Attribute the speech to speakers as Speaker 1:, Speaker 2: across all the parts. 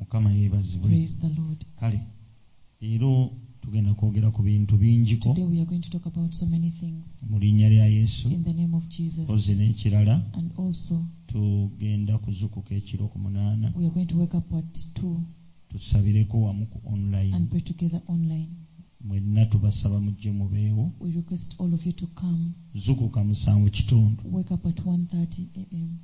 Speaker 1: mukama yeebazibwe
Speaker 2: Praise the Lord.
Speaker 1: kale leero tugenda kwogera ku bintu bingiko
Speaker 2: Today we are going to talk about so many things
Speaker 1: mu linnya lya yesu
Speaker 2: in the name of Jesus.
Speaker 1: ozi n'ekirala
Speaker 2: And also,
Speaker 1: tugenda kuzukuka ekiro ku munaana
Speaker 2: we are going to wake up at 2
Speaker 1: tusabireko wamu ku online
Speaker 2: and pray together online.
Speaker 1: mwenna tubasaba mujje mubeewo
Speaker 2: We request all of you to come.
Speaker 1: zukuka musanvu kitundu
Speaker 2: Wake up at 1.30 a.m.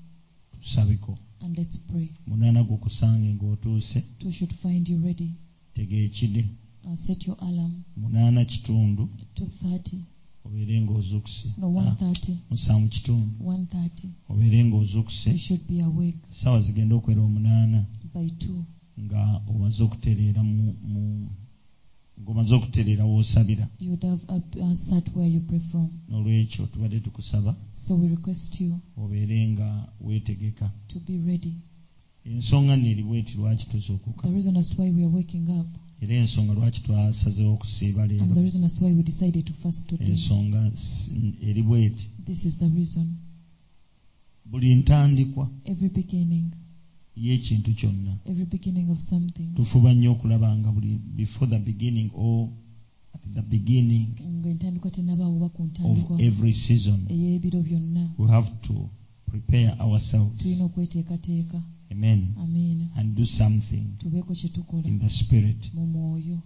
Speaker 1: tusabiko
Speaker 2: and let's pray.
Speaker 1: munaana gukusange ng'otuuse
Speaker 2: Two should find you ready.
Speaker 1: tegeekide
Speaker 2: Uh, set your alarm
Speaker 1: munaana kitundu
Speaker 2: at 2.30,
Speaker 1: obeere ng'ozukuse
Speaker 2: no 1.30,
Speaker 1: musanvu kitundu
Speaker 2: 1.30.
Speaker 1: obeere ng'ozukuse
Speaker 2: You should be awake
Speaker 1: sawa zigenda okwera omunaana
Speaker 2: by 2
Speaker 1: nga omaze okutereera mu mu- ng'omaze okutereera w'osabira
Speaker 2: you would have uh, uh, sat where you pray from.
Speaker 1: n'olwekyo tubadde tukusaba
Speaker 2: So we request you
Speaker 1: obeere nga weetegeka
Speaker 2: to be ready.
Speaker 1: ensonga neeri bweti lwaki tuzuukuka
Speaker 2: The reason as to why we are waking up
Speaker 1: era ensonga lwaki twasazeewo okusiiba
Speaker 2: and the
Speaker 1: leero
Speaker 2: reason as to why we decided to fast today.
Speaker 1: ensonga s- eri bweti
Speaker 2: This is the reason.
Speaker 1: buli ntandikwa
Speaker 2: Every beginning,
Speaker 1: y'ekintu kyonna
Speaker 2: every beginning of something.
Speaker 1: tufuba nnyo okulaba nga buli before the beginning or at the beginning
Speaker 2: ng'entandikwa tennabaawo oba ku
Speaker 1: of
Speaker 2: ntandikwa
Speaker 1: every season
Speaker 2: ey'ebiro byonna
Speaker 1: we have to prepare ourselves
Speaker 2: tulina okweteekateeka
Speaker 1: amen
Speaker 2: amiina
Speaker 1: and do something
Speaker 2: tubeeko kye tukola
Speaker 1: in the spirit
Speaker 2: mu mwoyo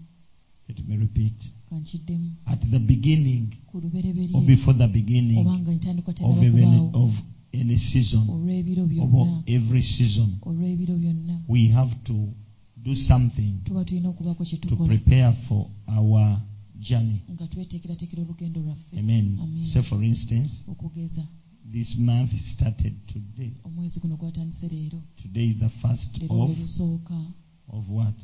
Speaker 1: let me repeat
Speaker 2: kankiddemu
Speaker 1: at the beginning
Speaker 2: ku
Speaker 1: or
Speaker 2: lubereberye
Speaker 1: before the
Speaker 2: oba
Speaker 1: beginning
Speaker 2: nga entandikwa
Speaker 1: of any,
Speaker 2: tennabakubaawo
Speaker 1: of any season
Speaker 2: olw'ebiro byonna
Speaker 1: of every season
Speaker 2: olw'ebiro byonna
Speaker 1: we have to do something
Speaker 2: tuba tulina okubaako kye
Speaker 1: to
Speaker 2: tukola
Speaker 1: prepare for our journey
Speaker 2: nga tweteekerateekera olugendo lwaffe
Speaker 1: amen
Speaker 2: Amen.
Speaker 1: say for instance
Speaker 2: okugeza
Speaker 1: this month started today
Speaker 2: omwezi guno gwatandise leero
Speaker 1: today is the first
Speaker 2: leero
Speaker 1: of
Speaker 2: lwelusooka
Speaker 1: of what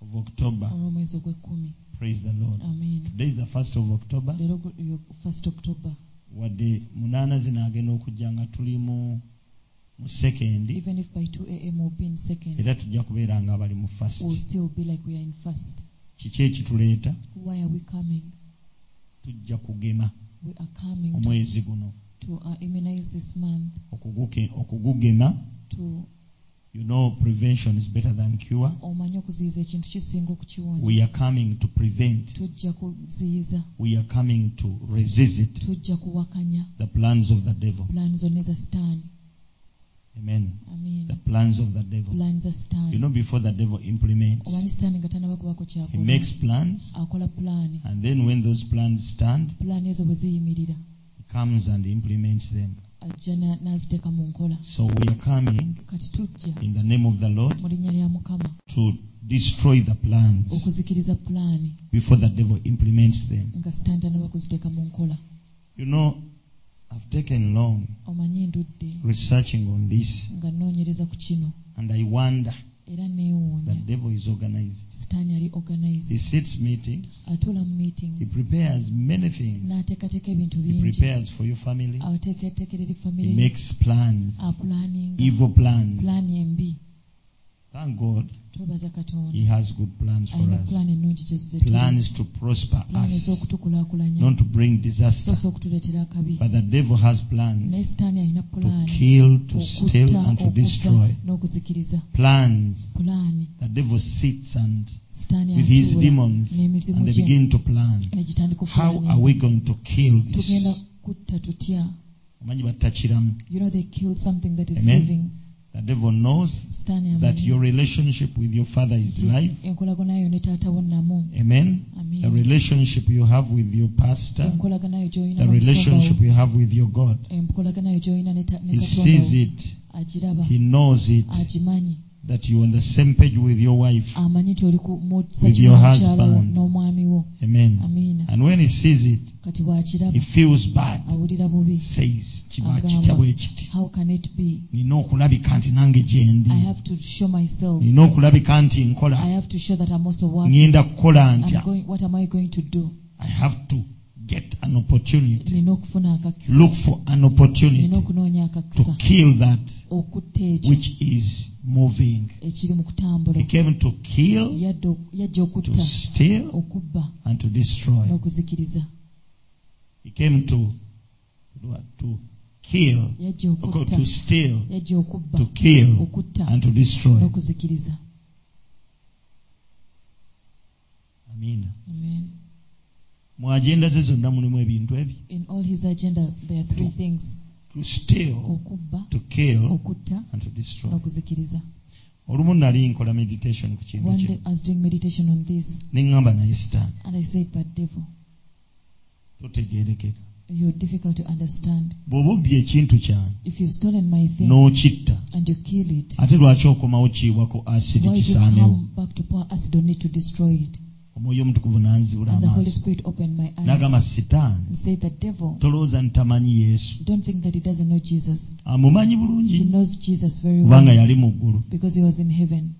Speaker 1: of october
Speaker 2: olw'omwezi ogw'ekkumi
Speaker 1: praise the lord
Speaker 2: amin
Speaker 1: today is the first of october
Speaker 2: leero gu- yo- 1st october
Speaker 1: wadde munaana zino agenda okujja nga tuli mu mu sekendi
Speaker 2: even if by 2 am we'll be in second
Speaker 1: era tujja kubeera nga bali mu
Speaker 2: we'll
Speaker 1: first
Speaker 2: still be like we are in first
Speaker 1: kiki ekituleeta
Speaker 2: why are we coming
Speaker 1: tujja kugema
Speaker 2: we are coming to,
Speaker 1: omwezi guno
Speaker 2: to uh, immunize this month
Speaker 1: okuguke- okugugema
Speaker 2: to
Speaker 1: you know prevention is better than cure
Speaker 2: omanye okuziyiza ekintu kisinga okukiwonya
Speaker 1: we are coming to prevent
Speaker 2: tujja kuziyiza
Speaker 1: we are coming to resist
Speaker 2: tujja kuwakanya
Speaker 1: the plans of the devil
Speaker 2: pulaani zonna eza sitaani
Speaker 1: amen the
Speaker 2: amin
Speaker 1: plans of the devil
Speaker 2: pulaani za
Speaker 1: you know
Speaker 2: sitaani
Speaker 1: before the devil
Speaker 2: omanyi
Speaker 1: implements
Speaker 2: sitaani nga tanaba kubako
Speaker 1: he
Speaker 2: kyakola
Speaker 1: makes plans
Speaker 2: akola pulaani
Speaker 1: and then when those plans stand
Speaker 2: pulaani ezo bwe ziyimirira
Speaker 1: he comes and implements them
Speaker 2: ajja na- n'aziteeka mu nkola
Speaker 1: so we are coming
Speaker 2: kati tujja
Speaker 1: in the name of the lord
Speaker 2: mu linnya lya mukama
Speaker 1: to destroy the plans
Speaker 2: okuzikiriza pulaani
Speaker 1: before the devil implements them
Speaker 2: nga sitaani tanaba kuziteeka mu nkola
Speaker 1: You know, I've taken long
Speaker 2: omanyi ndudde
Speaker 1: researching on this,
Speaker 2: nga noonyereza ku kino
Speaker 1: and I wonder
Speaker 2: era neewuunya
Speaker 1: the devil is organized.
Speaker 2: sitaani ali
Speaker 1: He
Speaker 2: organize
Speaker 1: sits meetings,
Speaker 2: atula mu
Speaker 1: he
Speaker 2: meetings
Speaker 1: prepares many things.
Speaker 2: n'ateekateeka ebintu
Speaker 1: He
Speaker 2: bingi
Speaker 1: prepares for your family,
Speaker 2: ateekateekerera
Speaker 1: he
Speaker 2: efamire
Speaker 1: makes plans,
Speaker 2: apulaninga
Speaker 1: evil plans.
Speaker 2: pulaani embi
Speaker 1: Thank God
Speaker 2: twebaza
Speaker 1: he
Speaker 2: katonda
Speaker 1: has good plans for
Speaker 2: alina
Speaker 1: us.
Speaker 2: pulaani ennungi gyezetulan
Speaker 1: Plans to prosper us,
Speaker 2: ez'okutukulaakulanya
Speaker 1: not to bring disaster.
Speaker 2: so si okutuleetera akabi
Speaker 1: But the devil has
Speaker 2: naye
Speaker 1: plans
Speaker 2: sitaani alina
Speaker 1: to
Speaker 2: pulaani
Speaker 1: kill, to steal,
Speaker 2: okutta
Speaker 1: and to
Speaker 2: okubba
Speaker 1: destroy.
Speaker 2: n'okuzikiriza
Speaker 1: Plans.
Speaker 2: pulaani
Speaker 1: The devil sits and
Speaker 2: sitaani
Speaker 1: with his
Speaker 2: atuula
Speaker 1: demons
Speaker 2: n'emizimu
Speaker 1: and they
Speaker 2: gye
Speaker 1: begin to plan
Speaker 2: negitandika
Speaker 1: how are we going to kill
Speaker 2: tugenda
Speaker 1: this
Speaker 2: kutta tutya
Speaker 1: omanyi battakiramu
Speaker 2: you know they kill something that is
Speaker 1: Amen.
Speaker 2: living
Speaker 1: the devil knows
Speaker 2: sitaani
Speaker 1: that your
Speaker 2: amanyi
Speaker 1: relationship with your father is life
Speaker 2: nti enkolagana yo ne taata wo namu
Speaker 1: amen the
Speaker 2: amin
Speaker 1: relationship you have with your pastor
Speaker 2: enkolagana yo gy'olina
Speaker 1: the
Speaker 2: n'omusumbawo
Speaker 1: relationship you have with your god
Speaker 2: enkolagana yo gy'olina ne ta- ne
Speaker 1: he sees
Speaker 2: katonda wo,
Speaker 1: it
Speaker 2: agiraba
Speaker 1: he knows it
Speaker 2: agimanyi
Speaker 1: that you're on the same page with your wife
Speaker 2: amanyi nti oli ku- mu-
Speaker 1: With
Speaker 2: saki
Speaker 1: your
Speaker 2: n'omukyala wo
Speaker 1: husband.
Speaker 2: n'omwami wo
Speaker 1: amen
Speaker 2: amiina
Speaker 1: and when he sees it
Speaker 2: kati
Speaker 1: he
Speaker 2: bw'akiraba
Speaker 1: feels bad
Speaker 2: awulira bubi
Speaker 1: says
Speaker 2: Agamba.
Speaker 1: kibakitya bwe kiti
Speaker 2: how can it be
Speaker 1: nina okulabika nti nange gye ndi
Speaker 2: i have to show myself
Speaker 1: nina okulabika nti nkola
Speaker 2: i have to show that i'm also working
Speaker 1: ŋŋenda kukola
Speaker 2: I'm
Speaker 1: ntya
Speaker 2: going, what am i going to do
Speaker 1: i have to get an opportunity
Speaker 2: nina okufuna akakisa
Speaker 1: look for an
Speaker 2: nina
Speaker 1: opportunity
Speaker 2: okunoonya
Speaker 1: to
Speaker 2: akakisa
Speaker 1: kill that
Speaker 2: okutta ekyo
Speaker 1: which is moving
Speaker 2: ekiri mu kutambula
Speaker 1: he came to kill
Speaker 2: Yadda ok- yajja
Speaker 1: to
Speaker 2: okutta
Speaker 1: steal
Speaker 2: okubba
Speaker 1: and to destroy
Speaker 2: n'okuzikiriza
Speaker 1: he came to to do what? to kill
Speaker 2: yajja
Speaker 1: okay,
Speaker 2: okutta
Speaker 1: to steal
Speaker 2: yajja okubba
Speaker 1: to kill
Speaker 2: okutta
Speaker 1: and to destroy
Speaker 2: n'okuzikiriza
Speaker 1: agenda
Speaker 2: Amen.
Speaker 1: mu agenda ze zonna mulimu ebintu ebyo
Speaker 2: In all his agenda, there are three things
Speaker 1: to steal
Speaker 2: okubba,
Speaker 1: to kill
Speaker 2: okutta,
Speaker 1: and to destroy
Speaker 2: n'okuzikiriza.
Speaker 1: olumu nali nkola meditation ku kintu
Speaker 2: One
Speaker 1: kino
Speaker 2: day I was doing meditation on this,
Speaker 1: ne ŋŋamba naye sitaani
Speaker 2: and I said, But devil,
Speaker 1: totegeerekeka
Speaker 2: you're difficult to understand.
Speaker 1: bw'oba obbye ekintu kyange
Speaker 2: If you've stolen my thing
Speaker 1: n'okitta
Speaker 2: and you kill it,
Speaker 1: ate lwaki okomawo kiyiwako asiri
Speaker 2: why do you
Speaker 1: kisaanewo
Speaker 2: come back to pour acid on it to destroy it?
Speaker 1: omwoyo omutukuvu nanzibula
Speaker 2: And the Holy
Speaker 1: amaaso
Speaker 2: Spirit opened my
Speaker 1: n'agamba
Speaker 2: eyes
Speaker 1: sitaani
Speaker 2: and said, The devil,
Speaker 1: tolowooza ntamanyi yesu
Speaker 2: don't think that he doesn't know Jesus.
Speaker 1: amumanyi
Speaker 2: He
Speaker 1: bulungi
Speaker 2: knows Jesus very
Speaker 1: kubanga
Speaker 2: well
Speaker 1: yali mu ggulu
Speaker 2: because he was in heaven.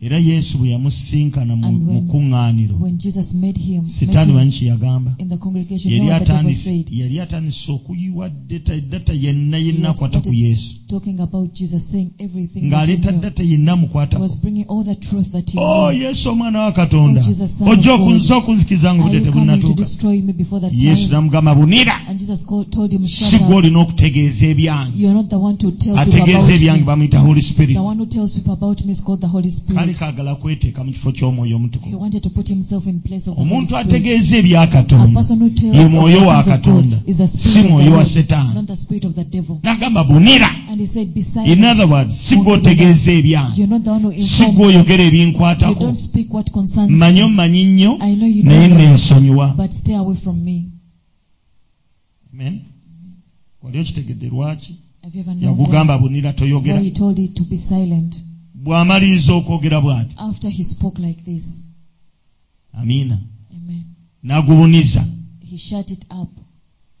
Speaker 1: era yesu bwe yamusinkana mu
Speaker 2: And
Speaker 1: mu
Speaker 2: when-
Speaker 1: kuŋŋaaniro
Speaker 2: When Jesus made him, met
Speaker 1: sitaani
Speaker 2: him
Speaker 1: manyi kyeyagamba
Speaker 2: in the congregation, you
Speaker 1: yali
Speaker 2: know what the devil
Speaker 1: atandise
Speaker 2: said?
Speaker 1: yali atandise okuyiwa data data yenna yenna
Speaker 2: He had
Speaker 1: akwata ku
Speaker 2: started
Speaker 1: yesu
Speaker 2: Talking about Jesus, saying everything that he
Speaker 1: ng'aleeta
Speaker 2: knew.
Speaker 1: data yenna
Speaker 2: He was
Speaker 1: amukwatako
Speaker 2: bringing all the truth that he
Speaker 1: o
Speaker 2: knew.
Speaker 1: yesu omwana wa katonda
Speaker 2: Oh, Jesus, Son of
Speaker 1: ojja
Speaker 2: God.
Speaker 1: okunza okunzikiriza nga
Speaker 2: Are
Speaker 1: obudde
Speaker 2: you coming to
Speaker 1: tebunnatuuka
Speaker 2: destroy me before that
Speaker 1: yesu
Speaker 2: time?
Speaker 1: n'amugamba bunira
Speaker 2: And Jesus called, told him,
Speaker 1: si
Speaker 2: Shut
Speaker 1: gwe
Speaker 2: up.
Speaker 1: olina okutegeeza ebyange
Speaker 2: You're not the one to tell people
Speaker 1: ategeeza ebyange
Speaker 2: about me.
Speaker 1: bamuyita holy spirit
Speaker 2: The one who tells people about me is called the Holy
Speaker 1: kale
Speaker 2: Spirit.
Speaker 1: kaagala kweteeka mu kifo ky'omwoyo
Speaker 2: He
Speaker 1: omutukuvu
Speaker 2: wanted to put himself in place of the Holy
Speaker 1: omuntu
Speaker 2: Spirit.
Speaker 1: ategeeza ebya
Speaker 2: A
Speaker 1: katonda
Speaker 2: person who tells
Speaker 1: ye
Speaker 2: of the
Speaker 1: mwoyo wa
Speaker 2: things of God
Speaker 1: katonda
Speaker 2: is the
Speaker 1: si
Speaker 2: spirit of the
Speaker 1: mwoyo wa
Speaker 2: Lord,
Speaker 1: setaani
Speaker 2: not the spirit of the devil.
Speaker 1: n'agamba bunira
Speaker 2: And he said, besides,
Speaker 1: in other words si gwe otegeeza ebyange
Speaker 2: you're not the one who
Speaker 1: si
Speaker 2: informs.
Speaker 1: gwe oyogera
Speaker 2: You
Speaker 1: ebinkwatako
Speaker 2: don't speak what concerns me.
Speaker 1: mmanyi omumanyi nnyo
Speaker 2: I know you
Speaker 1: naye
Speaker 2: know that,
Speaker 1: neensonyiwa
Speaker 2: but stay away from me.
Speaker 1: Amen. wali okitegedde lwaki
Speaker 2: Have you ever known that?
Speaker 1: yakugamba bunira
Speaker 2: Why
Speaker 1: toyogera
Speaker 2: he told it to be silent
Speaker 1: bw'amaliriza okwogera bw'ati
Speaker 2: after he spoke like this.
Speaker 1: amiina
Speaker 2: Amen.
Speaker 1: n'agubuniza
Speaker 2: He shut it up.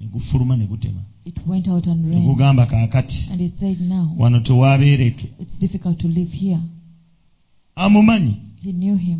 Speaker 1: ne gufuluma ne gutema
Speaker 2: It went out and rained.
Speaker 1: nekugamba kaakati
Speaker 2: And it said, now
Speaker 1: wano tewaabeereke
Speaker 2: it's difficult to live here.
Speaker 1: amumanyi
Speaker 2: He knew him.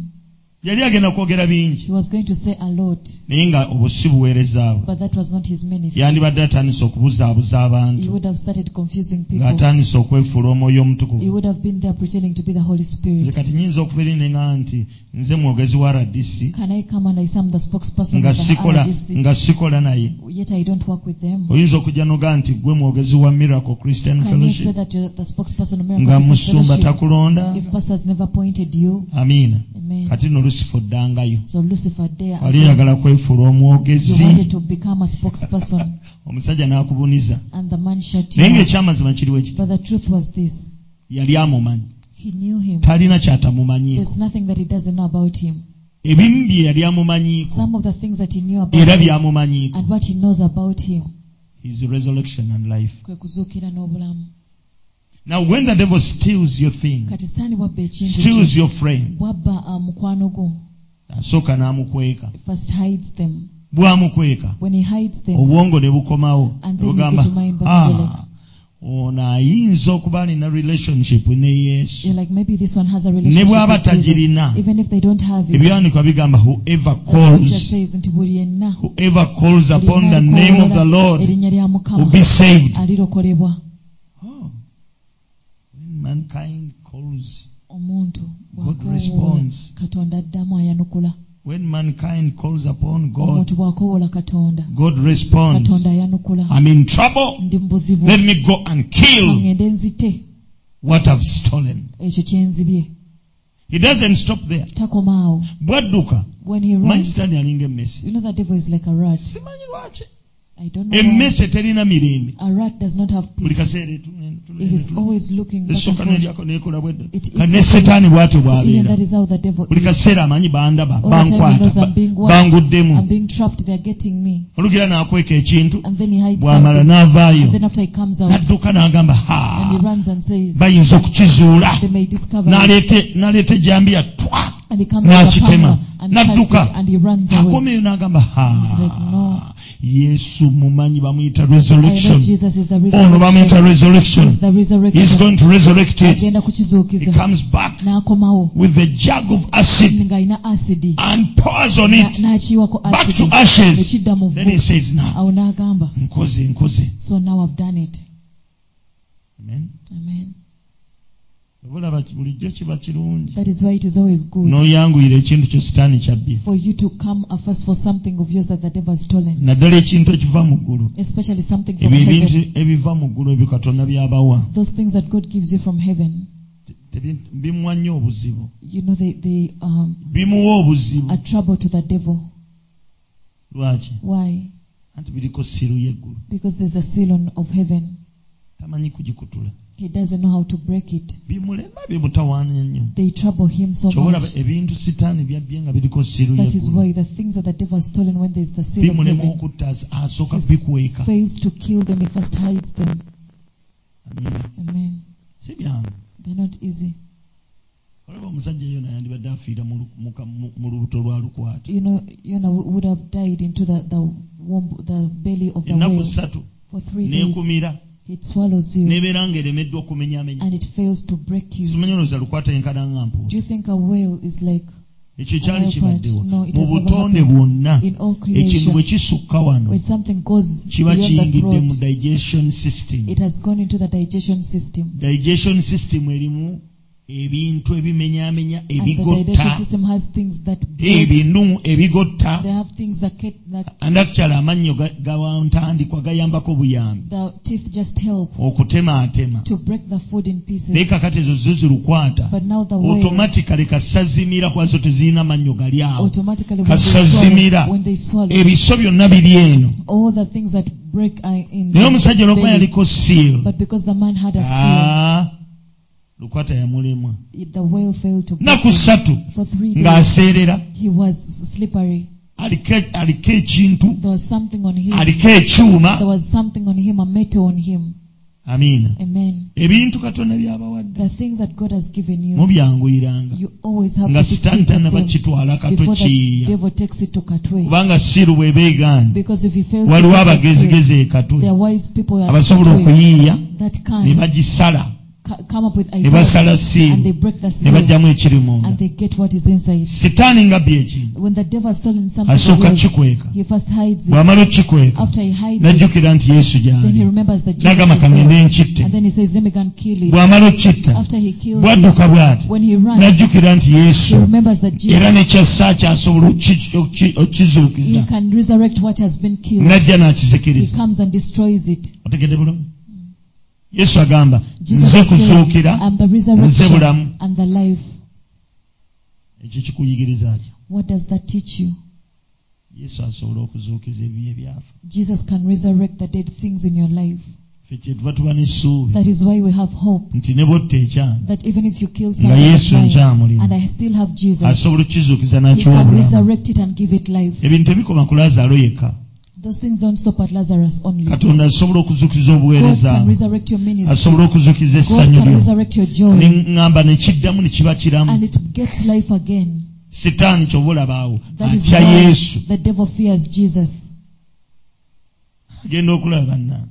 Speaker 1: yali agenda kwogera bingi
Speaker 2: He was going to say a lot,
Speaker 1: naye nga obwo si buweereza bwe
Speaker 2: but that was not his ministry.
Speaker 1: yandibadde atandise okubuzaabuza
Speaker 2: He
Speaker 1: abantu
Speaker 2: would have started confusing people.
Speaker 1: ng'atandise okwefuula omwoyo
Speaker 2: He
Speaker 1: omutukuvu
Speaker 2: would have been there pretending to be the Holy
Speaker 1: nze
Speaker 2: Spirit.
Speaker 1: kati nyinza okufa eri neŋa nti nze mwogezi wa rdc
Speaker 2: Can I come and I say I'm the spokesperson
Speaker 1: nga
Speaker 2: of the
Speaker 1: sikola
Speaker 2: RDC,
Speaker 1: nga sikola naye
Speaker 2: yet I don't work with them?
Speaker 1: oyinza okujja noga nti gwe mwogezi wa miracle christian
Speaker 2: Can you say
Speaker 1: fellowship
Speaker 2: that you're the spokesperson of
Speaker 1: nga
Speaker 2: Miracle Christian
Speaker 1: musumba
Speaker 2: Fellowship
Speaker 1: takulonda
Speaker 2: if pastors never pointed you?
Speaker 1: amiina
Speaker 2: Amen.
Speaker 1: kati no lusifu oddangayo
Speaker 2: So Lucifer there,
Speaker 1: wali yagala kwefuula
Speaker 2: you
Speaker 1: omwogezi
Speaker 2: wanted to become a spokesperson,
Speaker 1: omusajja n'akubuniza
Speaker 2: and the man shut
Speaker 1: naye
Speaker 2: you. up.
Speaker 1: ngaekyamazima kiriwo ekiti
Speaker 2: But the truth was this:
Speaker 1: yali amumanyi
Speaker 2: he knew him.
Speaker 1: talina kyatamumanyiiko
Speaker 2: There's nothing that he doesn't know about him.
Speaker 1: ebimu bye yali amumanyiiko
Speaker 2: Some of the things that he knew about
Speaker 1: era
Speaker 2: him
Speaker 1: byamumanyiiko
Speaker 2: and what he knows about him.
Speaker 1: his resurrection and life
Speaker 2: kwe kuzuukira n'obulamu
Speaker 1: now when the devil steals your thing
Speaker 2: kati saani wabba ekintu
Speaker 1: steals
Speaker 2: kye.
Speaker 1: your friend
Speaker 2: wabba ah, mukwano gwo
Speaker 1: asooka n'amukweka
Speaker 2: first hides them
Speaker 1: bwamukweka
Speaker 2: when he hides them
Speaker 1: obwongo ne bukomawo
Speaker 2: And
Speaker 1: ne
Speaker 2: then you
Speaker 1: bugamba
Speaker 2: get your mind back
Speaker 1: "Ah,
Speaker 2: to like-
Speaker 1: ono ayinza okuba alina relationship ne yesu
Speaker 2: you're like maybe this one has a
Speaker 1: ne
Speaker 2: relationship
Speaker 1: bw'aba
Speaker 2: with Jesus.
Speaker 1: tagirina
Speaker 2: even if they don't have it
Speaker 1: ebyawanikwa bigamba whoever
Speaker 2: the scripture
Speaker 1: calls
Speaker 2: says nti buli yenna
Speaker 1: whoever calls
Speaker 2: buli
Speaker 1: upon the
Speaker 2: yenna
Speaker 1: name of the
Speaker 2: akoowoola
Speaker 1: lord
Speaker 2: erinnya lya
Speaker 1: will
Speaker 2: mukama
Speaker 1: be saved
Speaker 2: alirokolebwa
Speaker 1: Oh. When mankind calls,
Speaker 2: omuntu
Speaker 1: God
Speaker 2: bw'akoowoola,
Speaker 1: responds.
Speaker 2: katonda addamu ayanukula
Speaker 1: when mankind calls upon
Speaker 2: omuntu
Speaker 1: God,
Speaker 2: bw'akoowoola katonda
Speaker 1: God responds.
Speaker 2: katonda ayanukula
Speaker 1: I'm in trouble.
Speaker 2: ndi mu buzibu
Speaker 1: Let me go and kill
Speaker 2: kangende nzite
Speaker 1: what I've stolen.
Speaker 2: ekyo kyenzibye
Speaker 1: He doesn't stop there.
Speaker 2: takoma awo
Speaker 1: Bwadduka,
Speaker 2: when he
Speaker 1: manyi
Speaker 2: runs
Speaker 1: sitaani alinga emmese.
Speaker 2: You know the devil is like a rat.
Speaker 1: Simanyi lwaki.
Speaker 2: I don't know. why.
Speaker 1: Emmese terina mirembe.
Speaker 2: A rat does not have
Speaker 1: Buli
Speaker 2: peace.
Speaker 1: kaseera etugenda,
Speaker 2: It
Speaker 1: tugenda,
Speaker 2: is
Speaker 1: tugenda.
Speaker 2: always looking back and
Speaker 1: Esooka
Speaker 2: forth.
Speaker 1: n'eryako n'ekola bwe dda.
Speaker 2: It is-
Speaker 1: Kati ne setaani bw'atyo
Speaker 2: So even that
Speaker 1: bw'abeera.
Speaker 2: is how the devil
Speaker 1: Buli
Speaker 2: is.
Speaker 1: kaseera amanyi bandaba,
Speaker 2: All the time he knows
Speaker 1: bankwata,
Speaker 2: I'm being
Speaker 1: ba-
Speaker 2: watched. I'm
Speaker 1: banguddemu.
Speaker 2: being trapped. They're getting me.
Speaker 1: Olugira n'akweka ekintu,
Speaker 2: And then he hides
Speaker 1: bw'amala
Speaker 2: something.
Speaker 1: n'avaayo.
Speaker 2: And then after he comes out
Speaker 1: n'adduka n'agamba
Speaker 2: and he
Speaker 1: ha
Speaker 2: runs and says,
Speaker 1: bayinza okukizuula
Speaker 2: they may discover it.
Speaker 1: N'aleete- n'aleeta ejambiya twa
Speaker 2: And he comes out with a
Speaker 1: n'akitema.
Speaker 2: hammer and cuts it
Speaker 1: N'adduka.
Speaker 2: and he runs away.
Speaker 1: akomeyo n'agamba
Speaker 2: It's like,
Speaker 1: ha
Speaker 2: no.
Speaker 1: yesu mumanyi bamuyita
Speaker 2: I know
Speaker 1: resurrection
Speaker 2: Jesus is the
Speaker 1: ono bamuyita
Speaker 2: resurrection.
Speaker 1: resurrection
Speaker 2: He's the
Speaker 1: he's
Speaker 2: resurrection.
Speaker 1: going to resurrect it
Speaker 2: Agenda
Speaker 1: he
Speaker 2: kukizuukiza.
Speaker 1: comes back
Speaker 2: N'akomawo.
Speaker 1: with the jug of acid
Speaker 2: ng'alina asidi
Speaker 1: and pours on
Speaker 2: Na-
Speaker 1: it
Speaker 2: n'akiyiwako
Speaker 1: back to
Speaker 2: asidi
Speaker 1: ashes
Speaker 2: ekidda mu
Speaker 1: then he
Speaker 2: vvu
Speaker 1: says now
Speaker 2: awo n'agamba
Speaker 1: nkoze nkoze
Speaker 2: so now I've done it
Speaker 1: Amen.
Speaker 2: amen
Speaker 1: Obulaba ki- bulijjo kiba kirungi
Speaker 2: that is why it is always good
Speaker 1: n'oyanguyira ekintu kyo sitaani kyabbye
Speaker 2: for you to come first for something of yours that the devil has stolen
Speaker 1: naddala ekintu ekiva mu ggulu
Speaker 2: especially something from
Speaker 1: ebyo ebintu
Speaker 2: heaven
Speaker 1: ebiva mu ggulu ebyo katonda byabawa
Speaker 2: those things that God gives you from heaven
Speaker 1: tebi- bimuwa nnyo obuzibu
Speaker 2: You know, they, they um,
Speaker 1: bimuwa obuzibu
Speaker 2: are trouble to the devil.
Speaker 1: lwaki
Speaker 2: Why?
Speaker 1: anti biriko siru y'eggulu
Speaker 2: Because there's a seal on, of heaven.
Speaker 1: tamanyi kugikutula
Speaker 2: He doesn't know how to break it.
Speaker 1: bimulema bimutawaanya nnyo
Speaker 2: They trouble him so
Speaker 1: kyobola
Speaker 2: much.
Speaker 1: ebintu sitaani byabbye nga biriko siru
Speaker 2: That is
Speaker 1: y'eggulu
Speaker 2: why the things that the devil has stolen when there's the seal of
Speaker 1: bimulema
Speaker 2: heaven,
Speaker 1: okutta as- asooka bikweka
Speaker 2: fails to kill them, he first hides them.
Speaker 1: Amina.
Speaker 2: Amen.
Speaker 1: si byangu
Speaker 2: They're not easy.
Speaker 1: olaba omusajja yona yandibadde afiira mu lu- mu ka- mu- mu lubuto lwa lukwata
Speaker 2: You know, you know, would have died into the, the womb, the belly of the
Speaker 1: ennaku
Speaker 2: whale
Speaker 1: ssatu
Speaker 2: for three days.
Speaker 1: n'ekumira
Speaker 2: It swallows you
Speaker 1: nebeera nga eremeddwa okumenyamenya
Speaker 2: and it fails to break you.
Speaker 1: simanyi olowooza lukwata yenkana nga
Speaker 2: Do
Speaker 1: mpuuta
Speaker 2: you think a whale is like
Speaker 1: ekyo kyali
Speaker 2: a leopard?
Speaker 1: kibaddewo
Speaker 2: Oh, No, it
Speaker 1: mu
Speaker 2: has never
Speaker 1: butonde
Speaker 2: happened.
Speaker 1: bwonna
Speaker 2: In all
Speaker 1: ekintu bwe
Speaker 2: creation,
Speaker 1: kisukka wano
Speaker 2: when something goes
Speaker 1: kiba
Speaker 2: beyond the
Speaker 1: kiyingidde mu
Speaker 2: throat,
Speaker 1: digestion system
Speaker 2: it has gone into the digestion system.
Speaker 1: digestion system erimu ebintu ebimenyamenya
Speaker 2: And the
Speaker 1: ebigotta
Speaker 2: digestion system has things that break.
Speaker 1: ebintu ebigotta
Speaker 2: They have things that, get, that
Speaker 1: andakukyala amannyo ga- gawantandikwa gayambako buyambi
Speaker 2: the teeth just help
Speaker 1: okutemaatema
Speaker 2: to break the food in
Speaker 1: naye
Speaker 2: pieces.
Speaker 1: kakati ezo zo zirukwata
Speaker 2: But now the whale
Speaker 1: automatikale kasazimira kwazo tezirina mannyo gali awo
Speaker 2: automatically when they swallow,
Speaker 1: kasazimira.
Speaker 2: when they swallow
Speaker 1: ebiso byonna biri eno
Speaker 2: all the things that break are in
Speaker 1: naye omusajja
Speaker 2: the
Speaker 1: olwokuba
Speaker 2: belly.
Speaker 1: yaliko siiro
Speaker 2: But because the man had a seal,
Speaker 1: Ah, lukwata yamulemwa
Speaker 2: it- the whale failed to break.
Speaker 1: naku ssatu
Speaker 2: For three days,
Speaker 1: ng'aseerera
Speaker 2: he was slippery.
Speaker 1: aliko aliko ekintu
Speaker 2: There was something on him.
Speaker 1: aliko
Speaker 2: There
Speaker 1: ekyuma
Speaker 2: was something on him, a metal on him.
Speaker 1: amiina
Speaker 2: Amen.
Speaker 1: ebintu katonda byabawadde
Speaker 2: The things that God has given you,
Speaker 1: mubyanguyiranga
Speaker 2: you always have
Speaker 1: nga
Speaker 2: to be
Speaker 1: sitaani
Speaker 2: quick with
Speaker 1: tanaba
Speaker 2: them
Speaker 1: kitwala kato
Speaker 2: before the
Speaker 1: kiyiya
Speaker 2: devil takes it to Katwe.
Speaker 1: kubanga siiru bw'eba egaana
Speaker 2: Because if he fails to
Speaker 1: waliwo
Speaker 2: break the seal,
Speaker 1: abagezigezi ekatwe
Speaker 2: there are wise people at
Speaker 1: Mm. abasobola
Speaker 2: Katwe
Speaker 1: okuyiiya
Speaker 2: that
Speaker 1: ne
Speaker 2: can
Speaker 1: bagisala
Speaker 2: ca- come up with
Speaker 1: ne
Speaker 2: ideas
Speaker 1: basala
Speaker 2: and they
Speaker 1: siiru
Speaker 2: break the
Speaker 1: ne
Speaker 2: seal
Speaker 1: baggyamu ekiri munda
Speaker 2: and they get what is inside.
Speaker 1: sitaani nga byekintu
Speaker 2: When the devil has stolen something, of
Speaker 1: asooka
Speaker 2: yours,
Speaker 1: kikweka
Speaker 2: he first hides it.
Speaker 1: bw'amala okikweka
Speaker 2: After he hides it,
Speaker 1: n'ajjukira nti yesu
Speaker 2: then he
Speaker 1: gyali
Speaker 2: remembers that Jesus
Speaker 1: n'agamba
Speaker 2: is
Speaker 1: kangende
Speaker 2: there.
Speaker 1: nkitte
Speaker 2: And then he says, let me go and kill it.
Speaker 1: bw'amala okitta
Speaker 2: After he kills it,
Speaker 1: bwadduka bw'ati
Speaker 2: when he runs,
Speaker 1: n'ajjukira nti yesu
Speaker 2: he remembers that Jesus,
Speaker 1: era nekyassa kyasobola oki- oki-
Speaker 2: he
Speaker 1: okizuukiza
Speaker 2: can resurrect what has been killed.
Speaker 1: n'ajja
Speaker 2: He
Speaker 1: n'akizikiriza
Speaker 2: comes and destroys it.
Speaker 1: otegedde bulungi yesu agamba
Speaker 2: Jesus
Speaker 1: nze
Speaker 2: says,
Speaker 1: kuzuukira
Speaker 2: I'm the
Speaker 1: nze
Speaker 2: resurrection
Speaker 1: bulamu
Speaker 2: and the life.
Speaker 1: ekyo kikuyigiriza ki
Speaker 2: What does that teach you?
Speaker 1: yesu asobola okuzuukiza ebibi ebyafa
Speaker 2: Jesus can resurrect the dead things in your life.
Speaker 1: ffe kyetuba tuba n'essuubi
Speaker 2: That is why we have hope.
Speaker 1: nti ne botta ekyanga
Speaker 2: That even if you kill
Speaker 1: nga
Speaker 2: someone,
Speaker 1: yesu
Speaker 2: alive, and
Speaker 1: nkyamulina
Speaker 2: I still have Jesus,
Speaker 1: asobola okukizuukiza
Speaker 2: He
Speaker 1: n'akiwa
Speaker 2: can
Speaker 1: obulamu
Speaker 2: resurrect it and give it life.
Speaker 1: ebintu tebikoma ku laazaalo yekka
Speaker 2: Those things don't stop at Lazarus only. God
Speaker 1: katonda asobola okuzuukiza obuweereza
Speaker 2: can resurrect your ministry.
Speaker 1: asobola okuzuukiza
Speaker 2: God
Speaker 1: essanyu
Speaker 2: can
Speaker 1: lyo
Speaker 2: resurrect your
Speaker 1: ne
Speaker 2: joy.
Speaker 1: ŋŋamba ne kiddamu ne kiba kiramu
Speaker 2: And it gets life again.
Speaker 1: sitaani kyobulabaawo
Speaker 2: That is
Speaker 1: atya
Speaker 2: why
Speaker 1: yesu
Speaker 2: the devil fears Jesus.
Speaker 1: agenda okulaba bannange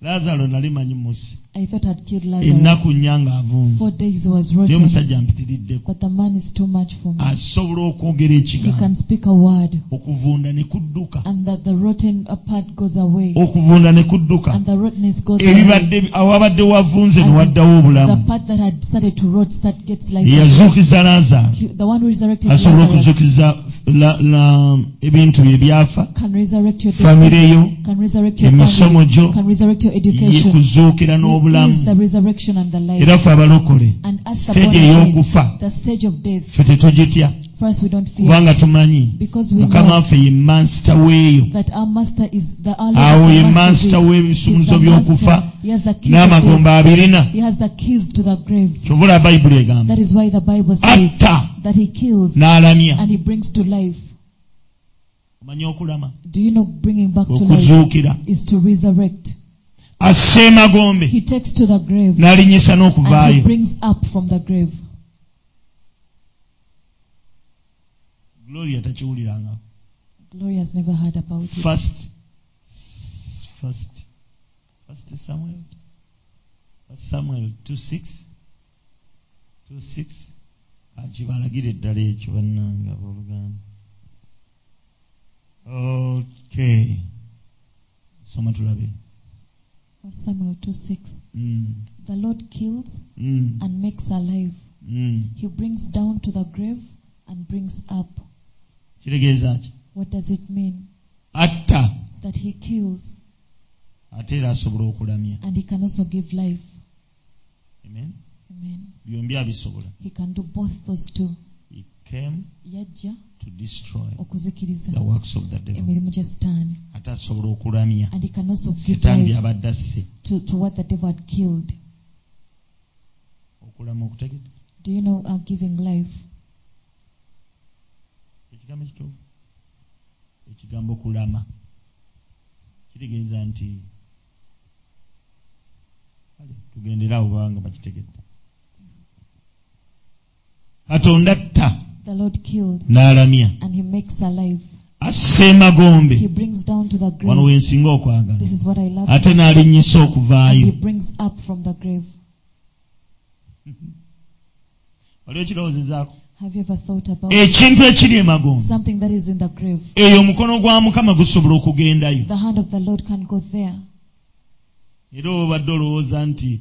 Speaker 1: laazaalo nali manyi musi
Speaker 2: I thought I'd killed
Speaker 1: ennaku
Speaker 2: Lazarus.
Speaker 1: nnya ng'avunze
Speaker 2: Four days he was
Speaker 1: naye
Speaker 2: rotting.
Speaker 1: omusajja mpitiriddeko
Speaker 2: But the man is too much for me.
Speaker 1: asobola okwogera
Speaker 2: He
Speaker 1: ekigambo
Speaker 2: can speak a word.
Speaker 1: okuvunda ne kudduka
Speaker 2: And that the rotten part goes away.
Speaker 1: okuvunda ne kudduka
Speaker 2: And the rottenness goes away.
Speaker 1: ebibadde awabadde wavunze ne waddawo obulamu
Speaker 2: The part that had started to rot that gets life.
Speaker 1: eyazuukiza laazaalo
Speaker 2: He- The one who resurrected
Speaker 1: asobola
Speaker 2: Lazarus
Speaker 1: okuzuukiza la- la- ebintu bye byafa
Speaker 2: can resurrect your dead
Speaker 1: famire yo
Speaker 2: can resurrect your
Speaker 1: emisomo
Speaker 2: family,
Speaker 1: gyo
Speaker 2: can resurrect your
Speaker 1: ye
Speaker 2: education.
Speaker 1: kuzuukira
Speaker 2: He
Speaker 1: n'obulamu
Speaker 2: is the resurrection and the life.
Speaker 1: era ffe abalokole
Speaker 2: And as the
Speaker 1: siteegi
Speaker 2: born again,
Speaker 1: ey'okufa
Speaker 2: the stage of death,
Speaker 1: ffe tetugitya
Speaker 2: first we don't fear
Speaker 1: kubanga tumanyi
Speaker 2: because we
Speaker 1: mukama
Speaker 2: know
Speaker 1: waffe ye mansita weeyo
Speaker 2: that our master is the our
Speaker 1: awo
Speaker 2: Lord
Speaker 1: ye
Speaker 2: is the
Speaker 1: mansita
Speaker 2: master of it. He's
Speaker 1: w'ebisumuzo
Speaker 2: the
Speaker 1: by'okufa
Speaker 2: master. He has the keys of
Speaker 1: n'amagombe
Speaker 2: death.
Speaker 1: abirina
Speaker 2: He has the keys to the grave.
Speaker 1: kyovula bayibuli egamba
Speaker 2: That is why the Bible says
Speaker 1: atta
Speaker 2: that he kills
Speaker 1: n'alamya
Speaker 2: and he brings to life.
Speaker 1: omanyi okulama
Speaker 2: Do you know bringing back to life
Speaker 1: okuzuukira
Speaker 2: is to resurrect?
Speaker 1: asse emagombe
Speaker 2: He takes to the grave
Speaker 1: n'alinyisa
Speaker 2: and he
Speaker 1: n'okuvaayo
Speaker 2: brings up from the grave.
Speaker 1: gloria takiwulirangako
Speaker 2: Gloria has never heard about it.
Speaker 1: first s- first first samuel first samuel 26 26 agibalagire eddala ekyo bannange abooluganda okay soma tulabe
Speaker 2: First Samuel 2 6.
Speaker 1: Mm,
Speaker 2: The Lord kills
Speaker 1: mm,
Speaker 2: and makes alive.
Speaker 1: mm.
Speaker 2: He brings down to the grave and brings up.
Speaker 1: kitegeeza ki
Speaker 2: What does it mean?
Speaker 1: atta
Speaker 2: That he kills
Speaker 1: ate era asobola okulamya
Speaker 2: and he can also give life.
Speaker 1: Amen.
Speaker 2: Amen.
Speaker 1: byombi abisobola
Speaker 2: He can do both those two.
Speaker 1: he came
Speaker 2: Yajja
Speaker 1: to destroy
Speaker 2: okuzikiriza
Speaker 1: the works of the devil
Speaker 2: emirimu gya Sitaani.
Speaker 1: ate asobola okulamya
Speaker 2: And he can also give
Speaker 1: sitaani
Speaker 2: life
Speaker 1: byabadde asse
Speaker 2: to, to what the devil had killed.
Speaker 1: okulama okutegedde
Speaker 2: Do you know uh, giving life?
Speaker 1: ekigambo ekituufu ekigambo kulama kitegeeza nti kale tugendere abo babanga bakitegedde katonda atta
Speaker 2: The Lord kills
Speaker 1: n'alamya
Speaker 2: and he makes alive.
Speaker 1: asse emagombe
Speaker 2: He brings down to the
Speaker 1: wano
Speaker 2: grave.
Speaker 1: wensinga okwagala
Speaker 2: This is what I love.
Speaker 1: ate n'alinnyisa
Speaker 2: And
Speaker 1: okuvaayo
Speaker 2: he brings up from the grave.
Speaker 1: wali okirowoozezaako
Speaker 2: Have you ever thought about
Speaker 1: ekintu ekiri emagombe
Speaker 2: something that is in the grave?
Speaker 1: eyo omukono gwa mukama gusobola okugendayo
Speaker 2: The hand of the Lord can go there.
Speaker 1: era obadde olowooza nti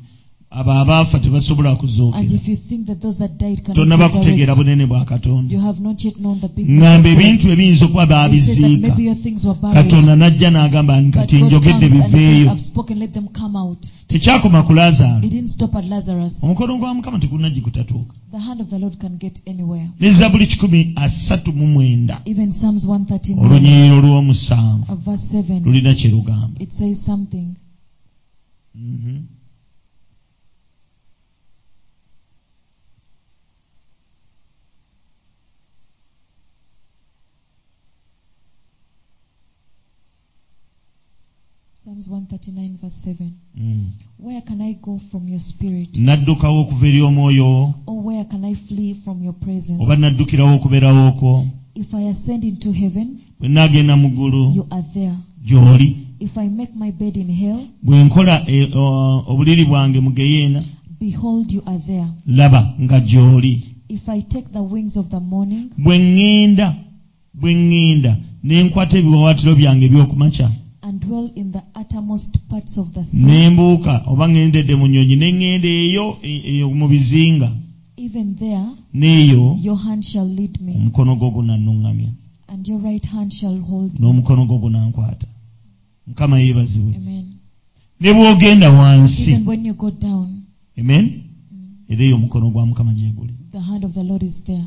Speaker 1: abo abaafa tebasobola
Speaker 2: And
Speaker 1: kuzuukira
Speaker 2: if you think that those that died can
Speaker 1: tonnaba kutegeera bunene bwa katonda
Speaker 2: you have not yet known the big
Speaker 1: ŋŋamba ebintu ebiyinza okuba
Speaker 2: They said that
Speaker 1: baabiziika
Speaker 2: maybe your things were buried.
Speaker 1: katonda n'ajja n'agamba nti
Speaker 2: But
Speaker 1: kati
Speaker 2: God comes
Speaker 1: njogedde
Speaker 2: and he said,
Speaker 1: biveeyo
Speaker 2: I've spoken, let them come out.
Speaker 1: tekyakoma ku
Speaker 2: It
Speaker 1: laazaalo
Speaker 2: didn't stop at Lazarus.
Speaker 1: omukono gwa mukama tegunagikutatuuka
Speaker 2: The hand of the Lord can get anywhere.
Speaker 1: ne zabbuli kikumi asatu mu mwenda
Speaker 2: Even Psalms 139,
Speaker 1: olunyiriro lw'omusanvu
Speaker 2: uh, verse 7,
Speaker 1: lulina kye lugamba
Speaker 2: it says something.
Speaker 1: Mhm.
Speaker 2: Psalms 139, verse 7.
Speaker 1: Mm.
Speaker 2: Where can I go from your spirit?
Speaker 1: naddukawo okuva eri omwoyo
Speaker 2: Or where can I flee from your
Speaker 1: oba
Speaker 2: presence?
Speaker 1: naddukirawo okubeerawo okwo
Speaker 2: If I ascend into heaven,
Speaker 1: bwe naagenda mu ggulu
Speaker 2: you are there.
Speaker 1: gy'oli
Speaker 2: If I make my bed in hell,
Speaker 1: bwe nkola eh, o- obuliri bwange mu geyeena
Speaker 2: behold, you are there.
Speaker 1: laba nga gy'oli
Speaker 2: If I take the wings of the morning
Speaker 1: bwe ŋŋenda bwe ŋŋenda ne nkwata ebiwawatiro byange eby'okumakya
Speaker 2: and dwell in the uttermost parts of the
Speaker 1: ne
Speaker 2: sea,
Speaker 1: mbuuka oba ŋŋendedde mu nnyonyi ne ŋŋenda eyo e- eyo mu bizinga
Speaker 2: even there
Speaker 1: n'eyo
Speaker 2: your hand shall lead me,
Speaker 1: omukono gwo gunannuŋŋamya
Speaker 2: and your right hand shall hold me.
Speaker 1: n'omukono gwo gunankwata mukama yeebazibwe
Speaker 2: Amen.
Speaker 1: ne bw'ogenda wansi
Speaker 2: Even when you go down,
Speaker 1: amen era eyo omukono gwa mukama gye guli
Speaker 2: the hand of the Lord is there.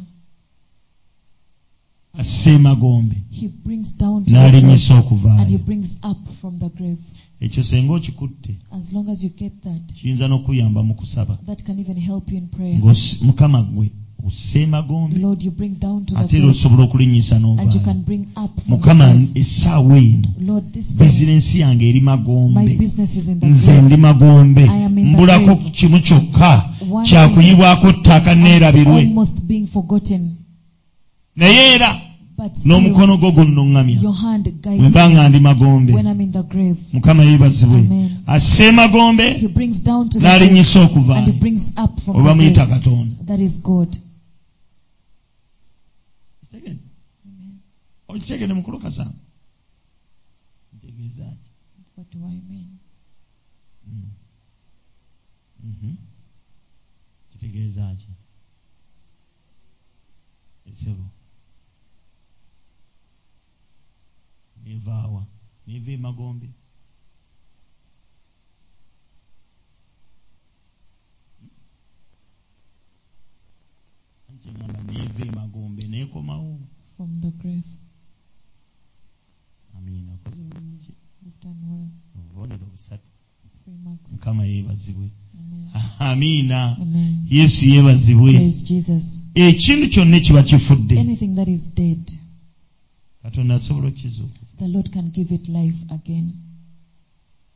Speaker 1: asse emagombe
Speaker 2: He brings down to the grave,
Speaker 1: n'alinnyisa
Speaker 2: and he
Speaker 1: okuvaayo
Speaker 2: brings up from the grave.
Speaker 1: ekyo senga okikutte
Speaker 2: As long as you get that,
Speaker 1: kiyinza n'okuyamba mu kusaba
Speaker 2: that can even help you in prayer.
Speaker 1: Ng'os- mukama gwe osse emagombe
Speaker 2: Lord, you bring down to the
Speaker 1: ate era
Speaker 2: grave,
Speaker 1: osobola okulinnyisa
Speaker 2: and you can
Speaker 1: n'ovaayo
Speaker 2: bring up from the
Speaker 1: mukama
Speaker 2: grave.
Speaker 1: essaawa eno
Speaker 2: Lord, this day,
Speaker 1: bizinensi yange eri
Speaker 2: my
Speaker 1: magombe
Speaker 2: business is in the
Speaker 1: nze
Speaker 2: grave.
Speaker 1: ndi magombe
Speaker 2: I am in the
Speaker 1: mbulako
Speaker 2: grave.
Speaker 1: kimu kyokka
Speaker 2: One thing
Speaker 1: kyakuyibwako ttaaka neerabirwe
Speaker 2: almost being forgotten,
Speaker 1: naye era
Speaker 2: but still,
Speaker 1: n'omukono gwo gunnuŋŋamya
Speaker 2: your hand
Speaker 1: bwe
Speaker 2: guides
Speaker 1: mba
Speaker 2: me
Speaker 1: nga ndi magombe
Speaker 2: when I'm in the grave.
Speaker 1: mukama yeebazibwe
Speaker 2: Amen.
Speaker 1: asse emagombe
Speaker 2: He brings down to the grave,
Speaker 1: n'alinnyisa
Speaker 2: and
Speaker 1: okuvaayo
Speaker 2: he brings up from
Speaker 1: oba
Speaker 2: the
Speaker 1: muyita
Speaker 2: grave.
Speaker 1: katonda
Speaker 2: That is God.
Speaker 1: Kitegedde? okitegedde mukulu kasango ntegeezaaki
Speaker 2: What do I mean?
Speaker 1: kitegeeza ki esebo nevaawa neva emagombe Hmm? kyeŋamba neva emagombe nekomawo
Speaker 2: From the grave.
Speaker 1: amina okoze bulungi
Speaker 2: You've done well.
Speaker 1: obubonero busatu
Speaker 2: Three marks.
Speaker 1: mukama yeebazibwe
Speaker 2: Amen.
Speaker 1: amiina
Speaker 2: Amen.
Speaker 1: yesu yeebazibwe
Speaker 2: Praise Jesus.
Speaker 1: ekintu kyonna kiba kifudde
Speaker 2: Anything that is dead,
Speaker 1: katonda asobola okukizuukuza
Speaker 2: the Lord can give it life again.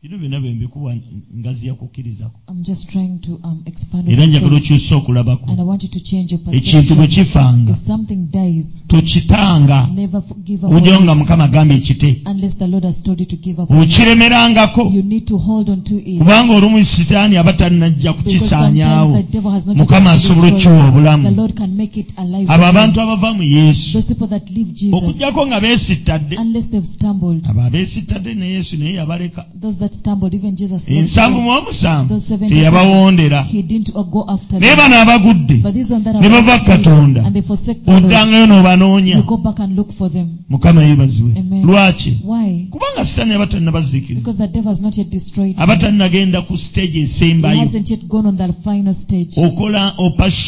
Speaker 1: bino byonna bwe mbikuwa ngazi yakukkirizako
Speaker 2: I'm just trying to um, expand on
Speaker 1: era
Speaker 2: your
Speaker 1: njagala
Speaker 2: faith,
Speaker 1: okyusa okulabako
Speaker 2: and I want you to change your
Speaker 1: ekintu
Speaker 2: perception.
Speaker 1: bwe kifanga
Speaker 2: If something dies,
Speaker 1: tokitanga
Speaker 2: never f- give up on
Speaker 1: ojjawo nga
Speaker 2: it
Speaker 1: mukama agambye ekite
Speaker 2: unless the Lord has told you to give up on it.
Speaker 1: okiremerangako
Speaker 2: You need to hold on to it
Speaker 1: kubanga olumu sitaani aba tannajja
Speaker 2: because sometimes
Speaker 1: kukisaanyaawo
Speaker 2: the devil has not yet
Speaker 1: mukama asobola
Speaker 2: destroyed
Speaker 1: okkiwa
Speaker 2: it.
Speaker 1: obulamu
Speaker 2: The Lord can make it alive.
Speaker 1: abo
Speaker 2: again.
Speaker 1: abantu abava mu yesu
Speaker 2: Those people that leave Jesus,
Speaker 1: okugjako nga beesittadde
Speaker 2: unless they've stumbled,
Speaker 1: abo abeesittadde ne yesu naye yabaleka
Speaker 2: those that stumbled, even Jesus, left
Speaker 1: ensanvu
Speaker 2: them.
Speaker 1: mu omusanvu
Speaker 2: Those seventy
Speaker 1: teyabawondera
Speaker 2: he didn't go after
Speaker 1: naye
Speaker 2: them.
Speaker 1: bano abagudde
Speaker 2: But these ones that
Speaker 1: Ne bava
Speaker 2: are
Speaker 1: Katonda.
Speaker 2: and they forsake the Lord,
Speaker 1: oddangayo n'oba n'obanoonya
Speaker 2: You go back and look for them.
Speaker 1: mukama yeebazibwe
Speaker 2: Amen.
Speaker 1: lwaki
Speaker 2: Why?
Speaker 1: kubanga sitaani abatalina baziikiriza
Speaker 2: Because the devil has not yet destroyed him.
Speaker 1: abatalinagenda ku stage
Speaker 2: He
Speaker 1: esembayo
Speaker 2: hasn't yet gone on the final stage.
Speaker 1: okola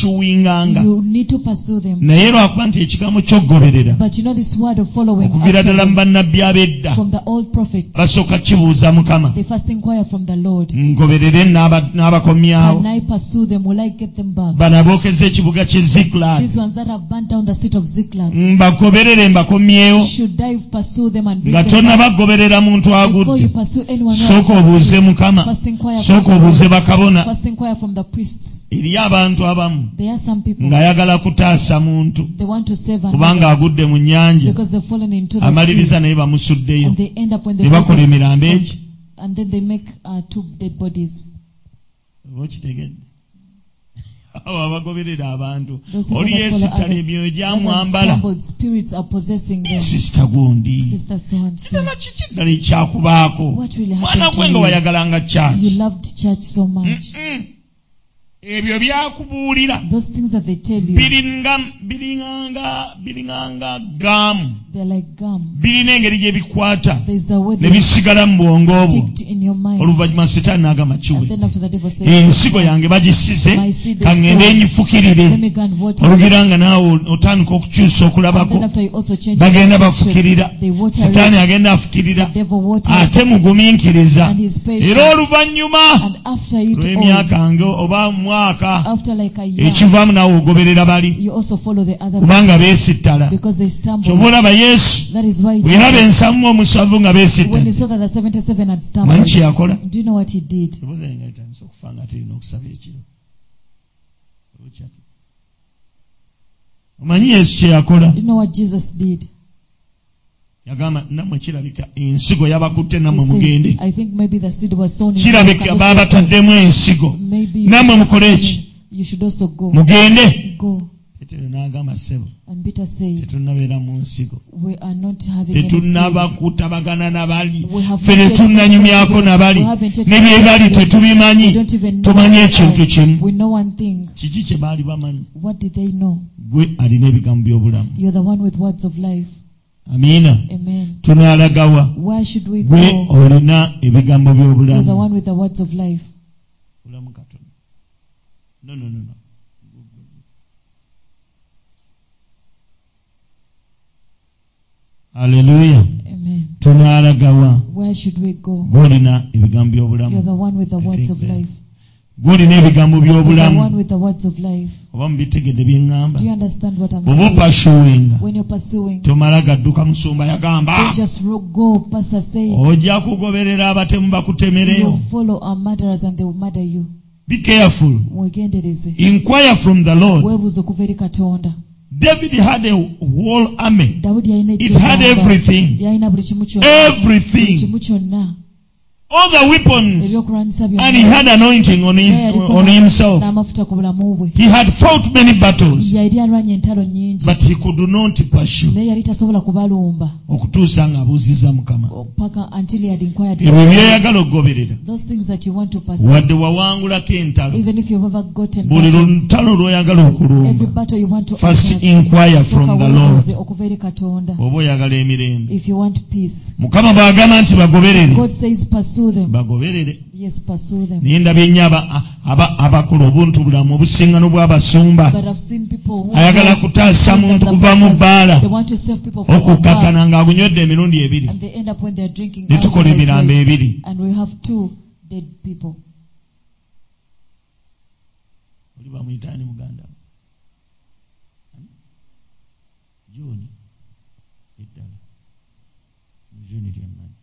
Speaker 1: opashuwinganga
Speaker 2: You need to pursue them.
Speaker 1: naye lwakuba nti ekigambo ky'ogoberera
Speaker 2: But you know this word of following
Speaker 1: okuviira
Speaker 2: after
Speaker 1: ddala mu
Speaker 2: them
Speaker 1: bannabbi ab'edda
Speaker 2: from the old prophets.
Speaker 1: basooka kibuuza mukama
Speaker 2: They first inquire from the Lord.
Speaker 1: ngoberere n'aba- n'abakomyawo
Speaker 2: Can I pursue them? Will I get them back?
Speaker 1: bano abookeza ekibuga ky'e zikulagi
Speaker 2: These ones that have burnt down the seat of Ziklag.
Speaker 1: mbagoberere mbakomyewo
Speaker 2: Should I pursue them and bring
Speaker 1: nga
Speaker 2: them back?
Speaker 1: tonnabagoberera muntu
Speaker 2: Before you
Speaker 1: agudde
Speaker 2: pursue anyone else,
Speaker 1: sooka obuuze mukama
Speaker 2: first inquire from
Speaker 1: sooka
Speaker 2: the
Speaker 1: obuuze bakabona
Speaker 2: Lord. First inquire from the priests.
Speaker 1: eriyo abantu abamu
Speaker 2: There are some people
Speaker 1: ng'ayagala kutaasa muntu
Speaker 2: they want to save
Speaker 1: kubanga
Speaker 2: another
Speaker 1: agudde mu nnyanja
Speaker 2: because they've fallen into the sea
Speaker 1: amaliriza naye bamusuddeyo
Speaker 2: and they end up when they
Speaker 1: ne bakola
Speaker 2: visit
Speaker 1: emirambo egi
Speaker 2: and then they make uh, two dead bodies.
Speaker 1: oba okitegedde abo abagoberera abantu
Speaker 2: Those people
Speaker 1: oli
Speaker 2: that follow
Speaker 1: yeesittala
Speaker 2: others.
Speaker 1: emyoyo
Speaker 2: Others
Speaker 1: gyamwambala
Speaker 2: scrambled spirits are possessing them.
Speaker 1: sisita gundi
Speaker 2: Sister so and so.
Speaker 1: kitala kiki ddala ekyakubaako
Speaker 2: What really
Speaker 1: mwana
Speaker 2: happened
Speaker 1: gwe nga
Speaker 2: to
Speaker 1: wayagalanga
Speaker 2: you?
Speaker 1: kyaki
Speaker 2: You loved church so much.
Speaker 1: Mm-mm. ebyo byakubuulira
Speaker 2: Those things that they tell you,
Speaker 1: biringa biringanga biringanga gaamu
Speaker 2: they're like gum.
Speaker 1: birina engeri gye bikwata
Speaker 2: There's a way
Speaker 1: ne
Speaker 2: they
Speaker 1: bisigala mu bwongo obwo
Speaker 2: stick in your mind.
Speaker 1: oluvannyuma setaani n'agamba kiwe
Speaker 2: And then after the devil says,
Speaker 1: ensigo yange bagisize kaŋŋende enyifukirire
Speaker 2: let me go and water it.
Speaker 1: olugira nga naawe otandika okukyusa
Speaker 2: And
Speaker 1: okulabako
Speaker 2: then after you also change your
Speaker 1: bagenda
Speaker 2: direction,
Speaker 1: bafukirira Ah,
Speaker 2: they water
Speaker 1: setaani
Speaker 2: it.
Speaker 1: agenda afukirira
Speaker 2: The devil waters
Speaker 1: ate mugumiikiriza
Speaker 2: and his patience.
Speaker 1: era oluvannyuma
Speaker 2: And after it all,
Speaker 1: lw'emyaka nga oba mwaka
Speaker 2: after like a year,
Speaker 1: ekivaamu naawe ogoberera bali
Speaker 2: you also follow the other
Speaker 1: kubanga beesittala
Speaker 2: because they stumble.
Speaker 1: kyobaolaba yesu
Speaker 2: That is why
Speaker 1: bwe yaba
Speaker 2: Jesus,
Speaker 1: ensamu omusanvu nga
Speaker 2: when
Speaker 1: beesittala
Speaker 2: he saw that the 77 had
Speaker 1: manyi
Speaker 2: stumbled,
Speaker 1: kye yakola
Speaker 2: do you know what he did?
Speaker 1: Eboza yange etandise okufa nga terina okusaba ekiro. Okyatu. omanyi yesu kye yakola
Speaker 2: Do you know what Jesus did?
Speaker 1: yagamba nammwe kirabika ensigo yabakutte
Speaker 2: He
Speaker 1: nammwe
Speaker 2: said,
Speaker 1: mugende
Speaker 2: I think maybe the seed was sown in
Speaker 1: kirabika
Speaker 2: Kabusha.
Speaker 1: baabataddemu ensigo
Speaker 2: Maybe you
Speaker 1: Nammwe
Speaker 2: should
Speaker 1: mukole
Speaker 2: also go
Speaker 1: eki?
Speaker 2: in. You should also go.
Speaker 1: mugende
Speaker 2: Go.
Speaker 1: petero n'agamba ssebo
Speaker 2: And Peter said,
Speaker 1: tetunnabeera mu nsigo
Speaker 2: We are not having any
Speaker 1: tetunnaba
Speaker 2: seed.
Speaker 1: kutabagana nabali
Speaker 2: We have
Speaker 1: ffe
Speaker 2: not yet-
Speaker 1: tetunnanyumyako nabali
Speaker 2: We haven't yet-
Speaker 1: ne bye bali tetubimanyi
Speaker 2: We don't even know.
Speaker 1: tumanyi ekintu kimu
Speaker 2: We know one thing.
Speaker 1: kiki kye baali bamanyi
Speaker 2: What did they know?
Speaker 1: gwe alina ebigambo by'obulamu
Speaker 2: You're the one with words of life.
Speaker 1: amiina
Speaker 2: Amen.
Speaker 1: tunaalagawa
Speaker 2: Why should we
Speaker 1: gwe
Speaker 2: go?
Speaker 1: olina ebigambo
Speaker 2: You're
Speaker 1: by'obulamu
Speaker 2: the one with the words of life.
Speaker 1: bulamu katono no no no no haleluya
Speaker 2: Amen.
Speaker 1: tunaalagawa
Speaker 2: Where should we go?
Speaker 1: gwolina ebigambo by'obulamu
Speaker 2: You're the one with the words of life.
Speaker 1: gwolina ebigambo
Speaker 2: You're the one
Speaker 1: by'obulamu
Speaker 2: with the words of life.
Speaker 1: oba mubitegedde byeŋŋamba
Speaker 2: Do you understand what I'm
Speaker 1: oba
Speaker 2: saying?
Speaker 1: opashuwinga
Speaker 2: When you're pursuing,
Speaker 1: tomala gadduka musumba yagamba
Speaker 2: don't just ro- go, Pastor said.
Speaker 1: ojja kugoberera abatemu bakutemereyo
Speaker 2: You'll follow our murderers and they will murder you.
Speaker 1: be careful
Speaker 2: Mwegendereze.
Speaker 1: inquire from the lord
Speaker 2: Weebuuza okuva eri katonda.
Speaker 1: david had a whole army
Speaker 2: Dawudi yalina
Speaker 1: it had
Speaker 2: ekyenda.
Speaker 1: everything
Speaker 2: Yalina buli kimu kyonna. Buli
Speaker 1: everything
Speaker 2: kimu kyonna.
Speaker 1: all the weapons
Speaker 2: Ebyokulwanyisa
Speaker 1: and he had anointing on his on himself
Speaker 2: n'amafuta ku bulamu bwe.
Speaker 1: he had fought many battles
Speaker 2: Yali alwanye entalo nnyingi.
Speaker 1: but he could not pursue
Speaker 2: naye yali tasobola kubalumba
Speaker 1: okutuusa ng'abuuziza mukama
Speaker 2: paka until he had inquired
Speaker 1: ebyo byeyagala okugoberera
Speaker 2: those things that you want to pursue
Speaker 1: wadde wawangulako entalo
Speaker 2: even if you've ever gotten
Speaker 1: buli
Speaker 2: battles,
Speaker 1: lutalo lw'oyagala
Speaker 2: every
Speaker 1: okulumba
Speaker 2: battle you want to
Speaker 1: first
Speaker 2: enter,
Speaker 1: inquire from
Speaker 2: soka
Speaker 1: the lord Oh.
Speaker 2: weebuuze okuva eri katonda
Speaker 1: oba oyagala emirembe
Speaker 2: if you want peace
Speaker 1: mukama bw'agamba nti bagoberere
Speaker 2: god says pursue them
Speaker 1: bagoberere
Speaker 2: yes pursue them
Speaker 1: naye ndabye nnyo aba- aba- abakola obuntubulamu obusingano bw'abasumba
Speaker 2: but i've seen people who
Speaker 1: ayagala
Speaker 2: know
Speaker 1: kutaasa
Speaker 2: things
Speaker 1: muntu
Speaker 2: that
Speaker 1: kuva mu
Speaker 2: surprise.
Speaker 1: bbaala
Speaker 2: they want to save people from
Speaker 1: okukkakkana
Speaker 2: above,
Speaker 1: ng'agunywedde emirundi ebiri
Speaker 2: and they end up when they're drinking
Speaker 1: ne tukola
Speaker 2: alcohol
Speaker 1: emirambo
Speaker 2: twice,
Speaker 1: ebiri
Speaker 2: and we have two dead people
Speaker 1: oli bamuyitaani muganda wo? John. Eddala. John lyammanyi.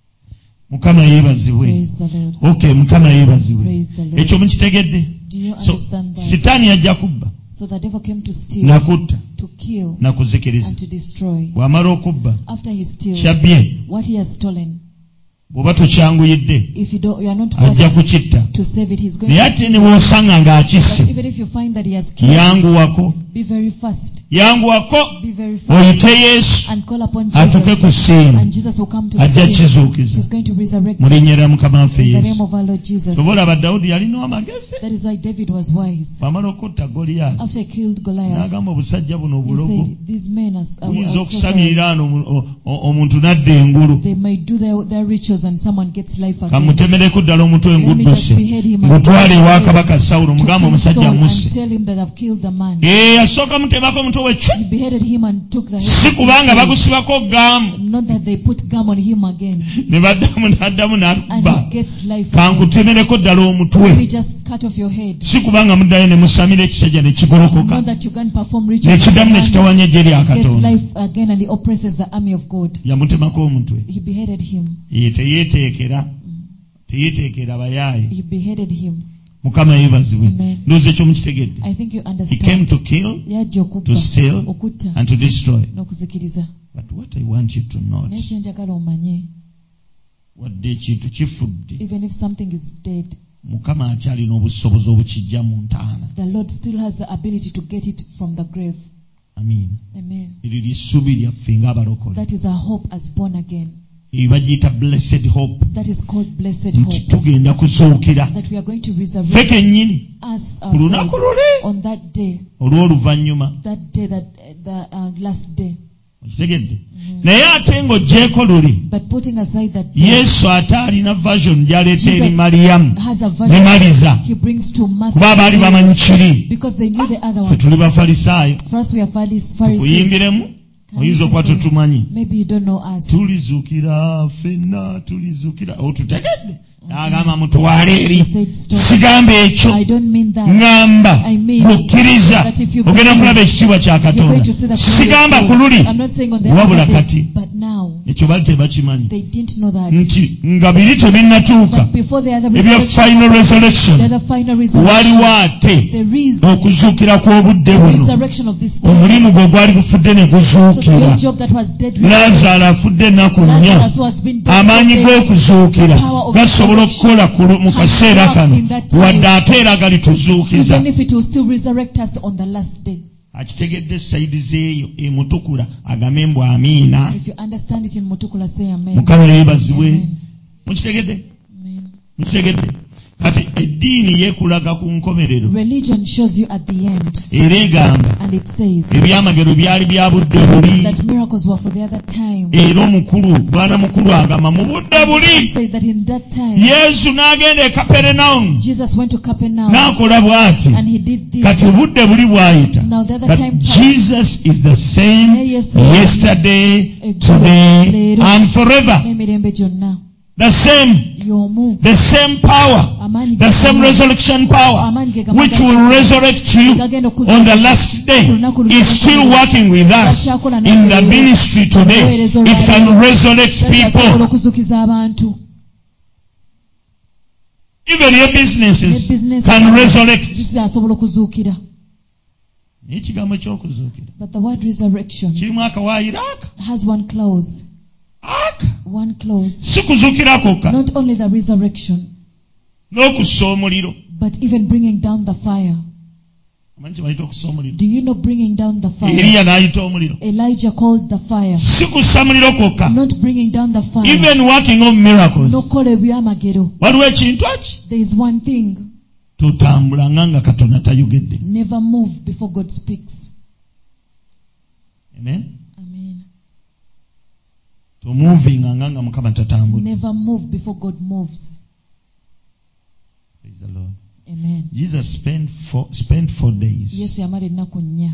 Speaker 1: mukama yeebazibwe
Speaker 2: praise the lord
Speaker 1: okay mukama yeebazibwe
Speaker 2: praise the lord
Speaker 1: ekyo mukitegedde
Speaker 2: do you
Speaker 1: so
Speaker 2: understand that
Speaker 1: sitaani ajja kubba
Speaker 2: So the devil came to steal,
Speaker 1: nakutta
Speaker 2: to kill,
Speaker 1: nakuzikiriza
Speaker 2: and to destroy.
Speaker 1: bw'amala okubba
Speaker 2: After he steals,
Speaker 1: kyabbye
Speaker 2: what he has stolen,
Speaker 1: bw'oba tokyanguyidde
Speaker 2: if you don't, you are not
Speaker 1: ajja
Speaker 2: present
Speaker 1: kukitta
Speaker 2: to save it, he's going
Speaker 1: naye
Speaker 2: to.
Speaker 1: ate ne bw'osanga ng'akisse
Speaker 2: But even if you find that he has killed,
Speaker 1: yanguwako
Speaker 2: Be very fast.
Speaker 1: yanguwako
Speaker 2: Be very fast.
Speaker 1: oyite yesu
Speaker 2: And call upon
Speaker 1: atuuke ku
Speaker 2: Jesus. And
Speaker 1: siimu
Speaker 2: Jesus will come to the
Speaker 1: ajja
Speaker 2: scene.
Speaker 1: kizuukiza
Speaker 2: He's going to resurrect
Speaker 1: mu
Speaker 2: us
Speaker 1: linnya lya mukama waffe
Speaker 2: in the name
Speaker 1: yesu
Speaker 2: of our Lord Jesus.
Speaker 1: tobola ba dawudi yalina amagezi
Speaker 2: That is why David was wise.
Speaker 1: bwamala okutta goliyasi
Speaker 2: After he killed Goliath,
Speaker 1: n'agamba obusajja buno
Speaker 2: he
Speaker 1: obulogo
Speaker 2: said, These men are, are,
Speaker 1: buyinza
Speaker 2: are so
Speaker 1: okusamirira
Speaker 2: bad.
Speaker 1: ano omu- o- o- omuntu n'adda engulu
Speaker 2: They might do their, their rituals and someone gets life again.
Speaker 1: kamutemereko ddala omutwe
Speaker 2: Let me just
Speaker 1: engudduse
Speaker 2: behead him and
Speaker 1: ngutwala ewa
Speaker 2: to
Speaker 1: kabaka sawulo mugambe
Speaker 2: King
Speaker 1: omusajja
Speaker 2: Saul
Speaker 1: musse
Speaker 2: and tell him that I've killed the man.
Speaker 1: ee yasooka muteebako omutwe wecwe
Speaker 2: He beheaded him and took the head.
Speaker 1: si kubanga bagusibako gamu
Speaker 2: Not that they put gum on him again
Speaker 1: ne baddamu n'addamu
Speaker 2: and
Speaker 1: n'akuba
Speaker 2: he gets life again.
Speaker 1: kankutemereko ddala
Speaker 2: We
Speaker 1: omutwe
Speaker 2: just cut off your head.
Speaker 1: si kubanga muddayo ne musamira ekisajja ne kigolokoka
Speaker 2: Not that you can perform rituals. and
Speaker 1: nekiddamu
Speaker 2: the
Speaker 1: ne
Speaker 2: man
Speaker 1: kitawanya gye lya
Speaker 2: Gets
Speaker 1: katonda
Speaker 2: life again and he oppresses the army of God.
Speaker 1: yamutemako omutwe
Speaker 2: He beheaded him.
Speaker 1: ye teyeeteekera
Speaker 2: Mm.
Speaker 1: teyeeteekera bayaayi
Speaker 2: He beheaded him.
Speaker 1: mukama yeebazibwe
Speaker 2: Amen.
Speaker 1: ndowooza ekyo mukitegedde
Speaker 2: I think you
Speaker 1: he came
Speaker 2: understand.
Speaker 1: to kill
Speaker 2: Yajja
Speaker 1: to
Speaker 2: okubba,
Speaker 1: steal
Speaker 2: okutta
Speaker 1: and to destroy
Speaker 2: n'okuzikiriza.
Speaker 1: but what i want you to know
Speaker 2: Naye kye njagala omanye,
Speaker 1: wadde ekintu kifudde
Speaker 2: even if something is dead,
Speaker 1: mukama akyalina obusobozi obukijja mu ntaana
Speaker 2: the Lord still has the ability to get it from the grave.
Speaker 1: amiina
Speaker 2: Amen.
Speaker 1: eryo lyessuubi lyaffe ng'abalokole
Speaker 2: That is our hope as born again.
Speaker 1: eyo bagiyita blessed hope
Speaker 2: That is called blessed
Speaker 1: nti
Speaker 2: hope.
Speaker 1: tugenda kuzuukira
Speaker 2: That we are going to
Speaker 1: ffe
Speaker 2: resurrect
Speaker 1: kennyini
Speaker 2: us
Speaker 1: ku lunaku
Speaker 2: ourselves
Speaker 1: luli
Speaker 2: on that day,
Speaker 1: olw'oluvannyuma
Speaker 2: that day, that the uh, last day.
Speaker 1: okitegedde
Speaker 2: Mhm.
Speaker 1: naye ate ng'oggyeko luli
Speaker 2: But putting aside that day,
Speaker 1: yesu ate alina version gy'aleeta eri
Speaker 2: Jesus-
Speaker 1: maliyamu
Speaker 2: has a
Speaker 1: ne
Speaker 2: version
Speaker 1: maliza
Speaker 2: he brings to Matthew
Speaker 1: kuba abaali bamanyi kiri
Speaker 2: because they knew the other
Speaker 1: ffe
Speaker 2: one.
Speaker 1: tuli bafalisaayo
Speaker 2: First, we are Pharisees. Pharisees.
Speaker 1: kuyimbiremu oyinza okuba tetumanyi
Speaker 2: Maybe you don't know us.
Speaker 1: tulizuukira ffenna tulizuukira otutegedde agamba mutwale eri
Speaker 2: He said, Stop.
Speaker 1: sigamba ekyo
Speaker 2: I don't mean that.
Speaker 1: ŋŋamba
Speaker 2: I mean
Speaker 1: bukkiriza
Speaker 2: that if you
Speaker 1: ogenda
Speaker 2: believe,
Speaker 1: kulaba ekitiibwa kya
Speaker 2: You're going
Speaker 1: katonda
Speaker 2: to see the
Speaker 1: sigamba ku
Speaker 2: glory
Speaker 1: luli
Speaker 2: of God. I'm not saying on the
Speaker 1: wabula
Speaker 2: other day,
Speaker 1: kati.
Speaker 2: but now
Speaker 1: ekyo baali tebakimanyi
Speaker 2: they didn't know that.
Speaker 1: nti nga biri tebinnatuuka
Speaker 2: But before the other
Speaker 1: ebya
Speaker 2: resurrection,
Speaker 1: final resurrection
Speaker 2: the other final
Speaker 1: waliwo
Speaker 2: resurrection,
Speaker 1: ate
Speaker 2: there is
Speaker 1: okuzuukira kw'obudde buno
Speaker 2: resurrection of this day.
Speaker 1: omulimu gwe gwali gufudde ne
Speaker 2: So the
Speaker 1: guzuukira
Speaker 2: old job that was dead,
Speaker 1: laazaalo afudde ennaku nnya
Speaker 2: Lazarus who has been dead,
Speaker 1: amaanyi g'okuzuukira gasobola okukola ku lu- mu kaseera kano wadde ate era galituzuukiza
Speaker 2: even if it will still resurrect us on the last day.
Speaker 1: akitegedde sayidi zeeyo e emutukula agambe mbw amiina
Speaker 2: If you understand it in Mutukula, say amen.
Speaker 1: mukama yeebazibwe
Speaker 2: Amen.
Speaker 1: mukitegedde
Speaker 2: Amen.
Speaker 1: mukitegedde kati eddiini yeekulaga ku nkomerero
Speaker 2: Religion shows you at the end,
Speaker 1: era egamba
Speaker 2: and it says
Speaker 1: ebyamagero byali bya budde buli
Speaker 2: that miracles were for the other time.
Speaker 1: era omukulu bwana mukulu agamba mu budde buli
Speaker 2: Say that in that time,
Speaker 1: yesu n'agenda e kaperunawumu
Speaker 2: Jesus went to Capernaum
Speaker 1: n'akola bw'ati
Speaker 2: and he did
Speaker 1: kati
Speaker 2: this.
Speaker 1: obudde buli bw'ayita
Speaker 2: Now the other
Speaker 1: but
Speaker 2: time passed.
Speaker 1: jesus is the same
Speaker 2: Naye Yesu
Speaker 1: yesterday today
Speaker 2: leero
Speaker 1: and forever
Speaker 2: n'emirembe gyonna
Speaker 1: the same
Speaker 2: y'omu
Speaker 1: the same power
Speaker 2: amaanyi
Speaker 1: the same resurrection power
Speaker 2: Amaanyi ge gamaanyi
Speaker 1: which will resurrect you
Speaker 2: gagenda
Speaker 1: on
Speaker 2: okuzuukira
Speaker 1: the last day is still working with us in the ministry today it can resurrect
Speaker 2: asobola
Speaker 1: people
Speaker 2: okuzuukiza abantu
Speaker 1: even your businesses can resurrect
Speaker 2: bizi asobola okuzuukira
Speaker 1: naye ekigambo ky'okuzuukira
Speaker 2: but the word resurrection
Speaker 1: kirimu akawaayiro aka
Speaker 2: has one clause
Speaker 1: aka
Speaker 2: one clause
Speaker 1: si kuzuukira kwokka
Speaker 2: not only the resurrection
Speaker 1: n'okussa omuliro
Speaker 2: but even bringing down the fire
Speaker 1: amanyi kye bayita okussa omuliro
Speaker 2: do you know bringing down the fire
Speaker 1: eriya n'ayita omuliro
Speaker 2: Elijah called the fire
Speaker 1: si kussa muliro kwokka
Speaker 2: not bringing down the fire
Speaker 1: even working of miracles
Speaker 2: nokola ebyamagero
Speaker 1: waliwo ekintu eki
Speaker 2: there is one thing
Speaker 1: totambulanga nga katonda tayogedde
Speaker 2: never move before God speaks
Speaker 1: amen
Speaker 2: amen
Speaker 1: tomovinganga nga mukama tatambula
Speaker 2: never move before God moves
Speaker 1: Praise the Lord.
Speaker 2: amen
Speaker 1: jesus spent four, spent four days
Speaker 2: yesu yamala ennaku nnya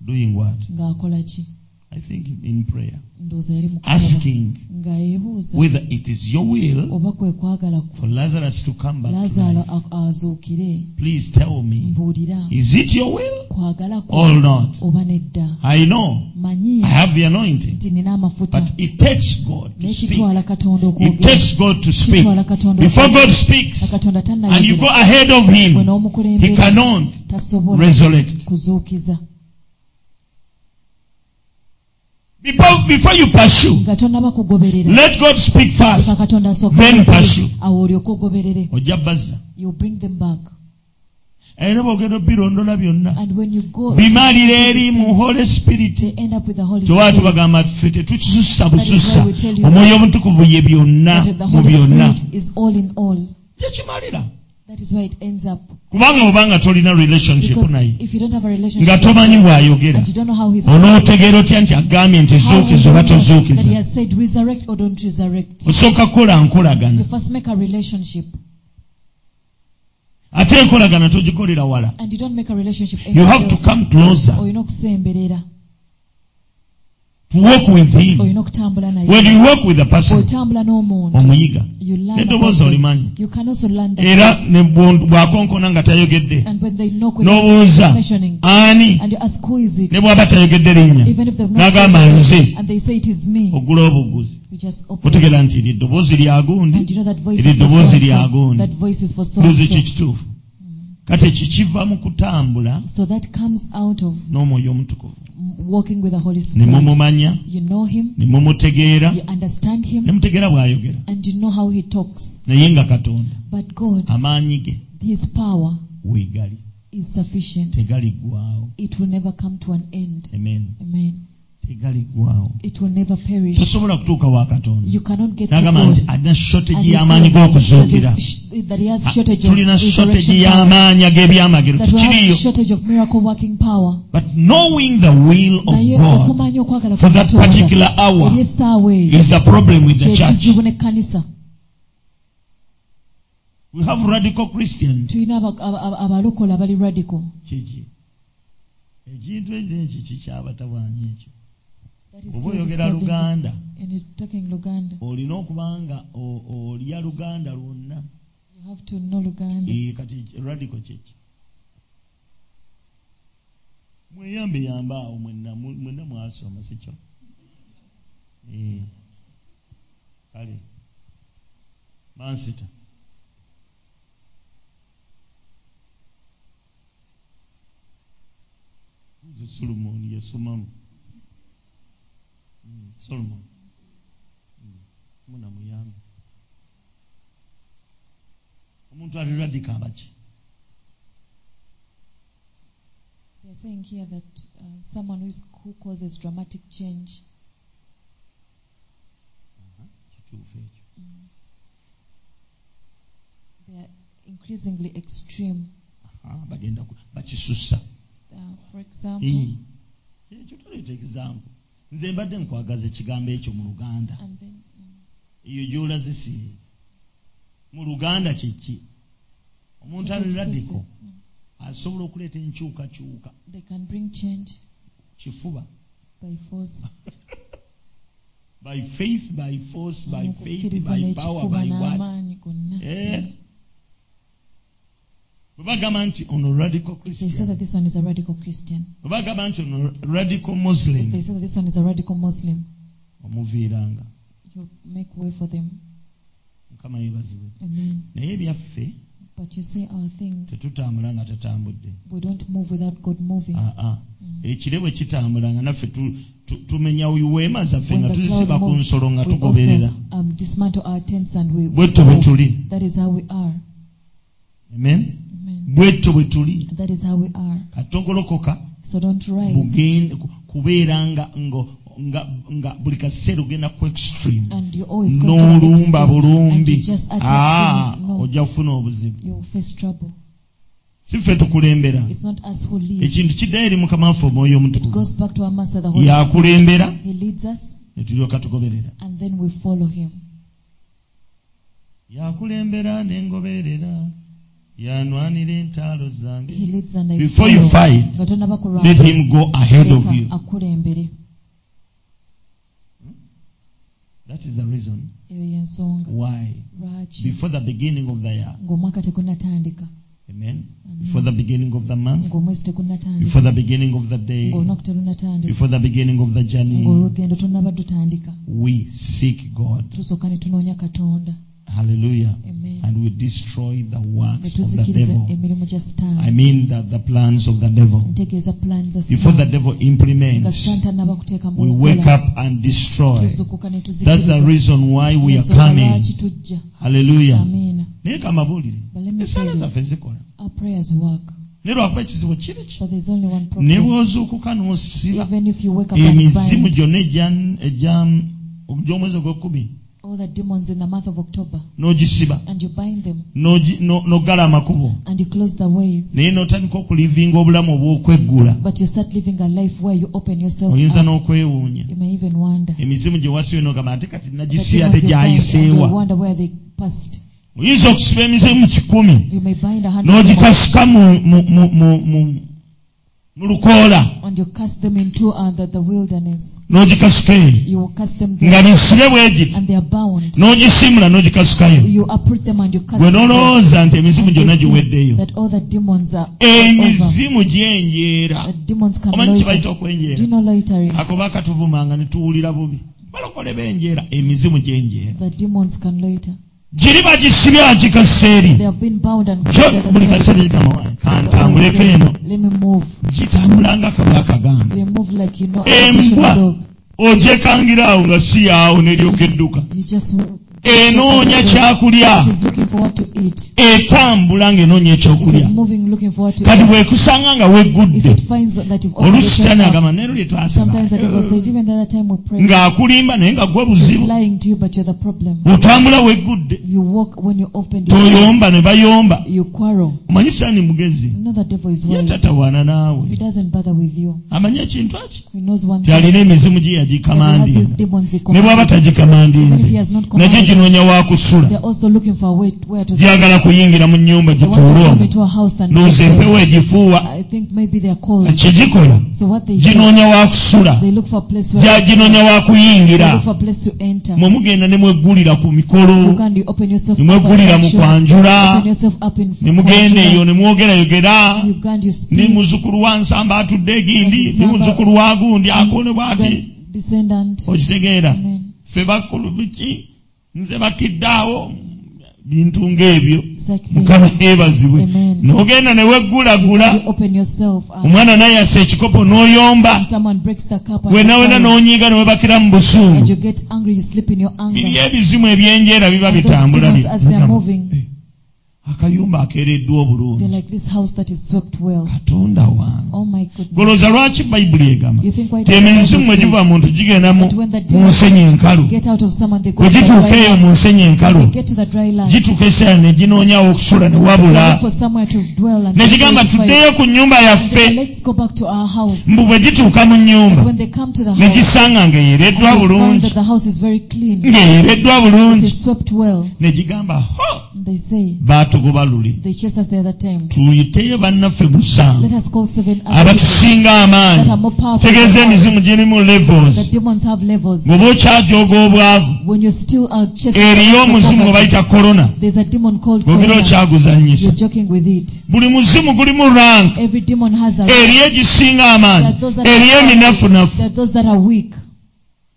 Speaker 1: doing what
Speaker 2: ng'akola ki
Speaker 1: i think in prayer
Speaker 2: ndowooza yali mu kusaba.
Speaker 1: asking
Speaker 2: ng'ebuuza
Speaker 1: whether it is your will
Speaker 2: oba kwe kwagala ku
Speaker 1: for lazarus to come back to
Speaker 2: laazaalo
Speaker 1: life.
Speaker 2: a- azuukire
Speaker 1: please tell me
Speaker 2: mbuulira
Speaker 1: is it your will
Speaker 2: kwagala kwo
Speaker 1: or not
Speaker 2: oba nedda
Speaker 1: i know
Speaker 2: manyi
Speaker 1: i have the anointing
Speaker 2: nti nina amafuta
Speaker 1: but it takes god to
Speaker 2: naye
Speaker 1: speak
Speaker 2: kitwala katonda
Speaker 1: it
Speaker 2: okwogera
Speaker 1: takes god to speak
Speaker 2: kitwala katonda
Speaker 1: before
Speaker 2: okwogera.
Speaker 1: god speaks
Speaker 2: nga katonda
Speaker 1: and you go
Speaker 2: tannayogera
Speaker 1: ahead of
Speaker 2: gwe
Speaker 1: him he
Speaker 2: n'omukulembera
Speaker 1: cannot
Speaker 2: tasobola
Speaker 1: resurrect
Speaker 2: kuzuukiza
Speaker 1: before, before you pursue
Speaker 2: nga tonnaba kugoberera
Speaker 1: Let God speak
Speaker 2: leka
Speaker 1: first.
Speaker 2: katonda asooke
Speaker 1: Then
Speaker 2: akugobere.
Speaker 1: pursue.
Speaker 2: awo olyoke ogoberere
Speaker 1: ojja bazza
Speaker 2: you bring them back
Speaker 1: era bwogera obirondola byonna
Speaker 2: And when you go,
Speaker 1: bimalira eri mu holy spirit
Speaker 2: they end up with the Holy
Speaker 1: kyowaa
Speaker 2: Spirit.
Speaker 1: tubagamba ffe tetukisussa
Speaker 2: is why
Speaker 1: busussa
Speaker 2: we tell you
Speaker 1: omwoyo omutukuvu ye byonna
Speaker 2: That the
Speaker 1: mu
Speaker 2: Holy
Speaker 1: byonna
Speaker 2: Spirit is all in all.
Speaker 1: yekimalira
Speaker 2: That is why it ends up.
Speaker 1: kubanga obanga tolina relationship
Speaker 2: Because
Speaker 1: naye
Speaker 2: if you don't have a relationship
Speaker 1: nga
Speaker 2: with
Speaker 1: tomanyi
Speaker 2: him,
Speaker 1: bw'ayogera
Speaker 2: and you don't know how he's
Speaker 1: onootegeera otya nti agambye nti
Speaker 2: how will
Speaker 1: zuukiza
Speaker 2: you
Speaker 1: oba
Speaker 2: know that he
Speaker 1: tozuukiza
Speaker 2: has said resurrect or don't resurrect.
Speaker 1: osooka kukola nkolagana
Speaker 2: You first make a relationship
Speaker 1: ate enkolagana togikolera wala
Speaker 2: and you don't make a relationship
Speaker 1: you
Speaker 2: anywhere
Speaker 1: have to
Speaker 2: else.
Speaker 1: come closer
Speaker 2: Oyina okusemberera
Speaker 1: to walk with him
Speaker 2: oyina okutambula naye
Speaker 1: when you walk with a person
Speaker 2: otambula n'omuntu
Speaker 1: omuyiga
Speaker 2: You learn
Speaker 1: n'eddoboozi
Speaker 2: about them.
Speaker 1: olimanyi
Speaker 2: You can also learn that.
Speaker 1: era ne bwo- bw'akonkona nga tayogedde
Speaker 2: And when they knock with
Speaker 1: n'obuuza
Speaker 2: mentioning,
Speaker 1: ani
Speaker 2: and you ask who is it,
Speaker 1: ne bw'aba tayogedde linnya
Speaker 2: even if they've not
Speaker 1: n'agamba
Speaker 2: said
Speaker 1: nze
Speaker 2: it, and they say it is me,
Speaker 1: ogula obuguzi
Speaker 2: you just open.
Speaker 1: otegeera nti eri eddoboozi lyagundi
Speaker 2: And you know that voice
Speaker 1: Eri
Speaker 2: is for
Speaker 1: ddoboozi
Speaker 2: so and so.
Speaker 1: lyagundi.
Speaker 2: That voice is for so and
Speaker 1: luzi
Speaker 2: so.
Speaker 1: kikituufu kati ekyo kiva mu kutambula
Speaker 2: So that comes out of
Speaker 1: n'omwoyo omutukuvu
Speaker 2: mm, walking with the Holy
Speaker 1: ne
Speaker 2: Spirit.
Speaker 1: mumumanya
Speaker 2: You know Him,
Speaker 1: ne mumutegeera
Speaker 2: you understand
Speaker 1: ne
Speaker 2: Him,
Speaker 1: mutegeera bw'ayogera
Speaker 2: and you know how He talks.
Speaker 1: naye nga katonda
Speaker 2: But God,
Speaker 1: amaanyi ge
Speaker 2: His power
Speaker 1: weegali
Speaker 2: is sufficient.
Speaker 1: tegaliggwawo
Speaker 2: It will never come to an end.
Speaker 1: amen
Speaker 2: Amen.
Speaker 1: tegaliggwawo
Speaker 2: It will never perish.
Speaker 1: tosobola kutuuka wa katonda
Speaker 2: You cannot get to
Speaker 1: n'agamba
Speaker 2: God.
Speaker 1: nti alina
Speaker 2: And
Speaker 1: shotegi
Speaker 2: he
Speaker 1: y'amaanyi
Speaker 2: says
Speaker 1: g'okuzuukira
Speaker 2: that is- that he has shortage of
Speaker 1: tulina shotegi
Speaker 2: resurrection power,
Speaker 1: y'amaanyi ag'ebyamagero
Speaker 2: that we
Speaker 1: tukiriyo
Speaker 2: have shortage of miracle working power.
Speaker 1: but knowing the will of
Speaker 2: Naye
Speaker 1: god
Speaker 2: okumanya okwagala
Speaker 1: for that
Speaker 2: Katonda
Speaker 1: particular hour
Speaker 2: eri essaawa eyo
Speaker 1: is the problem with the
Speaker 2: kyekizibu
Speaker 1: church
Speaker 2: n'ekkanisa
Speaker 1: we have radical christians
Speaker 2: tulina aba- aba- aba- abalokola abali radical
Speaker 1: kiki ekintu ekyo ekyo kikyabatabwanya ekyo
Speaker 2: That is
Speaker 1: oba
Speaker 2: still
Speaker 1: oyogera
Speaker 2: disturbing.
Speaker 1: luganda
Speaker 2: And he's talking Luganda.
Speaker 1: olina okuba nga o- olya luganda lwonna
Speaker 2: You have to know Luganda.
Speaker 1: Eh, kati radical kyeki mweyambe yambe awo mwenna mu- mwenna mwasoma sikyo Eh. kale mansita nze solomoni yasomamu Mm, solomon Mm, munamuyambe omuntu ali radika abaki
Speaker 2: They're saying here that uh, someone who, is, who causes dramatic change,
Speaker 1: kituufu ekyo
Speaker 2: mm, they are increasingly extreme.
Speaker 1: Aha, Ah, bagenda ku- bakisussa
Speaker 2: Uh, for example,
Speaker 1: Ee. ekyo toleeta example nze mbadde nkwagaza ekigambo ekyo mu luganda
Speaker 2: and then mm,
Speaker 1: eyo gyolazisiye mu luganda kiki omuntu ali
Speaker 2: so they
Speaker 1: radiko
Speaker 2: say, mm,
Speaker 1: asobola okuleeta enkyukakyuka
Speaker 2: they can bring change
Speaker 1: kifuba
Speaker 2: by force.
Speaker 1: by faith by force by faith
Speaker 2: Okukkiriza
Speaker 1: by power
Speaker 2: n'ekifuba
Speaker 1: by what
Speaker 2: n'amaanyi gonna.
Speaker 1: Eh. bwe bagamba nti ono radical
Speaker 2: If they say
Speaker 1: christian
Speaker 2: that this one is a radical Christian,
Speaker 1: bwe bagamba nti ono radical
Speaker 2: if
Speaker 1: muslim
Speaker 2: they say that this one is a radical Muslim,
Speaker 1: omuviiranga
Speaker 2: you make way for them.
Speaker 1: mukama yebazibwe
Speaker 2: Amen.
Speaker 1: naye ebyaffe
Speaker 2: But you see, our things,
Speaker 1: tetutambula nga tatambudde Ah,
Speaker 2: we don't move without God moving.
Speaker 1: aa
Speaker 2: Mm.
Speaker 1: ekire bwe kitambula nga naffe tu- tu- tumenya weema zaffe
Speaker 2: When
Speaker 1: nga
Speaker 2: the
Speaker 1: tuzisiba
Speaker 2: cloud
Speaker 1: ku
Speaker 2: moves,
Speaker 1: nsolo nga
Speaker 2: we
Speaker 1: tugoberera
Speaker 2: also, um, dismantle our tents and we
Speaker 1: bwetto bwe
Speaker 2: move.
Speaker 1: tuli
Speaker 2: That is how we are.
Speaker 1: amen
Speaker 2: Amen.
Speaker 1: bwetto bwe tuli
Speaker 2: That is how we are.
Speaker 1: katogolokoka
Speaker 2: So don't rise
Speaker 1: bugende ku- kubeera nga ngo- nga- nga buli kaseera ogenda ku extreme
Speaker 2: and you're always going to be
Speaker 1: n'olumba
Speaker 2: extreme and you
Speaker 1: bulumbi
Speaker 2: just attack
Speaker 1: aa
Speaker 2: them. No,
Speaker 1: Ah, ojja kufuna obuzibu
Speaker 2: you'll face trouble.
Speaker 1: si ffe tukulembera
Speaker 2: It's not us who lead.
Speaker 1: ekintu kidda eri mukama waffe omwoyo
Speaker 2: It
Speaker 1: omutukuvu
Speaker 2: goes back to our Master, the Holy Spirit.
Speaker 1: yakulembera
Speaker 2: He leads us
Speaker 1: ne tulyoka tugoberera
Speaker 2: and then we follow Him.
Speaker 1: yakulembera nengoberera yanwanira entaalo zange
Speaker 2: He leads and I
Speaker 1: Before you
Speaker 2: follow.
Speaker 1: fight,
Speaker 2: nga tonnaba kulwana,
Speaker 1: let him go ahead of
Speaker 2: leka
Speaker 1: you
Speaker 2: akulembere
Speaker 1: that is the reason
Speaker 2: eyo yensonga
Speaker 1: why
Speaker 2: lwaki
Speaker 1: before the beginning of the year
Speaker 2: ng'omwaka tegunnatandika
Speaker 1: amen
Speaker 2: Amen.
Speaker 1: before the beginning of the month
Speaker 2: ng'omwezi tegunnatandika
Speaker 1: before the beginning of the day
Speaker 2: ng'olunaku terunnatandika
Speaker 1: before the beginning of the journey
Speaker 2: ng'olugendo tonnaba dutandika
Speaker 1: we seek god
Speaker 2: tusooka ne tunoonya katonda
Speaker 1: hallelujah
Speaker 2: Amen.
Speaker 1: and we destroy the
Speaker 2: ne
Speaker 1: works of the
Speaker 2: tuzikiriza
Speaker 1: devil
Speaker 2: emirimu gya
Speaker 1: i
Speaker 2: sitaani
Speaker 1: mean the, the plans of the devil
Speaker 2: ntegeeza pulaani za
Speaker 1: before the
Speaker 2: sitaani
Speaker 1: devil
Speaker 2: nga
Speaker 1: implements
Speaker 2: sitaani tannaba kuteeka mu
Speaker 1: we wake
Speaker 2: nkola
Speaker 1: up and destroy
Speaker 2: tuzukuka ne
Speaker 1: That's the
Speaker 2: tuzikiriza
Speaker 1: reason why we are
Speaker 2: Ensonga
Speaker 1: coming.
Speaker 2: lwaki tujja
Speaker 1: Hallelujah.
Speaker 2: amiina
Speaker 1: Naye kamabuulire.
Speaker 2: But let me
Speaker 1: Esaala
Speaker 2: tell you,
Speaker 1: zaffe zikola.
Speaker 2: our prayers work
Speaker 1: naye lwakuba ekizibu kiri ki
Speaker 2: But there's only one
Speaker 1: ne
Speaker 2: problem.
Speaker 1: bw'ozuukuka n'osiba
Speaker 2: Even if you wake up and
Speaker 1: emizimu
Speaker 2: bind
Speaker 1: gyonna egya- egya- egy'omwezi ogw'ekkumi
Speaker 2: all the demons in the month of October
Speaker 1: n'ogisiba
Speaker 2: and you bind them
Speaker 1: n'ogi- no- n'oggala amakubo
Speaker 2: and you close the ways,
Speaker 1: naye n'otandika okulivinga obulamu obw'okweggula
Speaker 2: but you start living a life where you open yourself
Speaker 1: oyinza
Speaker 2: up.
Speaker 1: n'okwewuunya
Speaker 2: You may even wonder.
Speaker 1: emizimu gye wasibe n'ogamba ate kati
Speaker 2: The
Speaker 1: nagisiya
Speaker 2: demons
Speaker 1: ate
Speaker 2: you bind and you
Speaker 1: gyayiseewa
Speaker 2: wonder where they passed.
Speaker 1: oyinza okusiba emizimu kikumi
Speaker 2: You may bind a hundred demons
Speaker 1: n'ogikasuka mu- mu- mu- mu- mu- mu lukoola
Speaker 2: and you cast them into uh, the, the wilderness.
Speaker 1: n'ogikasuka eyo
Speaker 2: You will cast them
Speaker 1: nga
Speaker 2: there
Speaker 1: bisibe bwegiti
Speaker 2: and they are bound.
Speaker 1: n'ogisimula n'ogikasukayo
Speaker 2: You uproot them and you cast
Speaker 1: gwe
Speaker 2: them there.
Speaker 1: nolowooza nti
Speaker 2: And
Speaker 1: emizimu
Speaker 2: you
Speaker 1: gyonna
Speaker 2: see
Speaker 1: giweddeyo
Speaker 2: That all the demons are over.
Speaker 1: emizimu gyenjeera
Speaker 2: The demons can
Speaker 1: omanyi kye
Speaker 2: loiter.
Speaker 1: bayita okwenjeera
Speaker 2: Do you know loitering?
Speaker 1: ako bakatuvumanga ne tuwulira bubi balokole b'enjeera emizimu gyenjeera
Speaker 2: The demons can loiter.
Speaker 1: giri bagisibye agikaseeri
Speaker 2: They have been bound and
Speaker 1: jo
Speaker 2: bound at the
Speaker 1: buli
Speaker 2: same
Speaker 1: kaseera egamba "Wai, kantambuleko eno
Speaker 2: Let me move.
Speaker 1: gitambulanga kabwe akaganda
Speaker 2: They move like you know a
Speaker 1: Embwa.
Speaker 2: vicious dog.
Speaker 1: ogyekangira awo nga si yaawo neryoka edduka
Speaker 2: You just move.
Speaker 1: enoonya kyakulya
Speaker 2: It is looking for what to eat.
Speaker 1: etambula ng'enoonya
Speaker 2: It
Speaker 1: ekyokulya
Speaker 2: is moving looking for what to
Speaker 1: kati
Speaker 2: eat.
Speaker 1: bwekusanga nga
Speaker 2: If
Speaker 1: weggudde
Speaker 2: it finds that you've opened
Speaker 1: oluusi
Speaker 2: yourself
Speaker 1: sitaani
Speaker 2: up,
Speaker 1: agamba neero lye twasiba
Speaker 2: sometimes the devil says, even the other time we pray,
Speaker 1: ng'akulimba naye nga gwe
Speaker 2: he's
Speaker 1: buzibu
Speaker 2: lying to you, but you're the problem.
Speaker 1: otambula weggudde
Speaker 2: You walk when you open your mouth,
Speaker 1: toyomba ne bayomba
Speaker 2: you quarrel.
Speaker 1: omanyi sitaani mugezi
Speaker 2: You know the devil is
Speaker 1: ye
Speaker 2: wise.
Speaker 1: tatawaana naawe
Speaker 2: He doesn't bother with you.
Speaker 1: amanyi ekintu aki
Speaker 2: He knows one thing.
Speaker 1: tyalina emizimu gye
Speaker 2: that He has his
Speaker 1: yagikamandiza
Speaker 2: demons he
Speaker 1: ne bw'aba
Speaker 2: commands. Even if
Speaker 1: tagikamandinze
Speaker 2: he has not
Speaker 1: nagyo
Speaker 2: commanded,
Speaker 1: ginoonya wa kusula
Speaker 2: they're also looking for a way where to stay.
Speaker 1: gyagala kuyingira mu nnyumba
Speaker 2: They want to
Speaker 1: gituule
Speaker 2: come
Speaker 1: omwo
Speaker 2: into a house and
Speaker 1: ndowooza
Speaker 2: live there.
Speaker 1: empewo egifuuwa
Speaker 2: I think maybe they are cold.
Speaker 1: kyegikola
Speaker 2: So what they do,
Speaker 1: ginoonya wa kusula
Speaker 2: they look for a place where
Speaker 1: gya- ginoonya wa
Speaker 2: they
Speaker 1: kuyingira
Speaker 2: look for a place to enter.
Speaker 1: mwe mugenda ne mweggulira ku mikolo
Speaker 2: You can you open yourself
Speaker 1: ne
Speaker 2: up and
Speaker 1: mweggulira mu
Speaker 2: action.
Speaker 1: kwanjula
Speaker 2: Open yourself up in
Speaker 1: ne mugenda eyo ne mwogerayogera
Speaker 2: You can you
Speaker 1: ne
Speaker 2: speak.
Speaker 1: muzukulu wa nsamba atudde egindi ne muzukulu wa gundi akone bw'ati
Speaker 2: Then descendant.
Speaker 1: Oh, okitegeera
Speaker 2: Amen.
Speaker 1: ffe bakkulu biki nze bakiddaawo bintu ng'ebyo
Speaker 2: Such thing.
Speaker 1: mukama yeebazibwe
Speaker 2: Amen.
Speaker 1: n'ogenda ne
Speaker 2: You
Speaker 1: weggulagula
Speaker 2: can you open yourself up.
Speaker 1: omwana nayasa ekikopo n'oyomba
Speaker 2: And someone breaks the cup and,
Speaker 1: wena
Speaker 2: you
Speaker 1: wena
Speaker 2: cry.
Speaker 1: n'onyiiga ne webakira mu
Speaker 2: and
Speaker 1: busungu
Speaker 2: you get angry, you sleep in your anger.
Speaker 1: biri ebizimu ebyenjeera biba
Speaker 2: And those
Speaker 1: bitambula
Speaker 2: demons,
Speaker 1: bye-
Speaker 2: as they are
Speaker 1: Mukama,
Speaker 2: moving,
Speaker 1: eh, akayumba akeereddwa obulungi
Speaker 2: They're like this house that is swept well.
Speaker 1: katonda wange
Speaker 2: Oh my goodness.
Speaker 1: golooza lwaki bayibuli egamba
Speaker 2: You think why
Speaker 1: nti
Speaker 2: does
Speaker 1: emizimu
Speaker 2: the
Speaker 1: mwe
Speaker 2: Bible
Speaker 1: giva muntu gigenda mu
Speaker 2: But when the
Speaker 1: mu nsenyi enkalu
Speaker 2: say, get out of someone, they go
Speaker 1: bwe
Speaker 2: to the
Speaker 1: gituuka
Speaker 2: dry
Speaker 1: eyo mu
Speaker 2: land.
Speaker 1: nsenyi enkalu
Speaker 2: They get to the dry land.
Speaker 1: gituuka eseera ne ginoonyawo okusula ne
Speaker 2: They
Speaker 1: wabula
Speaker 2: look for somewhere to dwell and
Speaker 1: ne
Speaker 2: they
Speaker 1: gigamba
Speaker 2: try to find.
Speaker 1: tuddeyo ku nnyumba
Speaker 2: And they
Speaker 1: yaffe
Speaker 2: say, let's go back to our house.
Speaker 1: mbu bwe gituuka mu nnyumba
Speaker 2: When they come to the
Speaker 1: ne
Speaker 2: house,
Speaker 1: gisanga
Speaker 2: and
Speaker 1: ng'eyereddwa
Speaker 2: they find
Speaker 1: bulungi
Speaker 2: that the house is very clean.
Speaker 1: ng'eyereddwa
Speaker 2: It
Speaker 1: bulungi
Speaker 2: is swept well.
Speaker 1: ne gigamba ho
Speaker 2: And they say,
Speaker 1: baatugoba luli
Speaker 2: they chased us the other time.
Speaker 1: tuyiteyo bannaffe
Speaker 2: Let
Speaker 1: musanvu
Speaker 2: us call seven other people
Speaker 1: abatusinga
Speaker 2: that are
Speaker 1: amaanyi
Speaker 2: more powerful. than
Speaker 1: tegeeza
Speaker 2: us.
Speaker 1: emizimu girimu
Speaker 2: The
Speaker 1: levels
Speaker 2: demons have levels.
Speaker 1: bweoba okyajoga obwavu
Speaker 2: When you still are chasing,
Speaker 1: eriyo omuzimu gwe bayita korona
Speaker 2: there's a demon called
Speaker 1: bwogira
Speaker 2: Corona.
Speaker 1: okyaguzanyisa
Speaker 2: You're joking with it.
Speaker 1: buli muzimu gulimu rank
Speaker 2: Every demon has a
Speaker 1: eri egisinga amaanyi eri eminefunefu
Speaker 2: There are those that are weak.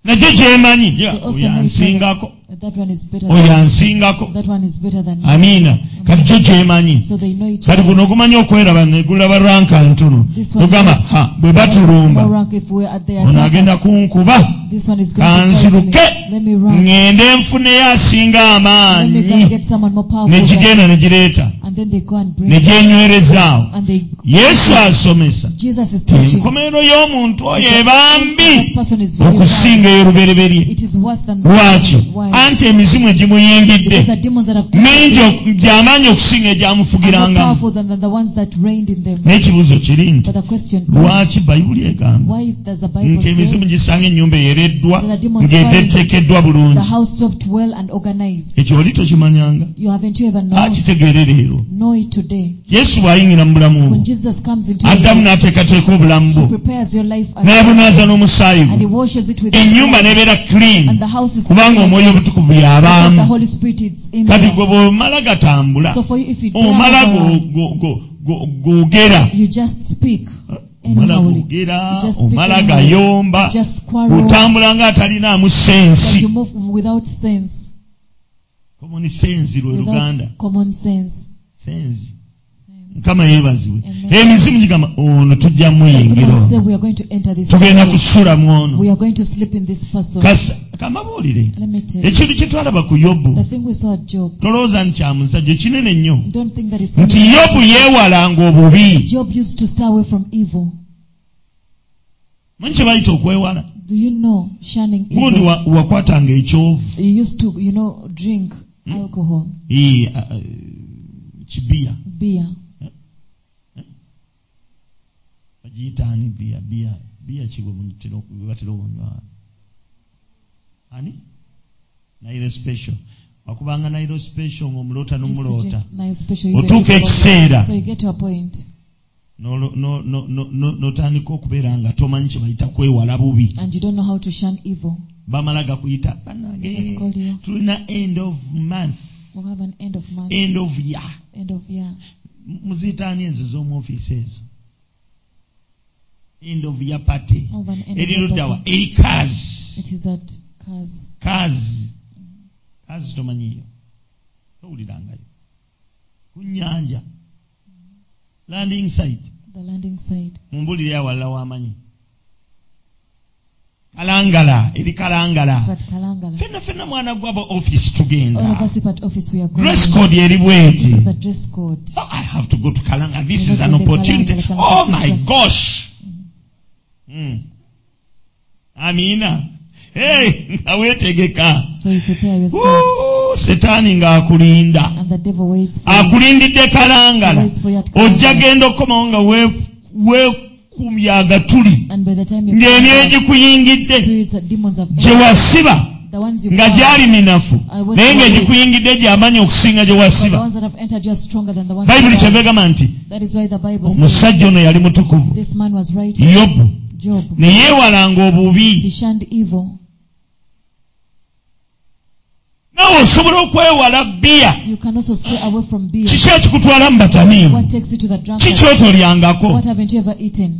Speaker 1: nagyo gyemanyi gye-
Speaker 2: They also
Speaker 1: oyo
Speaker 2: know each
Speaker 1: ansingako
Speaker 2: other. That one is better.
Speaker 1: oyo
Speaker 2: Than,
Speaker 1: ansingako
Speaker 2: that one is better than me.
Speaker 1: amiina kati gyo gyemanyi
Speaker 2: So they know each
Speaker 1: kati
Speaker 2: other.
Speaker 1: guno ogumanyi okweraba negulaba ranka ntono
Speaker 2: This one
Speaker 1: ogamba
Speaker 2: is-
Speaker 1: ha bwe batulumba
Speaker 2: More rank if we are there.
Speaker 1: ono agenda kunkuba
Speaker 2: This one is going to fight me.
Speaker 1: kansiruke
Speaker 2: Let me run.
Speaker 1: ŋŋende enfuneyo asinga
Speaker 2: Let me
Speaker 1: amaanyi
Speaker 2: go and get someone more powerful.
Speaker 1: ne
Speaker 2: than-
Speaker 1: gigenda ne gireeta
Speaker 2: And then they go and
Speaker 1: ne
Speaker 2: bring.
Speaker 1: gyenywerezaawo
Speaker 2: And they.
Speaker 1: yesu asomesa
Speaker 2: Jesus is
Speaker 1: ti
Speaker 2: teaching.
Speaker 1: enkomerero y'omuntu oyo eba mbi
Speaker 2: That person is very bad.
Speaker 1: okusinga ey'olubereberye
Speaker 2: It is worse than
Speaker 1: lwaki
Speaker 2: Why?
Speaker 1: anti emizimu egimuyingidde
Speaker 2: Because the demons that have
Speaker 1: mingi ok- gy'amaanyi okusinga
Speaker 2: are more
Speaker 1: egyamufugirangamu
Speaker 2: powerful than, than the ones that reigned in them.
Speaker 1: n'ekibuuzo kiri nti
Speaker 2: But the question
Speaker 1: lwaki bayibuli egamba
Speaker 2: why does the Bible
Speaker 1: nti emizimu
Speaker 2: say
Speaker 1: gisanga ennyumba eyereddwa ng'edda etteekeddwa
Speaker 2: the
Speaker 1: bulungi
Speaker 2: house swept well and organized?
Speaker 1: ekyo oli tokimanyanga
Speaker 2: You haven't you ever known?
Speaker 1: akitegeere leero
Speaker 2: Know it today.
Speaker 1: yesu bw'ayingira mu bulamu bwo
Speaker 2: When Jesus comes into your
Speaker 1: addamu
Speaker 2: life,
Speaker 1: n'ateekateeka obulamu bwo
Speaker 2: He prepares your life as
Speaker 1: n'abunaaza n'omusaayi
Speaker 2: and He
Speaker 1: gwo
Speaker 2: washes it with His
Speaker 1: ennyumba
Speaker 2: blood,
Speaker 1: n'ebeera
Speaker 2: and
Speaker 1: clean
Speaker 2: the house is
Speaker 1: kubanga
Speaker 2: clean
Speaker 1: omwoyo obutukuvu
Speaker 2: because the
Speaker 1: yabaamu
Speaker 2: Holy Spirit is in
Speaker 1: kati
Speaker 2: there.
Speaker 1: gwe bw'omala gatambula
Speaker 2: So for you, if you dare
Speaker 1: omala
Speaker 2: have
Speaker 1: go-
Speaker 2: a-
Speaker 1: go- go- go- googera
Speaker 2: you just speak
Speaker 1: omala
Speaker 2: anyhow.
Speaker 1: googera
Speaker 2: You just speak
Speaker 1: omala
Speaker 2: anyhow.
Speaker 1: gayomba
Speaker 2: You just quarrel.
Speaker 1: otambula ng'atalinaamu
Speaker 2: But
Speaker 1: sensi
Speaker 2: you move without sense,
Speaker 1: common sensi lwe luganda
Speaker 2: without common sense.
Speaker 1: sensi mukama yeebazibwe emizimu gigamba ono tujja muyingira ono
Speaker 2: Say we are going to enter this
Speaker 1: tugenda
Speaker 2: person.
Speaker 1: kusulamu ono
Speaker 2: We are going to sleep in this person.
Speaker 1: kasa kamabuulire
Speaker 2: Let me tell you.
Speaker 1: ekintu kye twalaba ku yobu
Speaker 2: The thing we saw at Job,
Speaker 1: tolowooza nti kyamusajja kinene nnyo
Speaker 2: don't think that it's
Speaker 1: nti yobu yeewalanga obubi
Speaker 2: Job used to stay away from evil.
Speaker 1: manyi kye bayita okwewala
Speaker 2: Do you know shunning
Speaker 1: gundi
Speaker 2: evil?
Speaker 1: wa- wakwatanga ekyovu
Speaker 2: You used to, you know, drink
Speaker 1: Hmm?
Speaker 2: alcohol,
Speaker 1: Eh, ah, eh, kibiya
Speaker 2: beer.
Speaker 1: bagiyitaani biya biya biya kigwe batera okunywa ani nairo special wakubanga nairo special ngaomuloota
Speaker 2: Used to
Speaker 1: n'omuloota
Speaker 2: drink nice special evil
Speaker 1: otuuka
Speaker 2: alcohol.
Speaker 1: ekiseera
Speaker 2: So you get to a point
Speaker 1: n'olo- no- no- no- no- n'otandika okubeera nga tomanyi kye bayita kwewala bubi
Speaker 2: and you don't know how to shun evil.
Speaker 1: bamala gakuyita
Speaker 2: Just
Speaker 1: banange
Speaker 2: call you.
Speaker 1: eh, tulina end of month
Speaker 2: We'll have an end of month,
Speaker 1: end of year
Speaker 2: end of year.
Speaker 1: muziitaani ezo z'omu ofiisi ezo end of year party
Speaker 2: Have an Oh, end of year
Speaker 1: eriruddawa
Speaker 2: party.
Speaker 1: ekazi
Speaker 2: It is at cars.
Speaker 1: kazi kazi tomanyiyo towulirangayo ku nyanja landing site
Speaker 2: The landing site.
Speaker 1: mumbulire awalala w'amanyi kalangala eri
Speaker 2: It's
Speaker 1: kalangala
Speaker 2: at Kalangala.
Speaker 1: fenna fenna mwana gwaba office
Speaker 2: All of
Speaker 1: tugenda
Speaker 2: us sit at office we are going.
Speaker 1: dress code eri bweti
Speaker 2: It's the dress code.
Speaker 1: so i have to go to kalanga this is an opportunity oh my gosh mm. amina hey nga weetegeka
Speaker 2: So you prepare yourself.
Speaker 1: Woo, setaani ng'akulinda
Speaker 2: And the devil waits for you.
Speaker 1: akulindidde kalangala
Speaker 2: waits for you at
Speaker 1: ojja
Speaker 2: Kalangala.
Speaker 1: genda okukomawo nga we- weekumya agatuli
Speaker 2: And by the time you
Speaker 1: ng'eri
Speaker 2: come back,
Speaker 1: egikuyingidde
Speaker 2: spirits and demons have
Speaker 1: gye wasiba
Speaker 2: the ones you
Speaker 1: nga
Speaker 2: found,
Speaker 1: gyali minafu naye ng'egikuyingidde gy'amanyi okusinga gye
Speaker 2: but the
Speaker 1: wasiba
Speaker 2: ones that have entered you are stronger than the ones
Speaker 1: bayibuli
Speaker 2: you found.
Speaker 1: kyebegamba nti
Speaker 2: That is why the Bible says
Speaker 1: omusajja ono yali mutukuvu
Speaker 2: this man was right.
Speaker 1: yobu
Speaker 2: Job.
Speaker 1: ne yeewalanga
Speaker 2: He
Speaker 1: obubi
Speaker 2: shunned evil.
Speaker 1: naawe osobola okwewala bbiya
Speaker 2: You can also stay away from beer.
Speaker 1: kiki ekikutwala mu batamiimu
Speaker 2: What takes you to the drunkard?
Speaker 1: kiki otolyangako
Speaker 2: What haven't you ever eaten?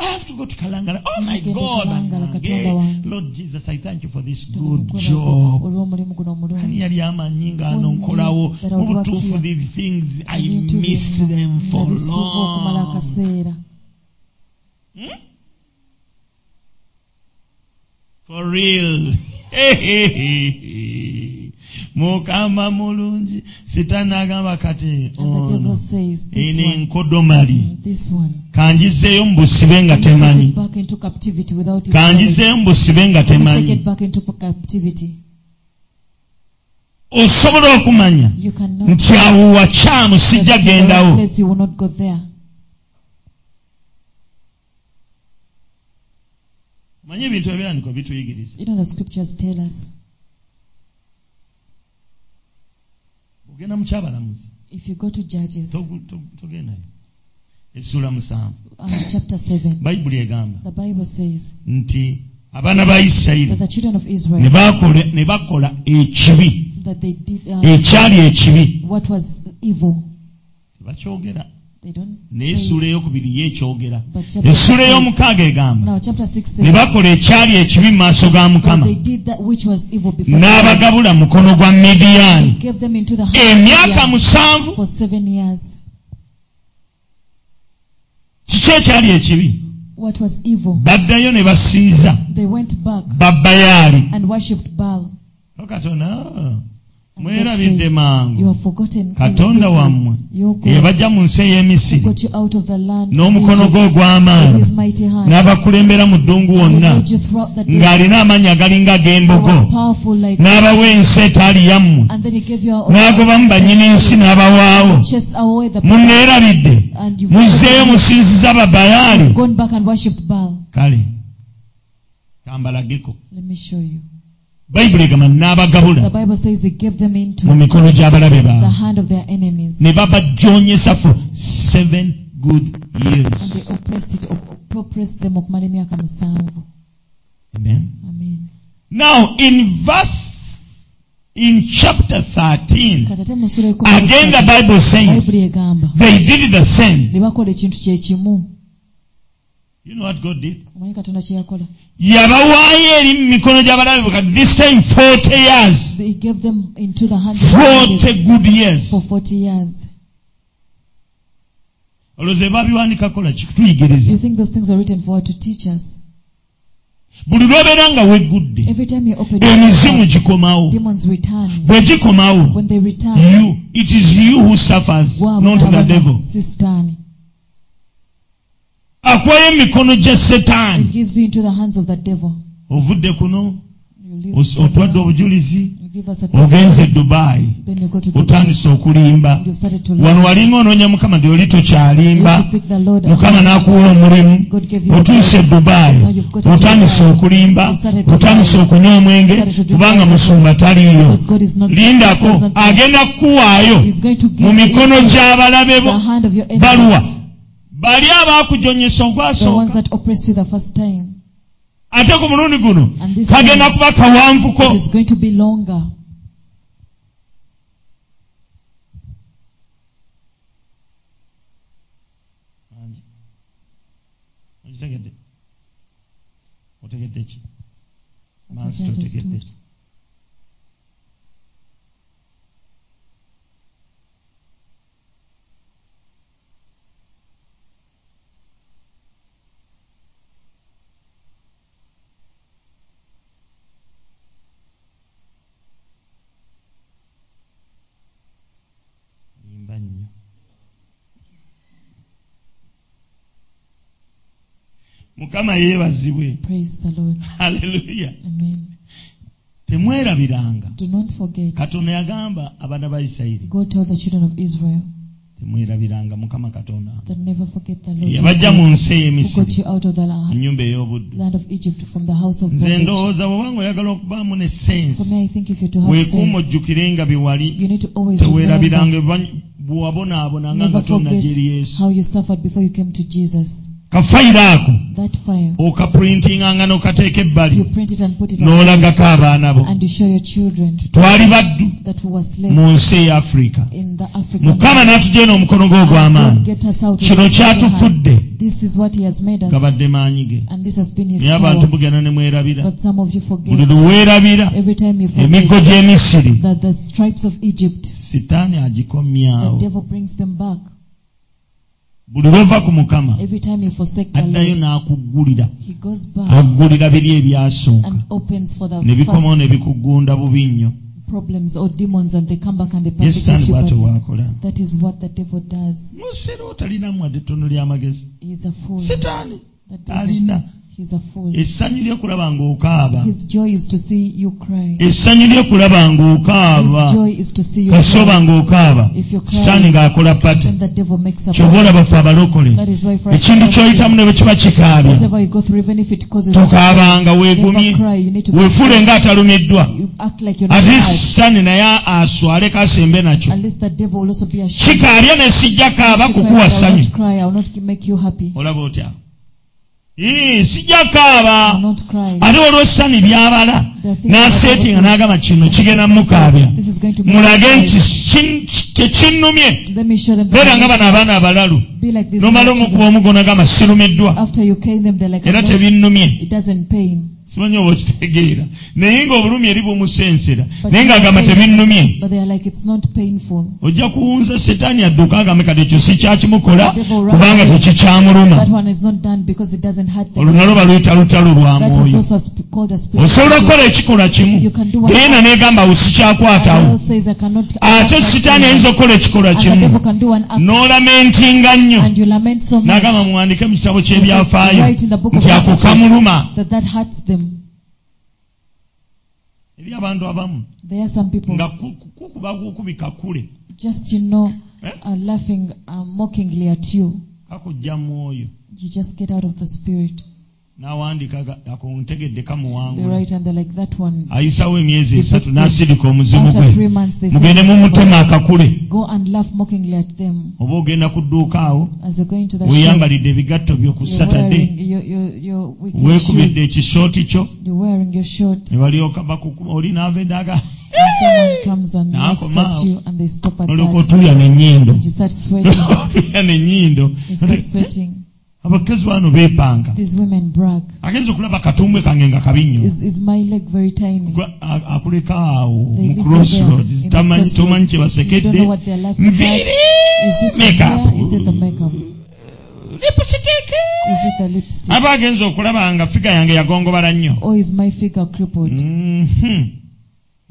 Speaker 1: I have to go to Kalangala. Oh
Speaker 2: Mm,
Speaker 1: my
Speaker 2: genda
Speaker 1: God.
Speaker 2: Kalangala,
Speaker 1: Anange.
Speaker 2: Katonda wange.
Speaker 1: Lord Jesus, I thank you for this good job.
Speaker 2: olw'omulimu guno
Speaker 1: Ani
Speaker 2: omulungi
Speaker 1: yali amanyi nga ano
Speaker 2: Only
Speaker 1: nkolawo
Speaker 2: that I would work
Speaker 1: mubutuufu the
Speaker 2: here.
Speaker 1: things I
Speaker 2: Ebintu bino
Speaker 1: missed them for
Speaker 2: nabisuuka okumala
Speaker 1: long.
Speaker 2: akaseera
Speaker 1: Hmm? For real. Hey, hey, hey. mukama mulungi Oh, sitaani agamba kati
Speaker 2: and the devil
Speaker 1: ono
Speaker 2: says this
Speaker 1: eno
Speaker 2: one
Speaker 1: enkodomali
Speaker 2: mm, this one
Speaker 1: kangizeeyo mu busibe nga
Speaker 2: take
Speaker 1: temanyi
Speaker 2: it back into captivity without his knowledge.
Speaker 1: kangizeeyo mu busibe nga
Speaker 2: take
Speaker 1: temanyi
Speaker 2: it back into captivity
Speaker 1: osobola okumanya
Speaker 2: you cannot
Speaker 1: nti awo wakyamu
Speaker 2: If
Speaker 1: sijja
Speaker 2: it's the right
Speaker 1: gendawo
Speaker 2: place you will not go there
Speaker 1: manye ebintu ebyandiko bituyigiriza
Speaker 2: you know the scriptures tell us
Speaker 1: ogenda mu kyabalamuzi
Speaker 2: if you go to judges
Speaker 1: Togu- to- togendayo essula musanvu
Speaker 2: uh, chapter 7
Speaker 1: bayibuli egamba
Speaker 2: the bible says
Speaker 1: nti abaana ba isirayiri
Speaker 2: that the children of
Speaker 1: ne
Speaker 2: israel
Speaker 1: bakola- ne bakola ekibi
Speaker 2: that they did uh,
Speaker 1: ekyali ekibi
Speaker 2: what was evil
Speaker 1: tebakyogera
Speaker 2: they don't
Speaker 1: naye
Speaker 2: say
Speaker 1: essula
Speaker 2: it.
Speaker 1: eyokubiri yeekyogera
Speaker 2: but chapter
Speaker 1: essula
Speaker 2: six-
Speaker 1: ey'omukaaga egamba
Speaker 2: now chapter 6
Speaker 1: ne
Speaker 2: says
Speaker 1: bakola ekyali ekibi mu maaso ga
Speaker 2: that
Speaker 1: mukama
Speaker 2: they did that which was evil before God.
Speaker 1: n'abagabula mu mukono gwa midiyaani
Speaker 2: He gave them into the hand
Speaker 1: emyaka
Speaker 2: of Midian
Speaker 1: musanvu
Speaker 2: for seven years.
Speaker 1: kiki ekyali ekibi
Speaker 2: What was evil?
Speaker 1: baddayo ne basiiza
Speaker 2: They went back
Speaker 1: babayaali
Speaker 2: and worshipped Baal.
Speaker 1: katona
Speaker 2: And God
Speaker 1: Oh, mwerabidde
Speaker 2: said, You
Speaker 1: mangu
Speaker 2: have forgotten
Speaker 1: katonda Eh,
Speaker 2: your people,
Speaker 1: wammwe
Speaker 2: your God,
Speaker 1: eyabajja mu nsi
Speaker 2: who
Speaker 1: ey'emisiri
Speaker 2: got you out of the land
Speaker 1: n'omukono
Speaker 2: of
Speaker 1: gwe
Speaker 2: Egypt with
Speaker 1: ogw'amaanyi
Speaker 2: his mighty hand.
Speaker 1: n'abakulembera mu ddungu
Speaker 2: And
Speaker 1: wonna
Speaker 2: he led you throughout the day.
Speaker 1: ng'alina amaanyi agalinga
Speaker 2: He
Speaker 1: ag'embogo
Speaker 2: was powerful like
Speaker 1: n'abawa ensi etaali yammwe
Speaker 2: and then he gave you all
Speaker 1: n'agobamu bannyini nsi n'abawaawo
Speaker 2: chased away the
Speaker 1: munneerabidde
Speaker 2: and you've
Speaker 1: muzzeeyo musinziza babayaali
Speaker 2: gone back and worshipped Baal.
Speaker 1: kale kambalageko
Speaker 2: Let me show you.
Speaker 1: bayibuli egamba n'abagabula
Speaker 2: The Bible says he gave them into
Speaker 1: mu mikono gy'abalabe baabwe
Speaker 2: the hand of their enemies.
Speaker 1: ne babajoonyesa for seven good
Speaker 2: And
Speaker 1: years
Speaker 2: they oppressed it, oppressed them okumala emyaka musanvu.
Speaker 1: Amen.
Speaker 2: Amen.
Speaker 1: now in verse in chapter 13
Speaker 2: Katate mu sura ekumi na
Speaker 1: again the
Speaker 2: ssatu,
Speaker 1: bible says
Speaker 2: Bayibuli egamba
Speaker 1: they did the same
Speaker 2: ne bakola ekintu kye kimu.
Speaker 1: you know what god did
Speaker 2: Omanyi Katonda kye yakola?
Speaker 1: yabawaayo eri mu mikono gy'abalabe bukati this time 40 years
Speaker 2: He gave them into the hand of the
Speaker 1: 40
Speaker 2: enemies
Speaker 1: good years
Speaker 2: for 40 years.
Speaker 1: olowooza ebabiwandikako laki kutuyigiriza
Speaker 2: You think those things are written for to teach us?
Speaker 1: buli lwobeera nga weggudde
Speaker 2: Every time you open
Speaker 1: emizimu
Speaker 2: your mouth,
Speaker 1: gikomawo
Speaker 2: demons return.
Speaker 1: bwe gikomawo
Speaker 2: When they return,
Speaker 1: you it is you who suffers
Speaker 2: wow,
Speaker 1: not the devil
Speaker 2: Sistani.
Speaker 1: akuwayo emikono gya
Speaker 2: It
Speaker 1: setaani
Speaker 2: gives you into the hands of the devil.
Speaker 1: ovudde kuno
Speaker 2: You leave
Speaker 1: os-
Speaker 2: Ghana,
Speaker 1: otwadde obujulizi
Speaker 2: you give us a
Speaker 1: ogenze dubayi
Speaker 2: then you go to
Speaker 1: otandise okulimba
Speaker 2: Dubai. You've started to
Speaker 1: wano
Speaker 2: learn.
Speaker 1: walinga onoonya mukama gyoli
Speaker 2: You
Speaker 1: tokyalimba
Speaker 2: have to seek the Lord.
Speaker 1: mukama n'akuwa omulimu
Speaker 2: God gave you
Speaker 1: otuuse
Speaker 2: the
Speaker 1: dubayi
Speaker 2: Now you've got to
Speaker 1: otandise
Speaker 2: Dubai.
Speaker 1: okulimba
Speaker 2: You've started to
Speaker 1: otandise
Speaker 2: Dubai.
Speaker 1: okunywa omwenge
Speaker 2: You've started to
Speaker 1: kubanga
Speaker 2: Dubai.
Speaker 1: musumba taliyo
Speaker 2: because God is not
Speaker 1: lindako
Speaker 2: doesn't-
Speaker 1: agenda kukuwaayo
Speaker 2: He's going to give
Speaker 1: mu
Speaker 2: you
Speaker 1: mikono gy'abalabe bo
Speaker 2: the hand of your enemies.
Speaker 1: baluwa bali abaakujonyesa
Speaker 2: The ones
Speaker 1: ogwasooka
Speaker 2: that oppressed you the first time.
Speaker 1: ate ku mulundi guno
Speaker 2: And this
Speaker 1: kagenda
Speaker 2: time,
Speaker 1: kuba kawanvuko
Speaker 2: it is going to be longer.
Speaker 1: Angi. Okitegedde? Otegedde ki? Mansi
Speaker 2: Otegedde,
Speaker 1: totegedde ki? Nimba nnyo. mukama yeebazibwe
Speaker 2: Praise the Lord.
Speaker 1: haleluya
Speaker 2: Amen.
Speaker 1: temwerabiranga
Speaker 2: Do not forget.
Speaker 1: katonda yagamba abaana ba isirayiri
Speaker 2: Go tell the children of Israel
Speaker 1: temwerabiranga mukama katonda
Speaker 2: that never forget the Lord.
Speaker 1: yabajja mu nsi
Speaker 2: who got
Speaker 1: ey'emisiri
Speaker 2: you out of the
Speaker 1: mu
Speaker 2: land,
Speaker 1: nnyumba ey'obuddu
Speaker 2: land of Egypt from the house of
Speaker 1: nze
Speaker 2: bondage.
Speaker 1: ndowooza bwobanga oyagala okubaamu ne
Speaker 2: For
Speaker 1: sensi
Speaker 2: me, I think if you're to have
Speaker 1: weekuuma
Speaker 2: sense,
Speaker 1: ojjukire nga bye wali
Speaker 2: you need to always
Speaker 1: teweerabiranga
Speaker 2: remember,
Speaker 1: bwabonaabonanga nga
Speaker 2: never
Speaker 1: tonna
Speaker 2: forget
Speaker 1: gyeri yesu
Speaker 2: how you suffered before you came to Jesus.
Speaker 1: kafayiro ako
Speaker 2: That fire,
Speaker 1: okapulintinganga n'okateeka ebbali
Speaker 2: you print it and put it up,
Speaker 1: n'olagako abaana bo
Speaker 2: and you show your children
Speaker 1: twali baddu
Speaker 2: that we were
Speaker 1: mu
Speaker 2: slaves
Speaker 1: nsi eya afirika
Speaker 2: in the African
Speaker 1: mukama
Speaker 2: land.
Speaker 1: n'atugye n'omukono gwe
Speaker 2: And God
Speaker 1: ogw'amaanyi
Speaker 2: get us out with
Speaker 1: kino
Speaker 2: his mighty hand.
Speaker 1: kyatufudde
Speaker 2: This is what He has made us,
Speaker 1: gabadde maanyi ge
Speaker 2: and this has been His
Speaker 1: naye abantu
Speaker 2: power.
Speaker 1: mugenda ne mwerabira
Speaker 2: But some of you
Speaker 1: buli
Speaker 2: forget.
Speaker 1: luweerabira
Speaker 2: Every time you
Speaker 1: emiggo
Speaker 2: forget
Speaker 1: gy'emisiri
Speaker 2: that the stripes of Egypt,
Speaker 1: sitaani
Speaker 2: the
Speaker 1: agikomyawo
Speaker 2: devil brings them back.
Speaker 1: buli lwova ku mukama
Speaker 2: Every time you forsake the
Speaker 1: addayo
Speaker 2: Lord,
Speaker 1: n'akuggulira
Speaker 2: He goes back
Speaker 1: aggulira biri ebyasooka
Speaker 2: and opens for the
Speaker 1: ne bikomawo ne
Speaker 2: first
Speaker 1: bikugunda bubi nnyo
Speaker 2: problems or demons, and they come back and they
Speaker 1: ye sitaani
Speaker 2: persecute you.
Speaker 1: bwatyo
Speaker 2: badly.
Speaker 1: bw'akola
Speaker 2: That is what the devil does.
Speaker 1: musera otalinamu ate ttono ly'amagezi
Speaker 2: He's a fool.
Speaker 1: sitaani
Speaker 2: The devil,
Speaker 1: alina
Speaker 2: he's a fool.
Speaker 1: essanyu lyokulaba ng'okaaba
Speaker 2: His joy is to see you cry.
Speaker 1: essanyu lyokulaba ng'okaaba
Speaker 2: His joy is to see you
Speaker 1: kasoba
Speaker 2: cry.
Speaker 1: ng'okaaba
Speaker 2: If you
Speaker 1: sitaani
Speaker 2: cry,
Speaker 1: ng'akola pati
Speaker 2: then the devil makes up.
Speaker 1: kyova olaba ffe abalokole
Speaker 2: That is why for us,
Speaker 1: ekintu ky'oyitamu ne bwe kiba kikaabya
Speaker 2: whatever you go through, even if it causes
Speaker 1: tokaabanga
Speaker 2: you,
Speaker 1: weegumye
Speaker 2: never cry. You need to be
Speaker 1: weefuule nga atalumiddwa
Speaker 2: you act like you're not
Speaker 1: ate
Speaker 2: mad.
Speaker 1: sitaani naye aswale kasembe nakyo
Speaker 2: At least the devil will also be ashamed.
Speaker 1: kikaabya ne sijja kaaba
Speaker 2: If you cry, I
Speaker 1: kukuwa
Speaker 2: will
Speaker 1: ssanyu
Speaker 2: not cry. I will not make you happy.
Speaker 1: olaba otya Ii, sijja
Speaker 2: I will
Speaker 1: kaaba
Speaker 2: not cry.
Speaker 1: ate olwo sitaani byabala
Speaker 2: The thing
Speaker 1: n'aseeti nga
Speaker 2: about-
Speaker 1: n'agamba kino kigenda mukaabya
Speaker 2: This is going to make
Speaker 1: mulage
Speaker 2: you
Speaker 1: nti
Speaker 2: cry.
Speaker 1: kin- tekinnumye
Speaker 2: Let me show them.
Speaker 1: beera nga bano abaana abalalu
Speaker 2: Be like this.
Speaker 1: n'omala omukuba omugo n'agamba sirumiddwa
Speaker 2: After you kill them, they're like.
Speaker 1: era
Speaker 2: "No,
Speaker 1: tebinnumye
Speaker 2: It doesn't pain,
Speaker 1: simanyi oba okitegeera naye ng'obulumi eri bumusensera
Speaker 2: But
Speaker 1: naye ng'agamba
Speaker 2: you-
Speaker 1: tebinnumye
Speaker 2: but they are like it's not painful.
Speaker 1: ojja kuwunza setaani adduka agambe kati ekyo si kyakimukola
Speaker 2: The devil
Speaker 1: kubanga
Speaker 2: runs.
Speaker 1: tekikyamuluma
Speaker 2: That one is not done because it doesn't hurt
Speaker 1: olwo
Speaker 2: them.
Speaker 1: nalwo baluyita lutalo lwa
Speaker 2: That is
Speaker 1: mwoyo
Speaker 2: also sp- called a spiritual.
Speaker 1: osobola
Speaker 2: attack.
Speaker 1: okukola ekikolwa kimu
Speaker 2: You can do one.
Speaker 1: naye na neegamba awo
Speaker 2: And the Bible
Speaker 1: sikyakwatawo
Speaker 2: says I cannot.
Speaker 1: ate sitaani ayinza okukola ekikolwa
Speaker 2: And the devil
Speaker 1: kimu
Speaker 2: can do an act,
Speaker 1: n'olamentinga nnyo
Speaker 2: and you lament so much
Speaker 1: n'agamba muwandike mu kitabo ky'ebyafaayo
Speaker 2: Write in the book of
Speaker 1: nti ako
Speaker 2: history.
Speaker 1: kamuluma
Speaker 2: that that hurts them.
Speaker 1: eri abantu abamu
Speaker 2: There are some people
Speaker 1: nga ku- ku- kukuba kukubi kakule
Speaker 2: just you know
Speaker 1: Eh?
Speaker 2: are laughing uh, mockingly at you.
Speaker 1: kakujja mwoyo
Speaker 2: You just get out of the spirit.
Speaker 1: n'awandiika aga- ako ntegedde
Speaker 2: They
Speaker 1: kamuwangula
Speaker 2: write and they're like that one.
Speaker 1: ayisawo emyezi esatu n'asirika omuzimu
Speaker 2: After
Speaker 1: gwe
Speaker 2: three months they
Speaker 1: mugende mumutema
Speaker 2: say
Speaker 1: akakule
Speaker 2: go and laugh mockingly at them
Speaker 1: oba ogenda ku dduuka awo
Speaker 2: as you're going to the shop.
Speaker 1: weeyambalidde ebigatto byo ku
Speaker 2: You're
Speaker 1: satadde
Speaker 2: wearing your, your, your weekend
Speaker 1: weekubidde
Speaker 2: shoes.
Speaker 1: ekisooti kyo
Speaker 2: You're wearing your shirt.
Speaker 1: ne balyoka bakukuba oli naava edaga
Speaker 2: And someone comes and
Speaker 1: Now
Speaker 2: laughs
Speaker 1: come out.
Speaker 2: at you and they stop at
Speaker 1: nolyoka
Speaker 2: that.
Speaker 1: otuuya nenyindo
Speaker 2: And you start sweating.
Speaker 1: otuuya nenyindo
Speaker 2: You start sweating.
Speaker 1: abakazi baano beepanga
Speaker 2: These women brag.
Speaker 1: agenza okulaba katumbwe kange nga kabi nnyo
Speaker 2: Is, is my leg very tiny?
Speaker 1: Gwa- a- akuleka awo mu
Speaker 2: They live
Speaker 1: crossroads
Speaker 2: there in the
Speaker 1: tamanyi
Speaker 2: crossroads.
Speaker 1: tomanyi kye
Speaker 2: You don't
Speaker 1: basekedde
Speaker 2: know what their life is like.
Speaker 1: nviiri
Speaker 2: Is it the
Speaker 1: makeup
Speaker 2: hair? Is it the makeup?
Speaker 1: ekiteke
Speaker 2: Is it the lipstick?
Speaker 1: aba agenza okulaba nga figa yange yagongobala nnyo
Speaker 2: Or is my figure crippled?
Speaker 1: Mhm.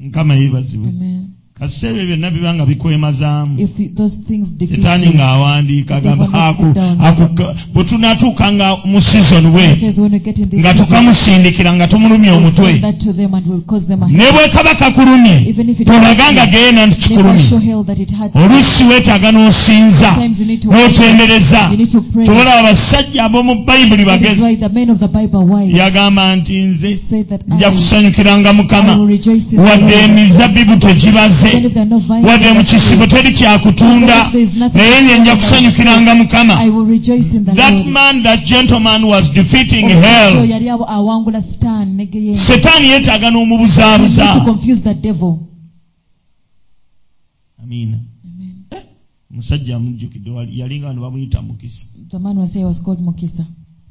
Speaker 1: mukama yeebazibwe
Speaker 2: Amen.
Speaker 1: kaseera byonna biba nga bikwemazaamu
Speaker 2: If it- those things defeat
Speaker 1: setaani
Speaker 2: you,
Speaker 1: ng'awandiika agamba
Speaker 2: They wanna sit down.
Speaker 1: bwe tunaatuuka nga mu sizoni bwe
Speaker 2: it says when we get in this
Speaker 1: nga
Speaker 2: season,
Speaker 1: tukamusindikira nga tumulumya
Speaker 2: we'll
Speaker 1: omutwe
Speaker 2: send that to them and we'll cause them a
Speaker 1: ne bwe kaba kakulumye
Speaker 2: Even if it
Speaker 1: tolaga
Speaker 2: hurts
Speaker 1: nga
Speaker 2: you,
Speaker 1: genda nti
Speaker 2: Never show
Speaker 1: kikulumye
Speaker 2: hell that it had.
Speaker 1: oluusi weetaaga n'osinza
Speaker 2: Sometimes you need to worship.
Speaker 1: n'otendereza
Speaker 2: You need to pray.
Speaker 1: tubulaba Mm-hmm. abasajja ab'omu bayibuli
Speaker 2: That is
Speaker 1: bagezi
Speaker 2: why the men of the Bible are wise.
Speaker 1: yagamba nti nze
Speaker 2: Say that
Speaker 1: nja
Speaker 2: I,
Speaker 1: kusanyukiranga mukama
Speaker 2: Mm-hmm. I will rejoice in the
Speaker 1: wadde
Speaker 2: Lord.
Speaker 1: emizabbibu tegibaze
Speaker 2: Even if there are no vines,
Speaker 1: wadde
Speaker 2: in
Speaker 1: mu
Speaker 2: the
Speaker 1: kisibo
Speaker 2: field,
Speaker 1: teri kyakutunda
Speaker 2: even if there is nothing
Speaker 1: naye nze
Speaker 2: to
Speaker 1: nja
Speaker 2: say,
Speaker 1: kusanyukiranga mukama
Speaker 2: I will rejoice in the
Speaker 1: that
Speaker 2: Lord.
Speaker 1: man that gentleman was defeating
Speaker 2: Omusajja oyo
Speaker 1: hell
Speaker 2: yali awo awangula sitaani ne geyena.
Speaker 1: setaani yeetaaga
Speaker 2: You need to
Speaker 1: n'omubuzaabuza
Speaker 2: confuse the devil.
Speaker 1: amiina Eh?
Speaker 2: Amen.
Speaker 1: omusajja amujjukidde wali- yalinga wano bamuyita mukisa
Speaker 2: The man was here, was called Mukisa.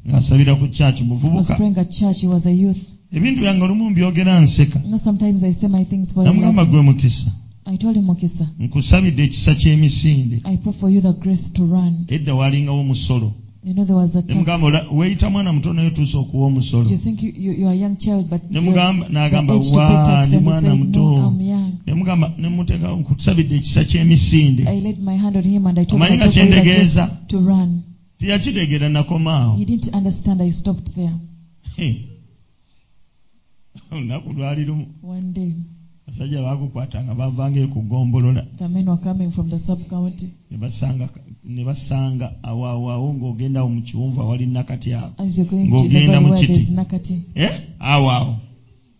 Speaker 1: ng'asabira ku kyaki
Speaker 2: I was
Speaker 1: muvubuka
Speaker 2: praying at church, he was a youth.
Speaker 1: ebintu byange olumu mbyogera nseka
Speaker 2: You know, sometimes I say my things for
Speaker 1: namugamba
Speaker 2: him.
Speaker 1: gwe mukisa
Speaker 2: I told him, Mukisa,
Speaker 1: nkusabidde ekisa ky'emisinde
Speaker 2: I pray for you the grace to run.
Speaker 1: edda walingawo omusolo
Speaker 2: You know, there was a
Speaker 1: nemugamba
Speaker 2: tax.
Speaker 1: "Ola- weeyita mwana muto naye otuusa okuwa omusolo
Speaker 2: You think you, you, you are a young child, but you're
Speaker 1: Nemugamba- n'agamba,
Speaker 2: the age to pay
Speaker 1: "Wa,
Speaker 2: tax.
Speaker 1: ndi
Speaker 2: And he
Speaker 1: mwana
Speaker 2: said,
Speaker 1: muto."
Speaker 2: no, I'm young.
Speaker 1: nemugamba nemuteekawo nkusabidde ekisa ky'emisinde
Speaker 2: I laid my hand on him and I told
Speaker 1: omanyi
Speaker 2: him
Speaker 1: nga
Speaker 2: I pray for you the grace
Speaker 1: kyentegeeza
Speaker 2: to run.
Speaker 1: teyakitegeera nakomaawo
Speaker 2: He didn't understand. I stopped there
Speaker 1: He. olunaku lwali lumu
Speaker 2: one day.
Speaker 1: basajja baagukwata nga bavangayo ku gombolola
Speaker 2: The men were coming from the sub county.
Speaker 1: e ne basanga ne basanga awoawaawo ng'ogenda awo mu kiwunvu awali nakatyawo
Speaker 2: As you're going to the
Speaker 1: Ng'ogenda
Speaker 2: valley
Speaker 1: mu
Speaker 2: where
Speaker 1: kiti.
Speaker 2: there's Nakati,
Speaker 1: Eh? awoawo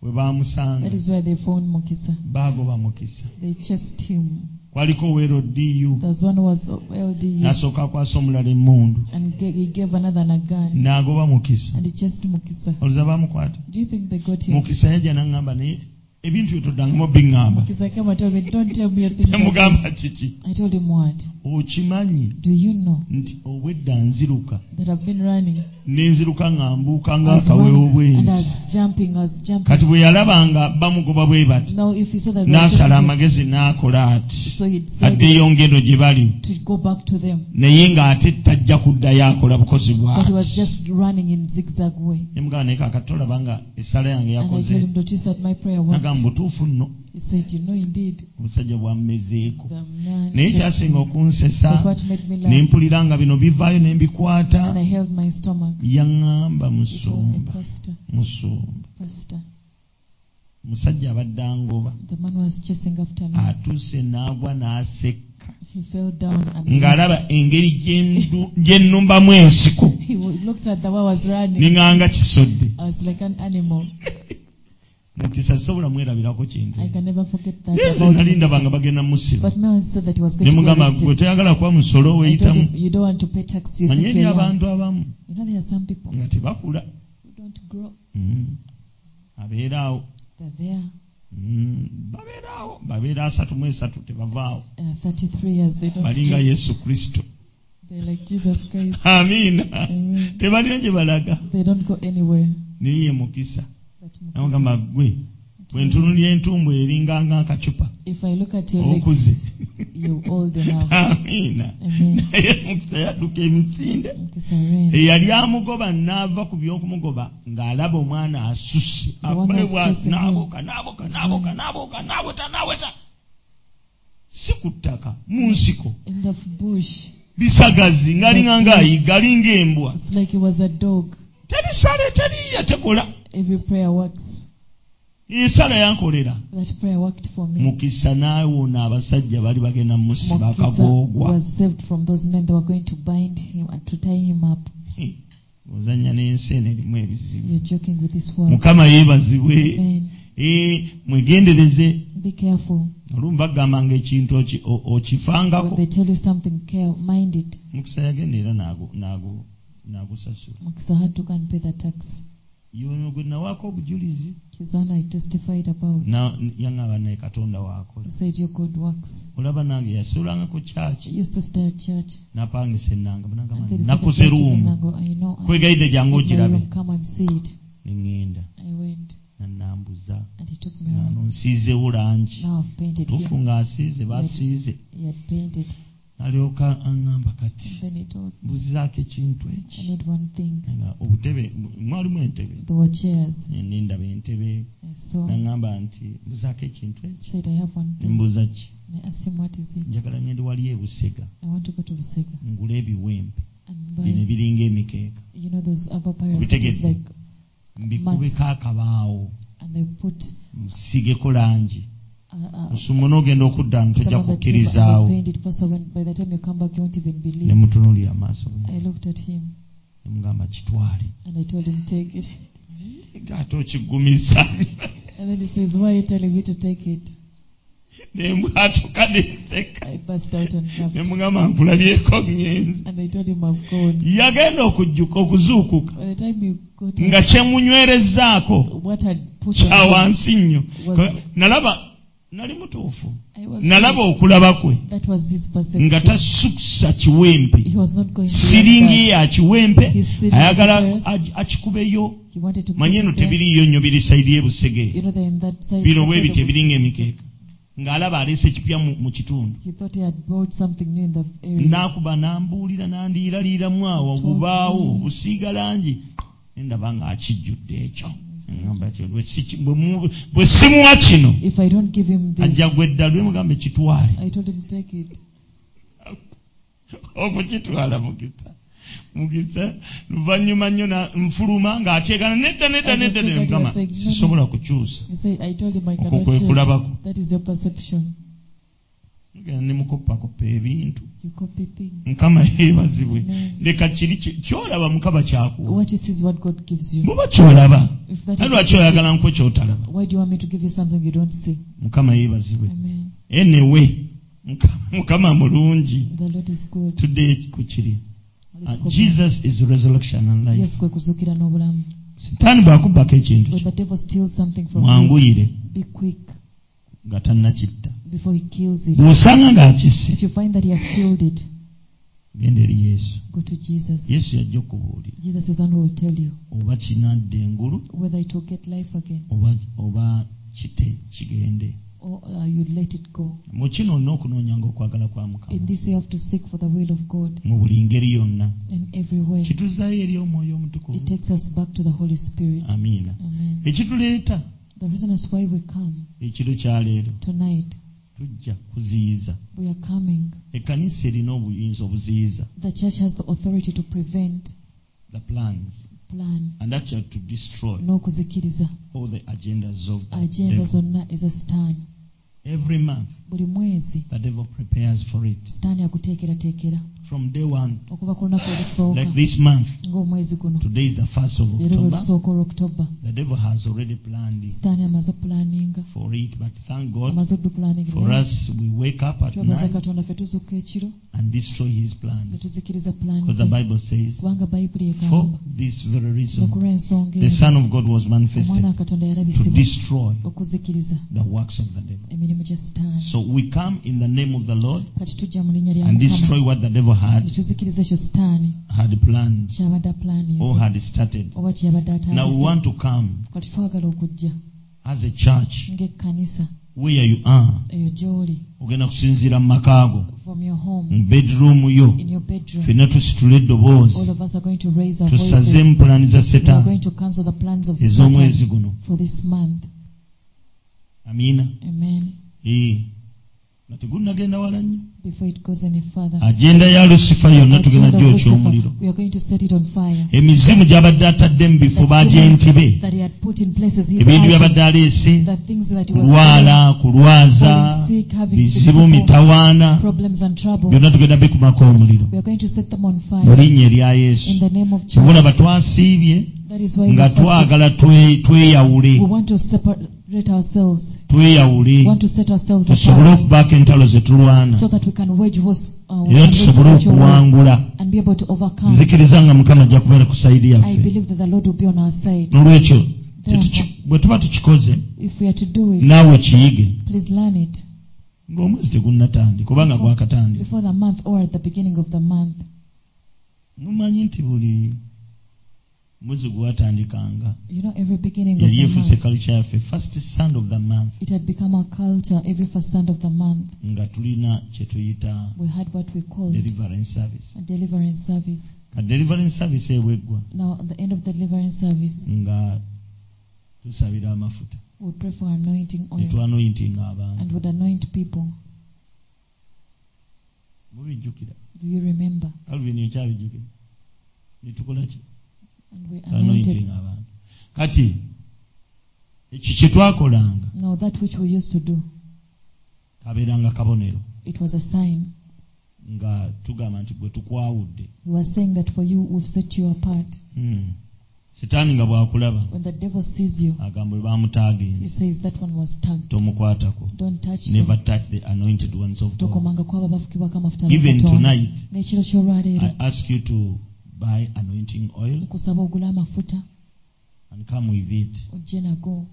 Speaker 1: we
Speaker 2: that
Speaker 1: baamusanga
Speaker 2: is where they found Mukisa.
Speaker 1: baagoba mukisa
Speaker 2: They chased him.
Speaker 1: kwaliko werodiyu
Speaker 2: There's one who was LDU
Speaker 1: n'asooka akwasa omulala emmundu
Speaker 2: and ga- he gave another a gun
Speaker 1: n'agoba mukisa
Speaker 2: and he chased Mukisa.
Speaker 1: oluza baamukwata
Speaker 2: Do you think they got him?
Speaker 1: mukisa yajja n'aŋŋamba naye ebintu bye todangamu biŋŋamba
Speaker 2: Mukisa came and told me, Don't tell me a thing. about him."
Speaker 1: emugamba kiki
Speaker 2: I told him, What?
Speaker 1: okimanyi
Speaker 2: Do you know
Speaker 1: nti obwedda nziruka
Speaker 2: that I've been running?
Speaker 1: nenziruka nga mbuuka
Speaker 2: I was
Speaker 1: ng'akawe
Speaker 2: running and I
Speaker 1: obwengi
Speaker 2: was jumping, I was
Speaker 1: kati
Speaker 2: jumping.
Speaker 1: bwe yalaba nga bamugoba bwe bati
Speaker 2: Now, if you saw that, we were
Speaker 1: n'asala
Speaker 2: chasing him,
Speaker 1: amagezi n'akola ati
Speaker 2: so he decided
Speaker 1: addeyo ngendo gye bali
Speaker 2: to go back to them.
Speaker 1: naye ng'ate tajja kuddayo akola bukozi
Speaker 2: But
Speaker 1: bwati
Speaker 2: he was just running in zigzag way.
Speaker 1: nemugaba naye kakatolaba nga essala yange
Speaker 2: And I told
Speaker 1: yakoze
Speaker 2: him, notice that my prayer worked.
Speaker 1: nagamba butuufu nno
Speaker 2: He said, you know, indeed,
Speaker 1: omusajja bwammezeeko
Speaker 2: the man
Speaker 1: naye
Speaker 2: just-
Speaker 1: kyasinga okunsesa
Speaker 2: But what made me laugh,
Speaker 1: ne mpulira nga bino bivaayo ne mbikwata
Speaker 2: and I held my stomach.
Speaker 1: yaŋŋamba
Speaker 2: He told me,
Speaker 1: musumba
Speaker 2: Pastor,
Speaker 1: musumba
Speaker 2: Pastor,
Speaker 1: musajja abadde angoba
Speaker 2: the man was chasing after me.
Speaker 1: atuuse n'agwa n'aseka
Speaker 2: He fell down and
Speaker 1: ng'alaba
Speaker 2: laughed.
Speaker 1: engeri gyendu- gye nnumbamu ensiko
Speaker 2: he w- looked at the way I was running.
Speaker 1: ne ŋŋanga kisodde
Speaker 2: I was like an animal.
Speaker 1: mukisa sobola mwerabirako kintu
Speaker 2: I can never forget that.
Speaker 1: naye nze
Speaker 2: about
Speaker 1: nali
Speaker 2: him.
Speaker 1: ndaba nga bagenda musiba
Speaker 2: But man said that he was going to be
Speaker 1: nemugamba gwe
Speaker 2: arrested.
Speaker 1: toyagala kuba musolo
Speaker 2: I told
Speaker 1: weeyitamu
Speaker 2: him, you don't want to pay tax. You,
Speaker 1: manye
Speaker 2: think
Speaker 1: eri
Speaker 2: you're young."
Speaker 1: abantu abamu
Speaker 2: you know, there are some people
Speaker 1: nga tebakula
Speaker 2: who don't grow.
Speaker 1: Mm. abeera awo
Speaker 2: They're there.
Speaker 1: Mm, babeera awo babeera asatu mu esatu tebavaawo
Speaker 2: Uh, 33 years, they don't
Speaker 1: balinga
Speaker 2: grow.
Speaker 1: yesu kristo
Speaker 2: They're like Jesus Christ.
Speaker 1: amiina
Speaker 2: Amen.
Speaker 1: tebalina gye balaga
Speaker 2: They don't go anywhere.
Speaker 1: naye ye mukisa
Speaker 2: But
Speaker 1: namugamba ggwe bwentunulya entumbu eringanga akacupa
Speaker 2: If I look at your legs,
Speaker 1: okuze
Speaker 2: you're old enough.
Speaker 1: amiina
Speaker 2: Amen.
Speaker 1: naye mukisa yadduka emisinde
Speaker 2: Mukisa Ren.
Speaker 1: eyali amugoba n'ava ku by'okumugoba ng'alaba omwana asusse abebwa n'aboka n'aboka n'aboka n'aboka n'aweta n'aweta si ku ttaka mu nsiko
Speaker 2: In the bush,
Speaker 1: bisagazi ngalinga ng'ayiga alinga embwa
Speaker 2: it's like he was a dog.
Speaker 1: terisale teriya tekola
Speaker 2: Every prayer works.
Speaker 1: esala yankolera
Speaker 2: That prayer worked for me.
Speaker 1: mukisa naawona abasajja baali bagenda musiba
Speaker 2: Mukisa
Speaker 1: akagoogwa
Speaker 2: was saved from those men that were going to bind him and to tie him up.
Speaker 1: ozanya n'ensene erimu ebizibu
Speaker 2: You're joking with this word.
Speaker 1: mukama yeebazibwe
Speaker 2: Amen.
Speaker 1: Eh, mwegendereze
Speaker 2: Be careful.
Speaker 1: olumu bagamba ngaekintu oki- o- okifangako
Speaker 2: When they tell you something, care, mind it.
Speaker 1: mukisa yagenda era n'agu- n'agu- n'agusasula
Speaker 2: Mukisa had to go and pay the tax.
Speaker 1: yono gwe nawaako obujulizi
Speaker 2: Kizana, I testified about.
Speaker 1: Na- yaŋŋamba naye katonda waakola
Speaker 2: He said, Your good works.
Speaker 1: olaba nange yasuulanga ku
Speaker 2: I
Speaker 1: kyaki
Speaker 2: used to stay at church.
Speaker 1: napangisa ennanga
Speaker 2: And there is
Speaker 1: nakuze
Speaker 2: such a place
Speaker 1: ruumu
Speaker 2: in Nango, I know. I
Speaker 1: kwegayidde
Speaker 2: said,
Speaker 1: gyange
Speaker 2: "My
Speaker 1: ogirabe
Speaker 2: room, Come and see it.
Speaker 1: neŋŋenda
Speaker 2: I went
Speaker 1: nanambuza
Speaker 2: and he took me
Speaker 1: ano
Speaker 2: around.
Speaker 1: nsiizewo langi
Speaker 2: Now I've painted
Speaker 1: tuufu
Speaker 2: him.
Speaker 1: ng'asiize basiize
Speaker 2: He had painted.
Speaker 1: n'alyoka aŋŋamba kati
Speaker 2: Then he told me,
Speaker 1: mbuzizaako ekintu
Speaker 2: I
Speaker 1: eki
Speaker 2: need one thing.
Speaker 1: nga obutebe mwalimu entebe
Speaker 2: There were chairs.
Speaker 1: nindaba entebe
Speaker 2: I saw.
Speaker 1: naŋŋamba nti mbuzaako ekintu eki
Speaker 2: Said, I have one thing.
Speaker 1: nembuuza ki
Speaker 2: And I asked him, What is it?
Speaker 1: njagala ngende wali ebusega
Speaker 2: I want to go to Busega
Speaker 1: ngule ebiwempe
Speaker 2: and
Speaker 1: bino
Speaker 2: buy,
Speaker 1: biringa emikeeka
Speaker 2: you know, those upper pirates.
Speaker 1: Obitegedde.
Speaker 2: It's like,
Speaker 1: mbikubeko akabaawo
Speaker 2: and they put
Speaker 1: musigeko langi
Speaker 2: uh, uh,
Speaker 1: musuma onoogenda okudda wano
Speaker 2: put them
Speaker 1: tojja
Speaker 2: on the table
Speaker 1: kukkiririzaawo
Speaker 2: and they paint it faster when by the time you come back, you won't even
Speaker 1: ne
Speaker 2: believe.
Speaker 1: mutunuulira amaaso
Speaker 2: I looked at him
Speaker 1: nemugamba kitwale
Speaker 2: and I told him, Take it.
Speaker 1: ate okiggumiza
Speaker 2: And then he says, Why are you telling me to take it?
Speaker 1: nembwatuka neseka
Speaker 2: I burst out and laughed.
Speaker 1: nemugamba nkulabyeko ngenzi
Speaker 2: And I told him, I've gone.
Speaker 1: yagenda okujjuka okuzuukuka
Speaker 2: By the time you got
Speaker 1: nga
Speaker 2: up,
Speaker 1: kyemunywerezaako
Speaker 2: what had put
Speaker 1: kya
Speaker 2: on him,
Speaker 1: wansi nnyo
Speaker 2: Was-
Speaker 1: nalaba nali mutuufu
Speaker 2: I was
Speaker 1: nalaba okulaba kwe
Speaker 2: that was his
Speaker 1: nga
Speaker 2: perception.
Speaker 1: tasuksa kiwempe
Speaker 2: He was not going to
Speaker 1: siringi ye
Speaker 2: like
Speaker 1: ya kiwempe
Speaker 2: His siringi
Speaker 1: ayagala
Speaker 2: is there.
Speaker 1: ag- akikubeyo
Speaker 2: that. He wanted to
Speaker 1: manye eno
Speaker 2: put it there.
Speaker 1: tebiriiyo nnyo biri e sayidi y'ebusege
Speaker 2: You know, they're in that side.
Speaker 1: biro
Speaker 2: that
Speaker 1: bwe
Speaker 2: side
Speaker 1: bityo
Speaker 2: of the
Speaker 1: ebiringa
Speaker 2: street.
Speaker 1: emikeeka ng'alaba aleese ekipya mu mu kitundu
Speaker 2: He thought he had bought something new in the
Speaker 1: Hmm.
Speaker 2: area.
Speaker 1: n'akuba n'ambuulira n'andiiraliiramu awo obubaawo obusiiga langi nendaba ng'akijjudde ekyo Ngamba nti, "Bwe siki- bwe mu- bwe simuwa kino
Speaker 2: If I don't give him this,
Speaker 1: ajja gwedda lwe mugamba ekitwale
Speaker 2: I told him, take it.
Speaker 1: okukitwala mukisa mukisa luvannyuma nnyo na- nfuluma ng'ateegana nedda nedda
Speaker 2: As I
Speaker 1: nedda
Speaker 2: said that,
Speaker 1: mugamba
Speaker 2: I said, "No, no."
Speaker 1: sisobola kukyusa
Speaker 2: He said, I told him I
Speaker 1: okwo
Speaker 2: cannot
Speaker 1: kwe
Speaker 2: change.
Speaker 1: kulabako
Speaker 2: That is your perception.
Speaker 1: mugenda ne mukoppakoppa ebintu
Speaker 2: You copy things.
Speaker 1: mukama yeebazibwe
Speaker 2: Amen.
Speaker 1: leka kiri ki- kyolaba mukama kyakuwa
Speaker 2: What you see is what God gives you.
Speaker 1: muba kyolaba
Speaker 2: If that
Speaker 1: naye
Speaker 2: is,
Speaker 1: lwaki oyagala nkwe kyotalaba
Speaker 2: why do you want me to give you something you don't see?
Speaker 1: mukama yeebazibwe
Speaker 2: Amen.
Speaker 1: enewe Muka- mukama mulungi
Speaker 2: The Lord is good.
Speaker 1: tudde ku kiri
Speaker 2: Let's
Speaker 1: Uh,
Speaker 2: go back.
Speaker 1: jesus is resurrection and life
Speaker 2: Yes, kwe kuzukira n'obulamu.
Speaker 1: sitaani bw'akubbako ekintu
Speaker 2: When
Speaker 1: kyo
Speaker 2: the devil steals something from you,
Speaker 1: Mm-hmm. mwanguyire
Speaker 2: be quick
Speaker 1: nga tannakitta
Speaker 2: before he kills it.
Speaker 1: bw'osanga ng'akisse
Speaker 2: If you find that he has killed it,
Speaker 1: genda eri yesu
Speaker 2: go to Jesus.
Speaker 1: yesu yajja okubuulira
Speaker 2: Jesus is the one who will tell you
Speaker 1: oba kinadde engulu
Speaker 2: whether it will get life again
Speaker 1: oba- oba kite kigende
Speaker 2: or uh, you let it go.
Speaker 1: mu kino olina okunoonyanga okwagala kwa mukama
Speaker 2: In this, you have to seek for the will of God
Speaker 1: mu buli ngeri yonna
Speaker 2: in every way.
Speaker 1: kituzaayo eri omwoyo omutukuvu
Speaker 2: It takes us back to the Holy Spirit.
Speaker 1: amiina
Speaker 2: Amen.
Speaker 1: ekituleeta
Speaker 2: The reason is why we come
Speaker 1: ekiro kyaleero
Speaker 2: tonight.
Speaker 1: tujja kuziyiza
Speaker 2: We are coming.
Speaker 1: ekkanisa erina obuyinza obuziyiza
Speaker 2: The church has the authority to prevent,
Speaker 1: the plans
Speaker 2: plan,
Speaker 1: and actually to destroy
Speaker 2: n'okuzikiriza.
Speaker 1: all the agendas of the
Speaker 2: Agenda
Speaker 1: devil.
Speaker 2: zonna ez'esitaani.
Speaker 1: every month
Speaker 2: Buli mwezi
Speaker 1: the devil prepares for it
Speaker 2: sitaani akuteekerateekera.
Speaker 1: from day one
Speaker 2: Okuva ku lunaku olusooka
Speaker 1: like this month
Speaker 2: ng'omwezi guno.
Speaker 1: today is the first of
Speaker 2: Leero lwe
Speaker 1: october
Speaker 2: lusooka olw'okutoba.
Speaker 1: the devil has already planned it
Speaker 2: sitaani amaze okupulaninga.
Speaker 1: for it but thank god
Speaker 2: Amaze okudupulaninga.
Speaker 1: for us we wake up at
Speaker 2: twebaza
Speaker 1: night
Speaker 2: katonda ffe tuzuka ekiro
Speaker 1: and destroy his plans
Speaker 2: netuzikiriza pulaani
Speaker 1: because the
Speaker 2: ze.
Speaker 1: bible says
Speaker 2: kubanga bayibuli
Speaker 1: for
Speaker 2: egamba
Speaker 1: this very reason
Speaker 2: nekulwa ensonga
Speaker 1: the
Speaker 2: eyo
Speaker 1: son of god was
Speaker 2: omwana
Speaker 1: manifested
Speaker 2: wa katonda
Speaker 1: to
Speaker 2: yalabisibwa
Speaker 1: destroy
Speaker 2: okuzikiriza
Speaker 1: the works of the devil
Speaker 2: emirimu gya sitaani
Speaker 1: so we come in the name of the lord
Speaker 2: kati tujja mu linnya lya
Speaker 1: and
Speaker 2: mukama
Speaker 1: destroy what the devil had
Speaker 2: netuzikiriza ekyo sitaani
Speaker 1: had planned
Speaker 2: kyabadde apulaninze
Speaker 1: or had started
Speaker 2: oba kyeyabadde
Speaker 1: now we
Speaker 2: atandise
Speaker 1: want to come
Speaker 2: kati twagala okujja
Speaker 1: as a church
Speaker 2: ng'ekkanisa
Speaker 1: where you are
Speaker 2: eyo gy'oli
Speaker 1: ogenda kusinziira mu makaago
Speaker 2: from your home
Speaker 1: mu bedroom yo
Speaker 2: in your bedroom
Speaker 1: ffenna tusitula
Speaker 2: all
Speaker 1: eddoboozi
Speaker 2: of us are going to raise our voices
Speaker 1: tusazeemu pulaani za
Speaker 2: we are going
Speaker 1: setaani
Speaker 2: to cancel the plans of
Speaker 1: ez'omwezi
Speaker 2: Satan
Speaker 1: guno
Speaker 2: for this month
Speaker 1: amiina
Speaker 2: amen
Speaker 1: Eh, nga tegulinagenda wala nnyo
Speaker 2: before it goes any further
Speaker 1: agenda ya lusifa yonna tugenda
Speaker 2: Agenda of
Speaker 1: gyo
Speaker 2: Lucifer,
Speaker 1: ekyomuliro
Speaker 2: we are going to set it on fire
Speaker 1: emizimu gy'abadde atadde mu bifo bagenti be
Speaker 2: that he had put in places his
Speaker 1: ebintu
Speaker 2: agent,
Speaker 1: by'abadde aleese
Speaker 2: the things that he was
Speaker 1: kulwala
Speaker 2: doing,
Speaker 1: kulwaza
Speaker 2: falling sick, having
Speaker 1: bizibu
Speaker 2: difficult
Speaker 1: mitawaana
Speaker 2: problems and trouble.
Speaker 1: byonna tugenda bikumako omuliro
Speaker 2: We are going to set them on
Speaker 1: mu
Speaker 2: fire
Speaker 1: linnya erya yesu
Speaker 2: in the name of
Speaker 1: kibulaba
Speaker 2: Jesus.
Speaker 1: twasiibye
Speaker 2: That is why we,
Speaker 1: nga
Speaker 2: first,
Speaker 1: twagala twe- tweyawule
Speaker 2: we want to separate ourselves.
Speaker 1: tweyawule
Speaker 2: We want to set ourselves
Speaker 1: tusobole
Speaker 2: apart
Speaker 1: okubaako entalo ze tulwana
Speaker 2: so that we can wage wars, uh, we
Speaker 1: era
Speaker 2: can wage
Speaker 1: tusobole
Speaker 2: spiritual wars
Speaker 1: okuwangula
Speaker 2: and be able to overcome.
Speaker 1: nzikiriza nga mukama ajja kubeera ku sayidi
Speaker 2: I
Speaker 1: yaffe
Speaker 2: believe that the Lord will be on our side.
Speaker 1: nolwekyo tetuki- bwe tuba tukikoze
Speaker 2: If we are to do it,
Speaker 1: naawe kiyige
Speaker 2: please learn it
Speaker 1: ng'omwezi tegunnatandika oba nga gwakatandika
Speaker 2: before the month or at the beginning of the month.
Speaker 1: mumanyi nti buli mwezi gwe watandikanga
Speaker 2: You know, every beginning of
Speaker 1: yali
Speaker 2: the
Speaker 1: efuuse
Speaker 2: month,
Speaker 1: culture yaffe first sound of the month
Speaker 2: it had become our culture every first Sunday of the month.
Speaker 1: nga tulina kye tuyita
Speaker 2: We had what we called
Speaker 1: deliverance service
Speaker 2: a deliverance service.
Speaker 1: ka deliverance service ebweggwa
Speaker 2: Now, at the end of the deliverance service,
Speaker 1: nga tusabira amafuta
Speaker 2: we would pray for anointing oil
Speaker 1: netwanointinga
Speaker 2: and
Speaker 1: abantu
Speaker 2: would anoint people.
Speaker 1: mubijjukira
Speaker 2: Do you remember?
Speaker 1: kaluvini okyabijjukira netukola ki
Speaker 2: And we anointed.
Speaker 1: anointinga abantu kati ekyo kye twakolanga
Speaker 2: Now, that which we used to do,
Speaker 1: kabeeranga kabonero
Speaker 2: it was a sign.
Speaker 1: nga tugamba nti gwe tukwawudde
Speaker 2: We were saying that for you, we've set you apart.
Speaker 1: Mm. sitaani nga bw'akulaba
Speaker 2: When the devil sees you,
Speaker 1: agamba bwe
Speaker 2: he
Speaker 1: bamutaagenze
Speaker 2: says that one was tagged.
Speaker 1: tomukwatako
Speaker 2: Don't touch
Speaker 1: never
Speaker 2: them.
Speaker 1: touch the anointed ones of God.
Speaker 2: tokomanga kwabo abafukibwako amafuta
Speaker 1: even
Speaker 2: abakatonda
Speaker 1: tonight
Speaker 2: n'ekiro ky'olwaleero
Speaker 1: i ask you to buy anointing oil
Speaker 2: nkusaba ogula amafuta
Speaker 1: and come with it
Speaker 2: ojje nago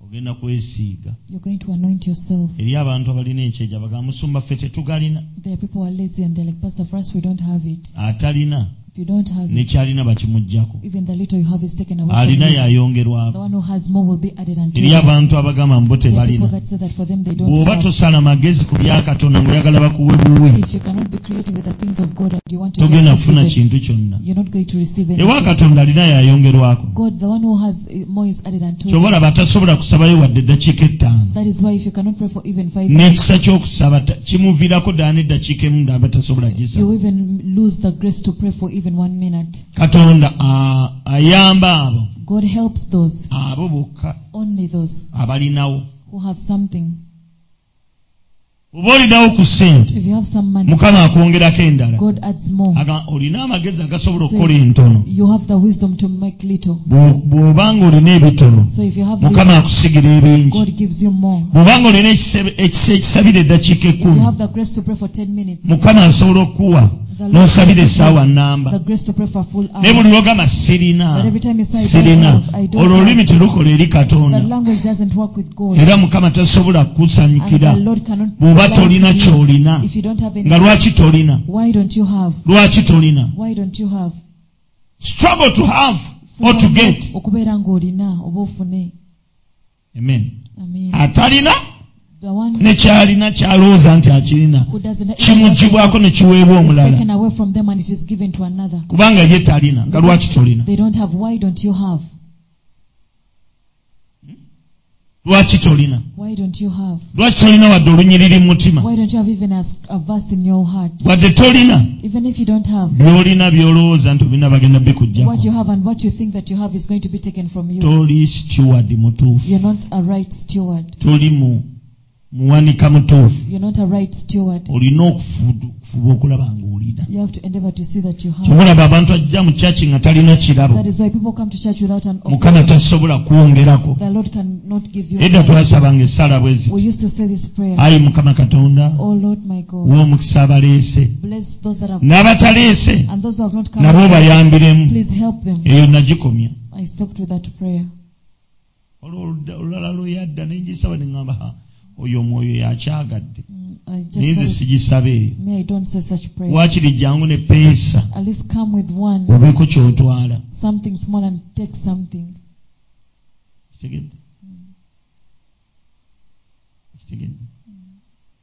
Speaker 1: ogenda kwesiiga
Speaker 2: you're going to anoint yourself
Speaker 1: eri abantu abalina ekyeja bagamba musumba ffe tetugalina
Speaker 2: there are people who are lazy and they're like pastor for us we don't have it
Speaker 1: atalina
Speaker 2: if you don't have it
Speaker 1: nekyalina bakimugjako
Speaker 2: even the little you have is taken away from
Speaker 1: alina
Speaker 2: you. the
Speaker 1: yayongerwako
Speaker 2: one who has more will be added unto
Speaker 1: eri
Speaker 2: you
Speaker 1: abantu abagamba mbu bo
Speaker 2: there are people
Speaker 1: tebalina
Speaker 2: that say that for them they don't
Speaker 1: bw'oba
Speaker 2: have
Speaker 1: tosala magezi ku bya katonda ngaoyagala bakuwe buwe
Speaker 2: if you cannot be creative with the things of God and you want to just
Speaker 1: togenda
Speaker 2: receive
Speaker 1: kufuna
Speaker 2: it,
Speaker 1: kintu kyonna
Speaker 2: you're not going to receive it
Speaker 1: ewa katonda alina yayongerwako
Speaker 2: God the one who has eh, more is added unto you
Speaker 1: kyobalaba atasobola kusabayo wadde eddakiika ettaano
Speaker 2: that is why if you cannot pray for even five minutes
Speaker 1: n'ekisa ky'okusaba ta- kimuviirako ddala n'eddakiika emu aba tasobola
Speaker 2: you
Speaker 1: gisaba
Speaker 2: even lose the grace to pray for even one minute
Speaker 1: katonda a- ayamba abo
Speaker 2: God helps those
Speaker 1: abo bokka
Speaker 2: only those
Speaker 1: abalinawo
Speaker 2: who have something
Speaker 1: oba olinawo ku ssente
Speaker 2: If you have some money,
Speaker 1: mukama akwongerako endala
Speaker 2: God adds more.
Speaker 1: Aga- olina amagezi agasobola okukola entono
Speaker 2: You have the wisdom to make little.
Speaker 1: Bwo- bw'obanga olina ebitono
Speaker 2: So if you have little,
Speaker 1: mukama akusigira ebingi
Speaker 2: God gives you more.
Speaker 1: bw'obanga olina ekise- ekisa ekisabira eddakiika
Speaker 2: If you
Speaker 1: ekkumi
Speaker 2: have the grace to pray for 10 minutes,
Speaker 1: mukama asobola okuwa
Speaker 2: the Lord
Speaker 1: n'osabira
Speaker 2: gives you
Speaker 1: essaawa
Speaker 2: the
Speaker 1: nnamba
Speaker 2: grace to pray for a full
Speaker 1: naye
Speaker 2: hour.
Speaker 1: buli lwogamba sirina
Speaker 2: But every time you say, I don't
Speaker 1: sirina
Speaker 2: have, I
Speaker 1: olwo
Speaker 2: don't
Speaker 1: olulimi
Speaker 2: have,
Speaker 1: terukola eri
Speaker 2: the
Speaker 1: katonda
Speaker 2: language doesn't work with God.
Speaker 1: era mukama tasobola
Speaker 2: And the
Speaker 1: kukusanyukira
Speaker 2: Lord cannot
Speaker 1: bw'oba
Speaker 2: provide to
Speaker 1: tolina
Speaker 2: you
Speaker 1: ky'olina
Speaker 2: if you don't have
Speaker 1: nga
Speaker 2: any.
Speaker 1: lwaki tolina
Speaker 2: Why don't you have?
Speaker 1: lwaki tolina
Speaker 2: Why don't you have?
Speaker 1: struggle to have or to get
Speaker 2: okubeera ng'olina oba ofune.
Speaker 1: amen
Speaker 2: Amen.
Speaker 1: atalina
Speaker 2: The one
Speaker 1: nekyalina kyalowooza nti akirina
Speaker 2: who doesn't
Speaker 1: kimugibwako ne kiweebwa
Speaker 2: is
Speaker 1: omulala
Speaker 2: taken away from them and it is given to another.
Speaker 1: kubanga ye talina nga lwaki tolina
Speaker 2: They don't have. Why don't you have?
Speaker 1: lwaki tolina
Speaker 2: Why don't you have?
Speaker 1: lwaki tolina wadde olunyiriri mu mutima
Speaker 2: Why don't you have even a, a verse in your heart?
Speaker 1: wadde tolina
Speaker 2: Even if you don't have,
Speaker 1: by'olina by'olowooza nti olina bagenda
Speaker 2: what you
Speaker 1: bikugjako
Speaker 2: have and what you think that you have is going to be taken from you.
Speaker 1: toli steward mutuufu
Speaker 2: You're not a right steward.
Speaker 1: toli mu muwanika mutuufu
Speaker 2: You're not a right steward.
Speaker 1: olina okufu- okufuba okulaba ng'olina
Speaker 2: You have to endeavor to see that you have.
Speaker 1: kyobulaba abantu ajja mu kyaki nga talina kirabo
Speaker 2: That is why people come to church without an
Speaker 1: mukama
Speaker 2: offering.
Speaker 1: tasobola kwongerako
Speaker 2: The Lord cannot give you.
Speaker 1: edda twasabanga essala bwe
Speaker 2: We
Speaker 1: ziti
Speaker 2: used to say this prayer.
Speaker 1: ayi mukama katonda
Speaker 2: Oh Lord my God,
Speaker 1: w'omukisa abaleese
Speaker 2: bless those that have
Speaker 1: n'abataleese
Speaker 2: and those who have not
Speaker 1: nabo
Speaker 2: come.
Speaker 1: bayambiremu
Speaker 2: Please help them.
Speaker 1: eyo nagikomya
Speaker 2: I stopped with that prayer.
Speaker 1: olwo oludda- olulala lweyadda nengisaba neŋamba oyo omwoyo yakyagadde
Speaker 2: Mm, I
Speaker 1: naye nze
Speaker 2: just.
Speaker 1: sigisaba eyo
Speaker 2: May I don't say such prayer.
Speaker 1: waakiri jangu ne peesa
Speaker 2: At least come with one.
Speaker 1: obeeko kyotwala
Speaker 2: something small and take something.
Speaker 1: kitegedde kitegedde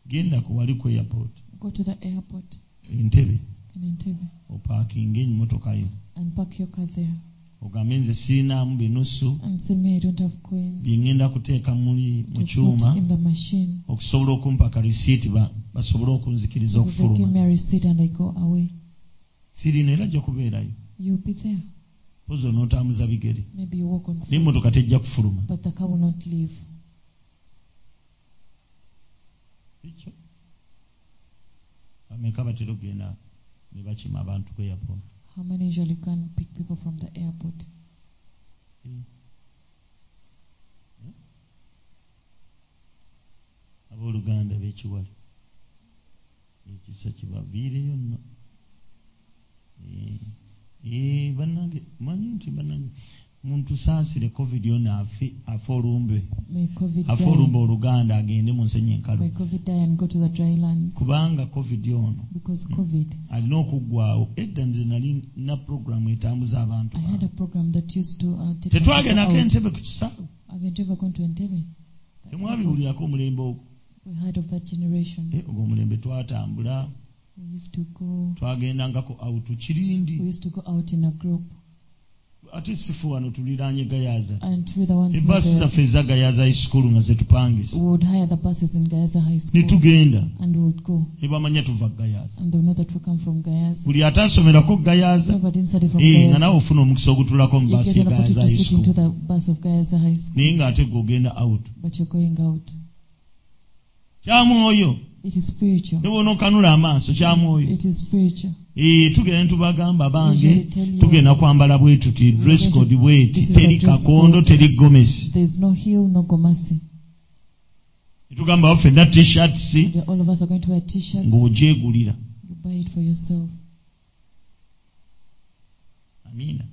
Speaker 1: genda ku wali ku airport
Speaker 2: Go to the airport
Speaker 1: entebe
Speaker 2: in Entebbe
Speaker 1: opaakinga emmotoka yo
Speaker 2: and park your car there
Speaker 1: ogambe nze sirinaamu binusu
Speaker 2: and say, "Me, I don't have coins
Speaker 1: bye ŋŋenda kuteeka muli mu
Speaker 2: to
Speaker 1: kyuma
Speaker 2: put in the machine."
Speaker 1: okusobola okumpa ka risiiti ba- basobole okunzikiriza
Speaker 2: So they give
Speaker 1: okufuluma
Speaker 2: me a receipt and I go away.
Speaker 1: sirina era gye kubeerayo
Speaker 2: You'll be there.
Speaker 1: poza n'otambuza bigere
Speaker 2: Maybe you walk on foot,
Speaker 1: n'emmotoka tejja kufuluma
Speaker 2: but the car will not leave.
Speaker 1: Ekyo. bameka batera okugenda ne bakima abantu ku airport
Speaker 2: How many usually can pick people from the airport?
Speaker 1: abooluganda b'ekiwala ekisa kibaviireyo nno Eh, eh, bannange manyi nti bannange muntu saasire covid ono afe afe olumbe
Speaker 2: May COVID
Speaker 1: afe
Speaker 2: die.
Speaker 1: olumbe oluganda agende mu nsenyi enkalu
Speaker 2: May COVID die and go to the dry lands.
Speaker 1: kubanga covid ono
Speaker 2: Because COVID,
Speaker 1: alina okuggwawo edda nze nali na puroguramu etambuza abantu
Speaker 2: I had a program that used to uh, take. my people
Speaker 1: tetwagendako
Speaker 2: out.
Speaker 1: entebe ku kisaawe
Speaker 2: Haven't you ever gone to Entebbe? But
Speaker 1: temwabiwulirako omulembe ogwo
Speaker 2: We heard of that generation.
Speaker 1: Eh, ogwo omulembe twatambula
Speaker 2: We used to go.
Speaker 1: twagendangako autu
Speaker 2: We
Speaker 1: kirindi
Speaker 2: used to go out in a group,
Speaker 1: ate sifu wano tuliraanye gayaza
Speaker 2: and we the ones who
Speaker 1: ebaasi
Speaker 2: were-
Speaker 1: zaffe eza gayaza high school nga zetupangisa
Speaker 2: we would hire the buses in Gayaza High
Speaker 1: ne
Speaker 2: School,
Speaker 1: tugenda
Speaker 2: and we would go,
Speaker 1: ne bamanya tuva gayaza
Speaker 2: and they know that we come from Gayaza.
Speaker 1: buli ataasomerako gayaza
Speaker 2: Whoever didn't study from
Speaker 1: Eh, nga
Speaker 2: Gayaza,
Speaker 1: nawe ofuna omukisa ogutulako mu
Speaker 2: you
Speaker 1: baasi
Speaker 2: get an
Speaker 1: egayaza
Speaker 2: opportunity to
Speaker 1: high
Speaker 2: sit into
Speaker 1: school
Speaker 2: the bus of Gayaza High School,
Speaker 1: naye ng'ate gwe ogenda out
Speaker 2: but you're going out.
Speaker 1: kyamwoyo
Speaker 2: It is spiritual.
Speaker 1: ne bonookanula amaaso kyamwoyo
Speaker 2: It is spiritual.
Speaker 1: Eh, tugenda ne tubagamba
Speaker 2: Usually
Speaker 1: bange
Speaker 2: tell you-
Speaker 1: tugenda kwambala bwe tuti dress code bweti
Speaker 2: This is
Speaker 1: teri
Speaker 2: the dress
Speaker 1: kakondo
Speaker 2: code.
Speaker 1: teri gomesi
Speaker 2: There's no heel, no gomasi.
Speaker 1: netugamba baffenna t-shirts
Speaker 2: And all of us are going to wear t-shirts. You
Speaker 1: ng'ogyegulira
Speaker 2: buy it for yourself.
Speaker 1: amiina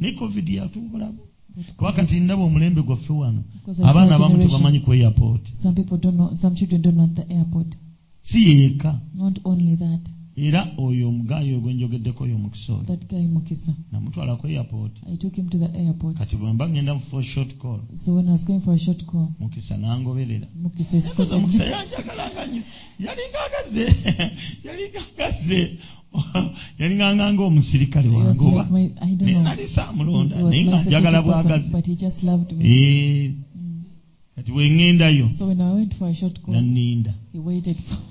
Speaker 1: ne covid yatukolabo
Speaker 2: But
Speaker 1: kuba kati ndaba omulembe gwaffe wano
Speaker 2: because I
Speaker 1: abaana
Speaker 2: saw a
Speaker 1: abamu tebamanyi
Speaker 2: generation,
Speaker 1: ku airport
Speaker 2: some people don't know, some children don't know at the airport.
Speaker 1: si yeeka
Speaker 2: Not only that,
Speaker 1: era oyo omugaayo ogwe njogeddeko oyo omukisa oyo
Speaker 2: that guy Mukisa,
Speaker 1: namutwala ku airport
Speaker 2: I took him to the airport.
Speaker 1: kati bwemba ngenda mufa short call
Speaker 2: So when I was going for a short call,
Speaker 1: mukisa n'angoberera
Speaker 2: Mukisa is
Speaker 1: Kwanza mukisa
Speaker 2: quoting.
Speaker 1: yanjagalanga nnyo yalinga agaze yalinga agaze yalinganga ng'omusirikale
Speaker 2: He was
Speaker 1: wange oba
Speaker 2: like my, I
Speaker 1: naye
Speaker 2: don't know.
Speaker 1: nali saamulonda
Speaker 2: He
Speaker 1: naye
Speaker 2: was
Speaker 1: nga
Speaker 2: my
Speaker 1: njagala
Speaker 2: security person,
Speaker 1: bwagazi
Speaker 2: but he just loved me.
Speaker 1: Eh,
Speaker 2: Mm.
Speaker 1: kati bweŋŋendayo
Speaker 2: So when I went for a short call,
Speaker 1: nanninda
Speaker 2: he waited for me.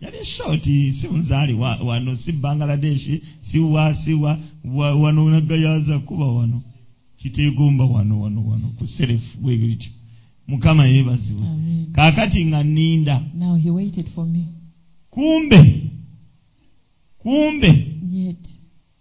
Speaker 1: yali shoti si muzaali wa- wano si bangaladeshi si wa si wa wa- wano nagayaza kuba wano kiteegomba wano wano wano ku serefu bwe bityo mukama yeebazibwe
Speaker 2: Amen.
Speaker 1: kaakati nga nninda
Speaker 2: Now he waited for me.
Speaker 1: kumbe kumbe
Speaker 2: Yet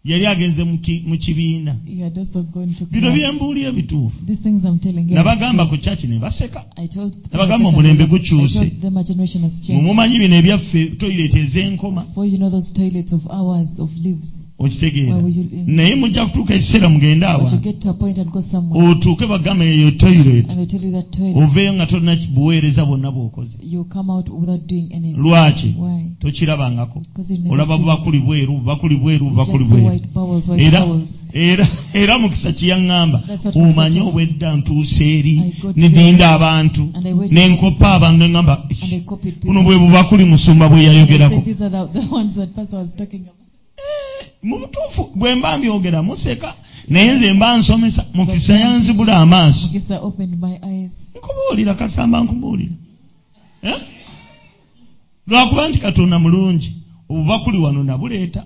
Speaker 1: yali agenze mu ki- mu kibiina
Speaker 2: he had also gone to
Speaker 1: bino
Speaker 2: class.
Speaker 1: byembuulire bituufu
Speaker 2: These things I'm telling you.
Speaker 1: nabagamba ku caki ne baseka
Speaker 2: I told them
Speaker 1: Nabagamba
Speaker 2: I
Speaker 1: omulembe
Speaker 2: told
Speaker 1: gukyuse.
Speaker 2: them my generation has changed.
Speaker 1: mumumanyi bino ebyaffe toyireta ez'enkoma
Speaker 2: For you know those toilets of hours of leaves.
Speaker 1: okitegeera
Speaker 2: Where will you-
Speaker 1: naye mujja kutuuka ekiseera mugende
Speaker 2: But you
Speaker 1: abantu
Speaker 2: get to a point and go somewhere
Speaker 1: otuuke bagamba eyo toyireti
Speaker 2: and they tell you that toilet
Speaker 1: oveeyo nga tolina buweereza bwonna bw'okoze
Speaker 2: you come out without doing anything.
Speaker 1: lwaki
Speaker 2: Why?
Speaker 1: tokirabangako
Speaker 2: Because you never
Speaker 1: olaba
Speaker 2: see it.
Speaker 1: bubakuli bweru bubakuli bweru
Speaker 2: You just
Speaker 1: bubakuli
Speaker 2: see
Speaker 1: bweru
Speaker 2: white bowels, white
Speaker 1: era
Speaker 2: bowels.
Speaker 1: era era mukisa kyeyaŋŋamba
Speaker 2: That's what
Speaker 1: omanye
Speaker 2: Musa told me.
Speaker 1: obwedda ntuusa eri
Speaker 2: I go to
Speaker 1: negenda abantu
Speaker 2: And I waited
Speaker 1: nenkopa abantu neŋŋamba
Speaker 2: and I copied
Speaker 1: buno
Speaker 2: people.
Speaker 1: bwe bubakuli musumba bwe
Speaker 2: They
Speaker 1: yayogerako Eh,
Speaker 2: said these are the, the ones that Pastor was talking about.
Speaker 1: mu butuufu bwe mba mbyogera museka naye nze mba nsomesa mukisa yanzibula amaaso
Speaker 2: Mukisa opened my eyes.
Speaker 1: nkubuulira kasamba nkubuulira Eh? lwakuba nti katonda mulungi obubakuli wano nabuleeta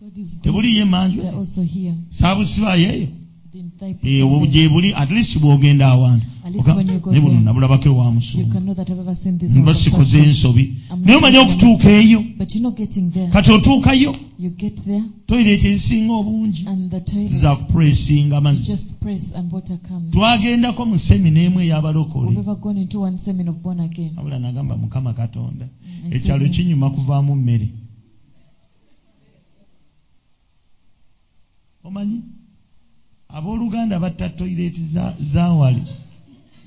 Speaker 2: God is good.
Speaker 1: tebuliyo emanju
Speaker 2: They're also here.
Speaker 1: saabusibaayo eyo
Speaker 2: Didn't I put
Speaker 1: ewo
Speaker 2: them there?
Speaker 1: Eh, gye buli at least bw'ogenda awantu
Speaker 2: At least
Speaker 1: oga,
Speaker 2: when you go
Speaker 1: ne buno
Speaker 2: there,
Speaker 1: nabulabako ewa
Speaker 2: You
Speaker 1: musumba
Speaker 2: can know that I've ever seen this
Speaker 1: mba
Speaker 2: one.
Speaker 1: sikoze ensobi
Speaker 2: I'm
Speaker 1: naye
Speaker 2: not
Speaker 1: omanye
Speaker 2: getting-
Speaker 1: okutuuka eyo
Speaker 2: But you're not getting there.
Speaker 1: kati otuukayo
Speaker 2: You get there
Speaker 1: toyireeta ezisinga obungi
Speaker 2: and the
Speaker 1: za
Speaker 2: toilet.
Speaker 1: kupuresinga
Speaker 2: You
Speaker 1: amazzi
Speaker 2: just press and water comes.
Speaker 1: twagendako mu semina emu ey'abalokole
Speaker 2: We've ever gone into one seminar of born again.
Speaker 1: abula nagamba mukama katonda
Speaker 2: I said,
Speaker 1: ekyalo
Speaker 2: "No."
Speaker 1: kinyuma kuvaamu mmere omanyi abooluganda batta toyireeti zawali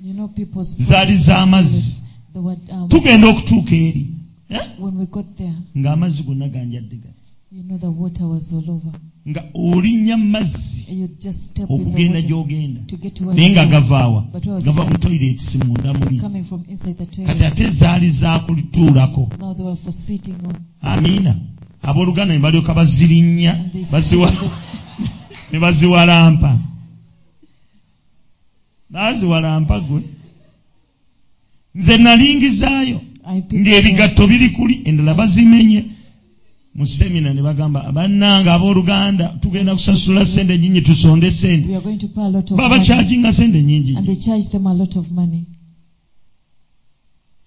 Speaker 2: You know people's
Speaker 1: zaali z'amazzi
Speaker 2: the word, um,
Speaker 1: tugenda okutuuka eri Eh?
Speaker 2: when we got there,
Speaker 1: ng'amazzi gonna ganjadde gati
Speaker 2: you know the water was all over.
Speaker 1: nga olinnya mu mazzi
Speaker 2: You just step in
Speaker 1: okugenda
Speaker 2: the water
Speaker 1: gy'ogenda
Speaker 2: to get to where
Speaker 1: naye nga
Speaker 2: you are.
Speaker 1: gavaawa
Speaker 2: But where was
Speaker 1: gava
Speaker 2: it?
Speaker 1: mu toyireeti si munda muli
Speaker 2: coming from inside the
Speaker 1: kati
Speaker 2: toilet.
Speaker 1: ate zaali zakulituulako
Speaker 2: Now they were for sitting on.
Speaker 1: amiina abooluganda ne balyoka bazirinnya
Speaker 2: And they
Speaker 1: baziwa
Speaker 2: sit on
Speaker 1: ne baziwalampa baziwalampa gwe nze nalingizaayo
Speaker 2: the- I picked them.
Speaker 1: ng'ebigatto biri kuli endala bazimenye mu semina ne bagamba bannanga abooluganda tugenda kusasula sente nyingi tusonde sente
Speaker 2: We are going to pay a lot of
Speaker 1: baba
Speaker 2: money.
Speaker 1: kyaginga sente nyingi
Speaker 2: And they charge them a lot of money.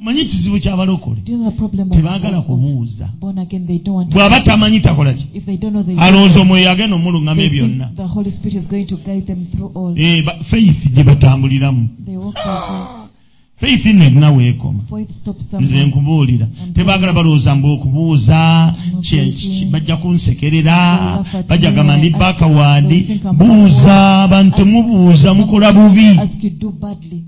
Speaker 1: omanyi ekizibu ky'abalokole
Speaker 2: Do you know the problem of,
Speaker 1: tebaagala
Speaker 2: of, of
Speaker 1: kubuuza
Speaker 2: born again? They don't want to.
Speaker 1: bw'aba tamanyi takolaki
Speaker 2: If they don't know they,
Speaker 1: alowooza omwoyo agenda omulungamu
Speaker 2: they
Speaker 1: ebyonna
Speaker 2: think the Holy Spirit is going to guide them through all.
Speaker 1: Eh, ba- faith gye batambuliramu
Speaker 2: They walk away.
Speaker 1: faith nno erinawe ekoma
Speaker 2: Faith stops
Speaker 1: nze
Speaker 2: somewhere.
Speaker 1: nkubuulira tebaagala balowooza mbu okubuuza kye- ki- bajja kunsekerera bajja gamba ndi bakawadi buuza abantu temubuuza mukola bubi
Speaker 2: As you do badly,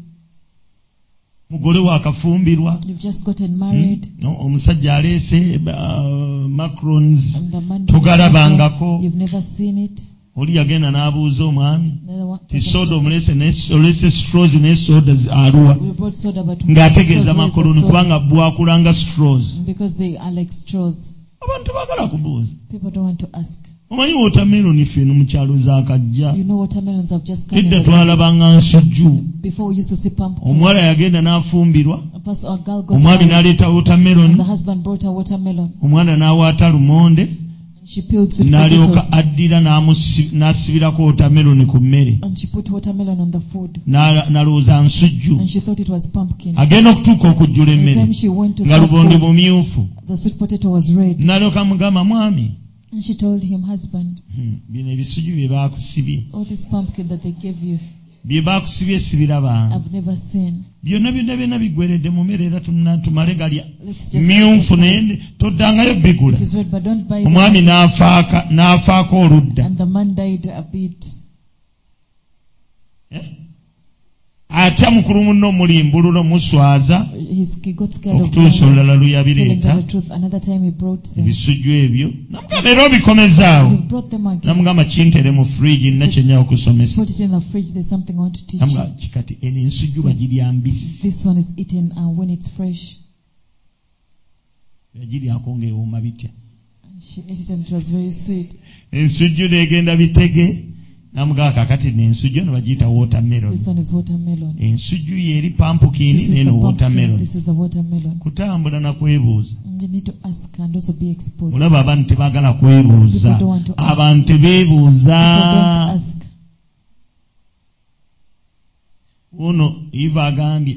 Speaker 1: mugole waakafumbirwa
Speaker 2: you've just gotten married.
Speaker 1: No, omusajja aleese uh, macrons
Speaker 2: And the man
Speaker 1: Togalabangako.
Speaker 2: you've never seen it.
Speaker 1: oli yagenda n'abuuza omwami
Speaker 2: Another one-
Speaker 1: ti soda omulese ne- olese straws ne soda zi- aluwa
Speaker 2: We brought soda, but
Speaker 1: ng'ategeeza
Speaker 2: straws, where's the
Speaker 1: makoloni
Speaker 2: soda?
Speaker 1: kubanga bwakulanga straws
Speaker 2: Because they are like straws.
Speaker 1: abantu tebaagala kubuuza
Speaker 2: People don't want to ask.
Speaker 1: omanyi wootameroni ffe no mu kyalo zaakajja
Speaker 2: You know watermelons have just come. in
Speaker 1: edda
Speaker 2: the-
Speaker 1: twalabanga nsujju
Speaker 2: Before we used to see pumpkin.
Speaker 1: omuwala yagenda n'afumbirwa
Speaker 2: A person or girl got
Speaker 1: omwami
Speaker 2: married,
Speaker 1: n'aleeta wootameroni
Speaker 2: and the husband brought a watermelon.
Speaker 1: omwana n'awaata lumonde
Speaker 2: And she peeled sweet
Speaker 1: n'alyoka
Speaker 2: potatoes.
Speaker 1: addira n'amusi- n'asibirako wootameroni ku mmere
Speaker 2: And she put watermelon on the food.
Speaker 1: N'ala- n'alowooza nsujju
Speaker 2: And she thought it was pumpkin.
Speaker 1: agenda okutuuka okujjula
Speaker 2: The
Speaker 1: emmere
Speaker 2: time she went to
Speaker 1: nga
Speaker 2: serve
Speaker 1: lubondi
Speaker 2: food,
Speaker 1: bumyufu
Speaker 2: the sweet potato was red.
Speaker 1: n'alyoka mugamba mwami
Speaker 2: And she told him, husband,
Speaker 1: hmm, bino ebisujju bye baakusibye
Speaker 2: all this pumpkin that they gave you,
Speaker 1: bye baakusibye sibirabanga
Speaker 2: I've never seen.
Speaker 1: byonna byonna byonna biggweredde mu mmere era tumna- tumale galya
Speaker 2: Let's just
Speaker 1: myunfu naye ndi- toddangayo bigula
Speaker 2: It is red, but don't buy it.
Speaker 1: omwami n'afaaka- n'afaako oludda
Speaker 2: And the man died a bit.
Speaker 1: atya mukulu munno mulimbulula muswaza
Speaker 2: He's, he got scared of
Speaker 1: okutuusa
Speaker 2: them.
Speaker 1: olulala
Speaker 2: telling
Speaker 1: luyabireeta
Speaker 2: her the truth. Another time he brought them.
Speaker 1: ebisujju ebyo namugamba era obikomezaawo
Speaker 2: You've brought them again.
Speaker 1: namugamba kintere mu fridge nina kyenyawo okusomesa
Speaker 2: Put it in the fridge. There's something I want to teach
Speaker 1: namugamba
Speaker 2: you.
Speaker 1: kikati eno ensujju bagirya mbisi
Speaker 2: This one is eaten uh, when it's fresh.
Speaker 1: bagiryako ngaewoma bitya
Speaker 2: And she ate it and it was very sweet.
Speaker 1: ensujju negenda bitege namugamba kakati nensujju eno bagiyita watermelon
Speaker 2: This one is watermelon.
Speaker 1: ensujju yeeri pampukini
Speaker 2: This is the
Speaker 1: neno
Speaker 2: pumpkin.
Speaker 1: watermelon
Speaker 2: This is the watermelon.
Speaker 1: kutambula nakwebuuza
Speaker 2: And you need to ask and also be exposed. People
Speaker 1: olaba abantu tebaagala kwebuuza
Speaker 2: People don't want to ask.
Speaker 1: abantu tebeebuuza
Speaker 2: don't ask.
Speaker 1: ono eva agambye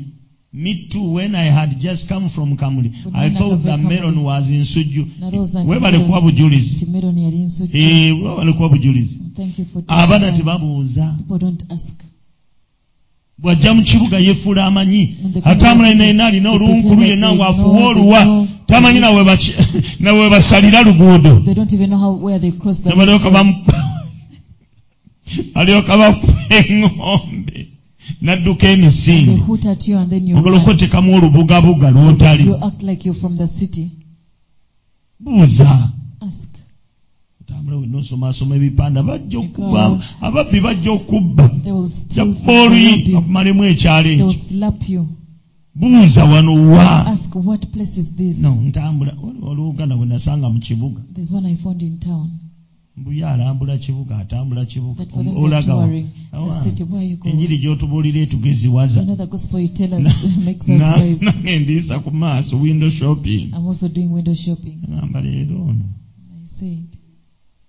Speaker 1: me too when i had just come from kamuli
Speaker 2: Bwe
Speaker 1: i
Speaker 2: nali
Speaker 1: thought
Speaker 2: nava
Speaker 1: the
Speaker 2: e Kamuli.
Speaker 1: melon was nsujju
Speaker 2: Nalowooza nti
Speaker 1: webale
Speaker 2: melon-
Speaker 1: kuwa bujulizi
Speaker 2: nti melon yali nsujju.
Speaker 1: Eh, webale kuwa bujulizi
Speaker 2: Thank you for teaching
Speaker 1: abaana
Speaker 2: us.
Speaker 1: tebabuuza
Speaker 2: People don't ask.
Speaker 1: bw'ajja mu kibuga yeefuula amanyi ate amulaina yenna alina olunkulu yenna ng'afuwa oluwa tamanyi nawe baki- nawe we basalira luguudo
Speaker 2: They don't even know how where they cross the
Speaker 1: ne balyoka bamu- balyoka bakuba eŋŋombe n'adduka
Speaker 2: They
Speaker 1: emisinde
Speaker 2: hoot at you and then you
Speaker 1: ogala
Speaker 2: run.
Speaker 1: okwotekamu olubugabuga lw'otali
Speaker 2: You act like you're from the city.
Speaker 1: buuza
Speaker 2: Ask.
Speaker 1: otambula wenna osomaasoma ebipanda bajja okuba
Speaker 2: Because-
Speaker 1: ababbi bajja okubba
Speaker 2: They will steal.
Speaker 1: jakuba
Speaker 2: They will
Speaker 1: oluyi
Speaker 2: rob you.
Speaker 1: bakumalemu ekyalo
Speaker 2: They will
Speaker 1: ekyo
Speaker 2: slap you.
Speaker 1: buuza wano wa
Speaker 2: Ask what place is this?
Speaker 1: no ntambula wali- olwouganda bwe nasanga mu kibuga
Speaker 2: There's one I found in town.
Speaker 1: mbuye alambula kibuga atambula kibuga
Speaker 2: That for them they're
Speaker 1: olagawa
Speaker 2: touring the city. Where are you
Speaker 1: Ah, enjiri
Speaker 2: going?
Speaker 1: gy'otubuulira
Speaker 2: You
Speaker 1: etugeziwaza
Speaker 2: know the gospel you tell us makes us
Speaker 1: Na-
Speaker 2: wise.
Speaker 1: nange ndiisa ku maaso window shopping
Speaker 2: I'm also doing window shopping.
Speaker 1: agamba leero ono
Speaker 2: I said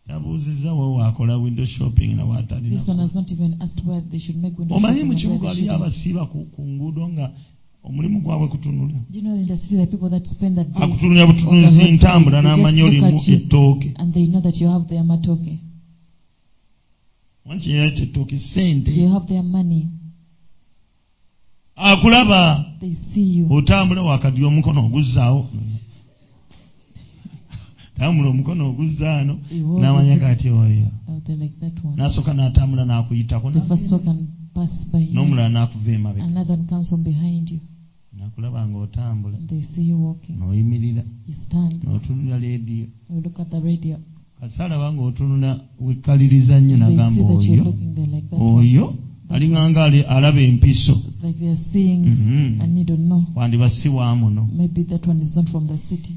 Speaker 1: tabuuzizza wa waakola window shopping nawaatalina
Speaker 2: this one has not even asked where they should make window
Speaker 1: omanyi
Speaker 2: shopping.
Speaker 1: mu
Speaker 2: and where
Speaker 1: kibuga
Speaker 2: they
Speaker 1: waliyo
Speaker 2: shouldn't.
Speaker 1: abasiiba ku ku nguudo nga omulimu gwabwe kutunula
Speaker 2: Do you know in the city there are people that spend
Speaker 1: Um,
Speaker 2: that day
Speaker 1: akutunulira butunuzi ntambula n'amanya olimu ettooke
Speaker 2: and they know that you have their matoke.
Speaker 1: wangi era kyetooke sente
Speaker 2: You have their money.
Speaker 1: akulaba
Speaker 2: They see you.
Speaker 1: otambula wakadira omukono oguzzaawo tambula omukono oguzzaano
Speaker 2: You walk
Speaker 1: n'amanya
Speaker 2: with it.
Speaker 1: kati oyo
Speaker 2: Oh, they're like that one.
Speaker 1: n'asooka n'atambula n'akuyitako
Speaker 2: The first one can pass by you.
Speaker 1: n'omulala n'akuva emabeka
Speaker 2: Another one comes from behind you.
Speaker 1: nakulaba ng'otambula
Speaker 2: And they see you walking.
Speaker 1: n'oyimirira
Speaker 2: You stand.
Speaker 1: n'otunula leediyo
Speaker 2: You look at the radio.
Speaker 1: kasa alaba ng'otunula wekkaliriza nnyo
Speaker 2: They
Speaker 1: nagamba
Speaker 2: see that
Speaker 1: oyo
Speaker 2: you're looking there like that. one.
Speaker 1: oyo alinganga ali- alaba empiso
Speaker 2: It's like they're seeing
Speaker 1: Mhm.
Speaker 2: and you don't know.
Speaker 1: wandiba si wa muno
Speaker 2: Maybe that one is not from the city.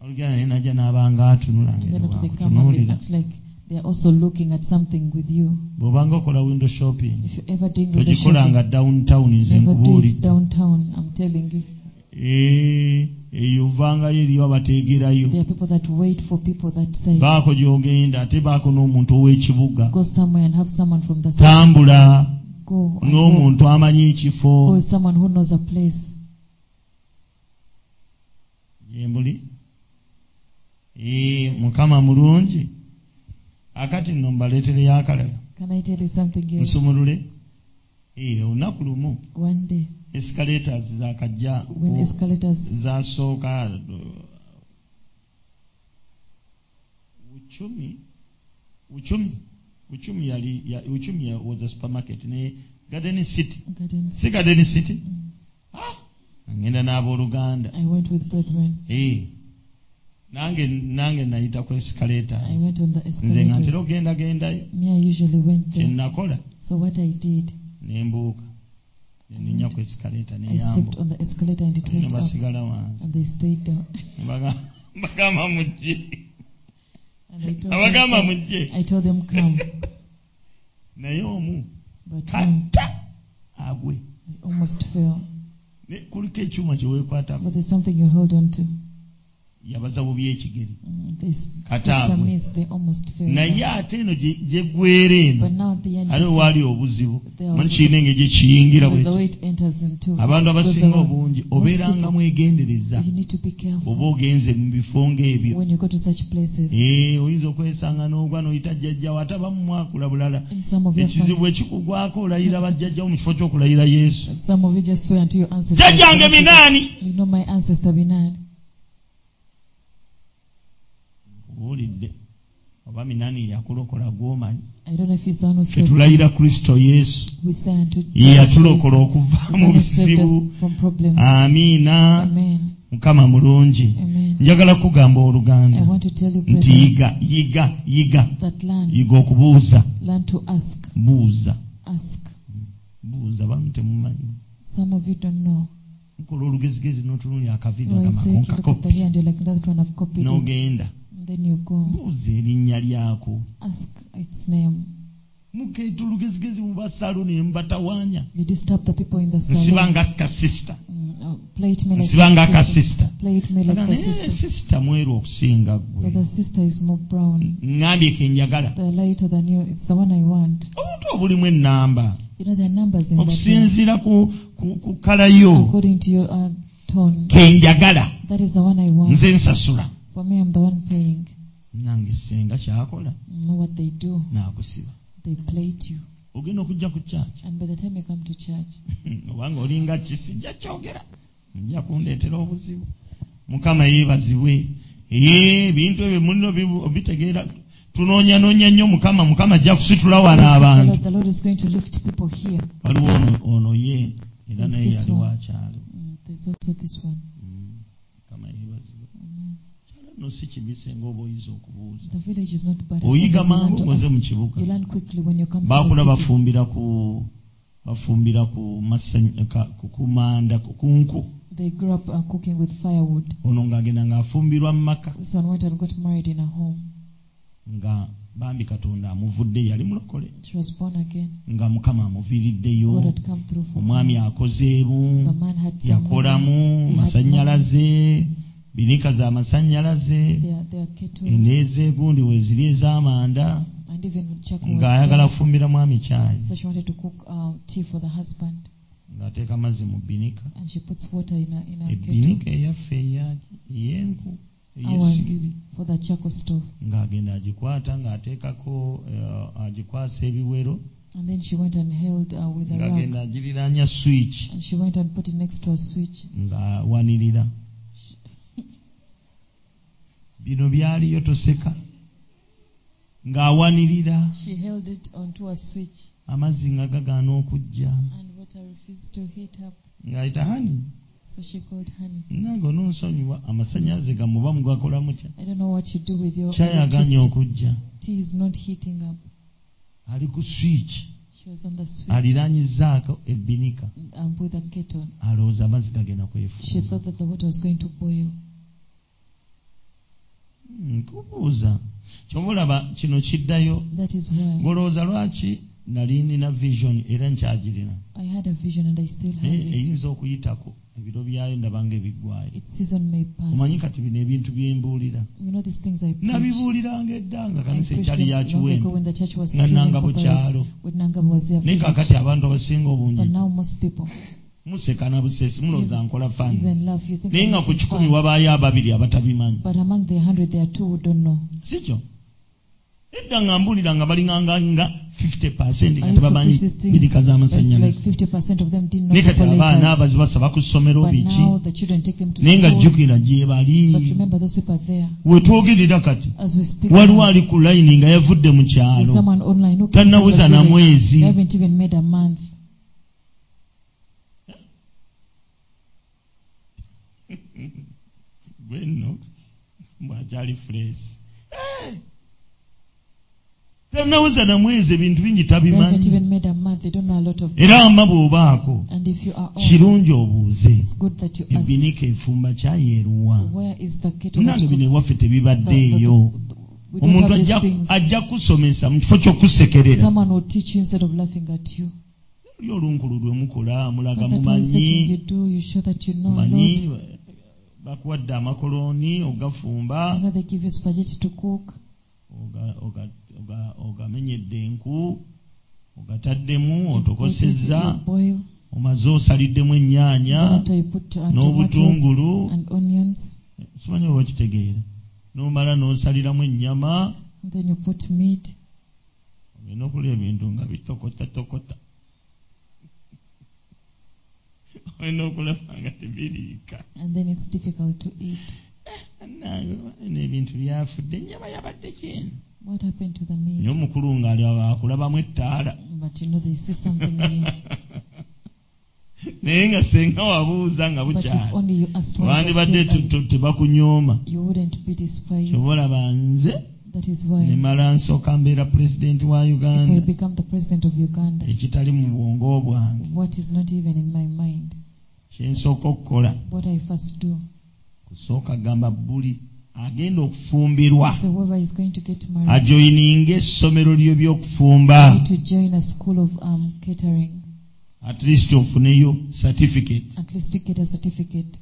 Speaker 1: olugera naye najja n'abanga atunula
Speaker 2: And then after they come and they
Speaker 1: ngawakutunuulira
Speaker 2: act like they're also looking at something with you.
Speaker 1: bw'obanga okola window shopping
Speaker 2: If you're ever doing window
Speaker 1: togikolanga
Speaker 2: shopping,
Speaker 1: downtown nze
Speaker 2: never do it
Speaker 1: nkubuulidde
Speaker 2: downtown. I'm telling you.
Speaker 1: Eh, eyo vangayo eriyo abateegerayo
Speaker 2: There are people that wait for people that say,
Speaker 1: baako gy'ogenda ate baako n'omuntu ow'ekibuga
Speaker 2: go somewhere and have someone from the city.
Speaker 1: tambula
Speaker 2: Go. and walk.
Speaker 1: n'omuntu amanyi ekifo
Speaker 2: Who is someone who knows a place.
Speaker 1: gyembuli Eh, mukama mulungi akati nno mbaleetereyo akalala
Speaker 2: Can I tell you something else?
Speaker 1: nsumulule Eh, olunaku lumu
Speaker 2: One day,
Speaker 1: escalators zakajja
Speaker 2: when
Speaker 1: ku-
Speaker 2: escalators
Speaker 1: zasooka uh, uh, uchumi uchumi uchumi yali ya, uchumi ya, was a supermarket ne garden city
Speaker 2: gardens.
Speaker 1: si garden city
Speaker 2: Mm.
Speaker 1: ah, ngenda n'abooluganda
Speaker 2: I went with brethren.
Speaker 1: Eh. nange nange nayita ku
Speaker 2: I
Speaker 1: escalators
Speaker 2: went on the
Speaker 1: nze nga ntera
Speaker 2: escalators.
Speaker 1: ogendagendayo
Speaker 2: Me, I usually went
Speaker 1: kye
Speaker 2: there.
Speaker 1: nakola
Speaker 2: So what I did,
Speaker 1: ne mbuuka ne ninnya ku escalator
Speaker 2: I stepped
Speaker 1: neyambuka
Speaker 2: on the escalator and it
Speaker 1: ne
Speaker 2: went up,
Speaker 1: basigala wansi
Speaker 2: and they stayed down.
Speaker 1: Ne baga- bagamba mujje
Speaker 2: And I told them,
Speaker 1: abagamba
Speaker 2: "Come."
Speaker 1: mujje
Speaker 2: I told them come,
Speaker 1: naye omu
Speaker 2: "Hmm." but come.
Speaker 1: kata agwe
Speaker 2: I almost fell.
Speaker 1: Ne kuliko ekyuma kyeweekwatamu
Speaker 2: But there's something you hold on to.
Speaker 1: yabaza bubi ekigere
Speaker 2: Mm, They stepped
Speaker 1: Kataagwe.
Speaker 2: amiss. They almost fell.
Speaker 1: naye ate eno gye gye gwera eno
Speaker 2: But now at the end,
Speaker 1: ate
Speaker 2: they
Speaker 1: waali obuzibu
Speaker 2: There was-
Speaker 1: mani kirina engeri gye kiyingira
Speaker 2: Because the
Speaker 1: bwekyo
Speaker 2: way it enters into
Speaker 1: abantu
Speaker 2: goes
Speaker 1: abasinga
Speaker 2: around.
Speaker 1: obungi
Speaker 2: Most
Speaker 1: obeeranga mwegendereza
Speaker 2: people, you need to be careful
Speaker 1: oba ogenze mu bifo ng'ebyo
Speaker 2: when you go to such places.
Speaker 1: Eh, oyinza okwesanga n'ogwa n'oyita jjajjawo ate abamumwakula bulala
Speaker 2: In some of your
Speaker 1: ekizibu
Speaker 2: families,
Speaker 1: ekikugwako olayira bajjajjawo mu kifo ky'okulayira yesu
Speaker 2: some of you just swear until your ancestors.
Speaker 1: jjajjange minaani
Speaker 2: You know my ancestor Binad.
Speaker 1: owulidde oba minaani yakulokola gw'omanyi
Speaker 2: I don't know if he's the one who
Speaker 1: ffe
Speaker 2: saved
Speaker 1: tulayira kristo yesu
Speaker 2: We say unto
Speaker 1: ye
Speaker 2: Jesus
Speaker 1: yatulokola
Speaker 2: Christ,
Speaker 1: okuva
Speaker 2: the one
Speaker 1: mu Ah.
Speaker 2: who saved
Speaker 1: buzibu
Speaker 2: us from problems.
Speaker 1: amiina
Speaker 2: Amen.
Speaker 1: mukama mulungi
Speaker 2: Amen.
Speaker 1: njagala kugamba
Speaker 2: I
Speaker 1: oluganda
Speaker 2: want to tell you,
Speaker 1: nti
Speaker 2: brethren,
Speaker 1: yiga yiga yiga
Speaker 2: that learn,
Speaker 1: yiga okubuuza
Speaker 2: learn to ask,
Speaker 1: buuza
Speaker 2: ask.
Speaker 1: buuza bamu temumanyi
Speaker 2: Some of you don't know.
Speaker 1: mukola olugezigezi n'otunuli akavidiyo
Speaker 2: Well, I say, if you look at the
Speaker 1: akamakonkakopi
Speaker 2: here and you're like that one, I've copied it.
Speaker 1: n'ogenda
Speaker 2: And then you go,
Speaker 1: buuza erinnya lyako
Speaker 2: ask its name.
Speaker 1: mukeeta olugezigezi mu basaloni ne mubatawaanya
Speaker 2: You disturb the people in the
Speaker 1: nsiba
Speaker 2: salon.
Speaker 1: nga kasisita
Speaker 2: Mm, oh, play it me like
Speaker 1: nsiba nga
Speaker 2: the
Speaker 1: kasisita
Speaker 2: sister. Play it me like the
Speaker 1: naye
Speaker 2: sister.
Speaker 1: sisita mweru okusinga
Speaker 2: But
Speaker 1: ggwe
Speaker 2: the sister is more brown.
Speaker 1: ŋŋambye kenjagala
Speaker 2: They're lighter than you. It's the one I want.
Speaker 1: obuntu obulimu ennamba
Speaker 2: You know, there are numbers in that. name.
Speaker 1: okusinziira ku, ku, ku kala yo
Speaker 2: According to your uh, tone,
Speaker 1: kenjagala
Speaker 2: that is the one I want.
Speaker 1: nze nsasula
Speaker 2: For me, I'm the one paying.
Speaker 1: nange senga kyakola
Speaker 2: You know what they do?
Speaker 1: nakusiba
Speaker 2: They plate you.
Speaker 1: ogenda okujja ku kyaki
Speaker 2: And by the time you come to church,
Speaker 1: obanga olinga kisijja kyogera nja kundeetera obuzibu mukama yeebazibwe ee ebintu ebyo mulino bibu- bitegeera tunoonyanoonya nnyo mukama mukama ajja kusitula wano
Speaker 2: the
Speaker 1: abantu
Speaker 2: Lord- the Lord is going to lift people here.
Speaker 1: waliwo ono- ono ye era naye yali wakyalo
Speaker 2: Mm, there's also this one.
Speaker 1: Mm, mukama yeebazibwe
Speaker 2: Amen.
Speaker 1: kyalo nno si kibi senga oba oyiza okubuuza
Speaker 2: The village is not bad. as long as
Speaker 1: oyiga
Speaker 2: you learn
Speaker 1: mangu
Speaker 2: to
Speaker 1: ngoze
Speaker 2: ask.
Speaker 1: mu kibuga
Speaker 2: You learn quickly when you come to
Speaker 1: bakula
Speaker 2: the city.
Speaker 1: bafumbira ku bafumbira ku masanya- ka- ku- ku manda ku ku nku
Speaker 2: They grew up uh, cooking with firewood.
Speaker 1: ono ng'agenda ng'afumbirwa mu maka
Speaker 2: This one went and got married in a home.
Speaker 1: nga bambi katonda amuvudde yali mulokole
Speaker 2: She was born again.
Speaker 1: nga mukama amuviiriddeyo
Speaker 2: God had come through for
Speaker 1: omwami
Speaker 2: her.
Speaker 1: akozeemu
Speaker 2: The man had some money.
Speaker 1: yakolamu masannyalaze binika za masannyalaze
Speaker 2: Their, their kettles.
Speaker 1: eneezeegundi weeziri ez'amanda
Speaker 2: And even when Chaco was
Speaker 1: ng'ayagala
Speaker 2: born,
Speaker 1: kufumbira mwami caayi
Speaker 2: so she wanted to cook uh, tea for the husband.
Speaker 1: ng'ateeka amazzi mu binika
Speaker 2: And she puts water in her, in her kettle.
Speaker 1: ebinika eyaffe eyaki ey'enku
Speaker 2: Ours
Speaker 1: eyesigiri
Speaker 2: for the Chaco stove.
Speaker 1: ng'agenda agikwata ng'ateekako eh, agikwasa ebiwero
Speaker 2: And then she went and held uh, with a
Speaker 1: ng'agenda
Speaker 2: rug.
Speaker 1: agiriraanya swiki
Speaker 2: And she went and put it next to a switch.
Speaker 1: ng'awanirira bino byaliyo toseka ng'awanirira
Speaker 2: She held it onto a switch.
Speaker 1: amazzi nga gagaana okujja
Speaker 2: And water refused to heat up.
Speaker 1: ng'ayita hani
Speaker 2: So she called honey.
Speaker 1: nange onoonsonyiwa amasanyalaze gamu oba mugakola mutya
Speaker 2: I don't know what you do with your
Speaker 1: kyayaganye
Speaker 2: electricity.
Speaker 1: okujja
Speaker 2: Tea is not heating up.
Speaker 1: ali ku swiki
Speaker 2: She was on the switch
Speaker 1: aliraanyizaako ebbinika
Speaker 2: um, with a kettle.
Speaker 1: alowooza amazzi gagenda
Speaker 2: She
Speaker 1: kwefuula
Speaker 2: thought that the water was going to boil.
Speaker 1: nkubuuza kyobulaba kino kiddayo
Speaker 2: That is why
Speaker 1: ng'olowooza lwaki nali nina vision era nkyagirina
Speaker 2: I had a vision and I still have
Speaker 1: naye
Speaker 2: it.
Speaker 1: eyinza okuyitako ebiro byayo ndaba nga ebiggwayo
Speaker 2: Its season may
Speaker 1: omanyi
Speaker 2: pass.
Speaker 1: kati bino ebintu byembuulira
Speaker 2: You know these things I preach.
Speaker 1: nabibuuliranga edda nga
Speaker 2: I
Speaker 1: kanisa
Speaker 2: preached
Speaker 1: ekyali
Speaker 2: them
Speaker 1: ya
Speaker 2: long ago
Speaker 1: kiwembu
Speaker 2: when the church was
Speaker 1: nga
Speaker 2: still in
Speaker 1: nangabo
Speaker 2: Paparas,
Speaker 1: kyalo
Speaker 2: when Nangabo was their
Speaker 1: naye
Speaker 2: village.
Speaker 1: kakati abantu abasinga obungi
Speaker 2: But now most people
Speaker 1: musekana buseesi mulowooza nkola
Speaker 2: even
Speaker 1: fans
Speaker 2: love you think
Speaker 1: naye
Speaker 2: I'm
Speaker 1: nga ku
Speaker 2: making
Speaker 1: kikumi
Speaker 2: fun.
Speaker 1: wabaayo ababiri abatabimanyi
Speaker 2: But among the hundred there are two who don't know.
Speaker 1: si kyo edda nga mbulira nga balinganga nga 50 percent
Speaker 2: I
Speaker 1: nga
Speaker 2: used to preach
Speaker 1: tebamanyi
Speaker 2: this thing.
Speaker 1: birika
Speaker 2: Just like
Speaker 1: z'amasannyalaze
Speaker 2: 50% of them didn't know
Speaker 1: naye kati
Speaker 2: proper
Speaker 1: abaana
Speaker 2: letters.
Speaker 1: abazi basaba ku ssomero
Speaker 2: But
Speaker 1: biki
Speaker 2: now the children take them to
Speaker 1: naye nga
Speaker 2: school.
Speaker 1: jjukira gye bali
Speaker 2: But remember those people are there.
Speaker 1: wetwogerera kati
Speaker 2: As we speak,
Speaker 1: waliwo
Speaker 2: now,
Speaker 1: ali ku layini nga yavudde mu
Speaker 2: there's
Speaker 1: kyalo
Speaker 2: someone online who came from the
Speaker 1: tannaweza na
Speaker 2: village.
Speaker 1: mwezi
Speaker 2: They haven't even made a month.
Speaker 1: gwe nno bwakyali furesi tannaweza na mwezi ebintu bingi
Speaker 2: They haven't
Speaker 1: tabimanyi
Speaker 2: even made a month. They don't know a lot of
Speaker 1: era ama bw'obaako
Speaker 2: And if you are old,
Speaker 1: kirungi obuuze
Speaker 2: it's good that you ask,
Speaker 1: ebinika efumba kyayi eruwa
Speaker 2: where is the kettle that
Speaker 1: munange bino
Speaker 2: cooks?
Speaker 1: ewaffe
Speaker 2: The-
Speaker 1: tebibadde
Speaker 2: the-
Speaker 1: eyo
Speaker 2: we don't
Speaker 1: omuntu
Speaker 2: have these
Speaker 1: ajja-
Speaker 2: things.
Speaker 1: ajja kusomesa mu kifo ky'okusekerera
Speaker 2: Someone will teach you instead of laughing at you.
Speaker 1: oli olunkulu lwe mukola mulaga
Speaker 2: But that one
Speaker 1: mumanyi
Speaker 2: thing you do, you show that you know a
Speaker 1: mumanyi
Speaker 2: lot.
Speaker 1: bakuwadde amakolooni ogafumba
Speaker 2: You know they give you spaghetti to cook.
Speaker 1: oga- oga- oga- ogamenyedde enku ogataddemu
Speaker 2: You put it,
Speaker 1: otokosezza
Speaker 2: you boil.
Speaker 1: omaze osaliddemu ennyaanya
Speaker 2: After you put uh, tomatoes
Speaker 1: n'obutungulu
Speaker 2: and onions.
Speaker 1: simanyi oba okitegeera n'omala n'osaliramu ennyama
Speaker 2: And then you put meat.
Speaker 1: olina okulya ebintu nga bitokotatokota olina okulaba nga tebiriika
Speaker 2: And then it's difficult to eat.
Speaker 1: Bannange, bano ebintu byafudde ennyama yabadde kyenu
Speaker 2: What happened to the
Speaker 1: naye
Speaker 2: meat?
Speaker 1: omukulu ng'ali akulabamu ettaala
Speaker 2: But you know they see something in you.
Speaker 1: naye nga senga wabuuza nga
Speaker 2: But if
Speaker 1: bukyali
Speaker 2: only you asked why it was
Speaker 1: wandibadde
Speaker 2: still early,
Speaker 1: tu- tu- tebakunyooma
Speaker 2: you wouldn't be despised.
Speaker 1: kyobalaba nze
Speaker 2: That is why
Speaker 1: ne
Speaker 2: if
Speaker 1: mala nsooka mbeera pulezidenti wa
Speaker 2: I
Speaker 1: uganda
Speaker 2: become the president of Uganda,
Speaker 1: ekitali mu bwongo bwange
Speaker 2: what is not even in my mind,
Speaker 1: kyensooka okukola
Speaker 2: what I first do.
Speaker 1: kusooka gamba buli agenda okufumbirwa
Speaker 2: So whoever is going to get married,
Speaker 1: ajoyininga essomero lyo by'okufumba
Speaker 2: I need to join a school of um, catering,
Speaker 1: at least ofuneyo certificate
Speaker 2: at least to get a certificate.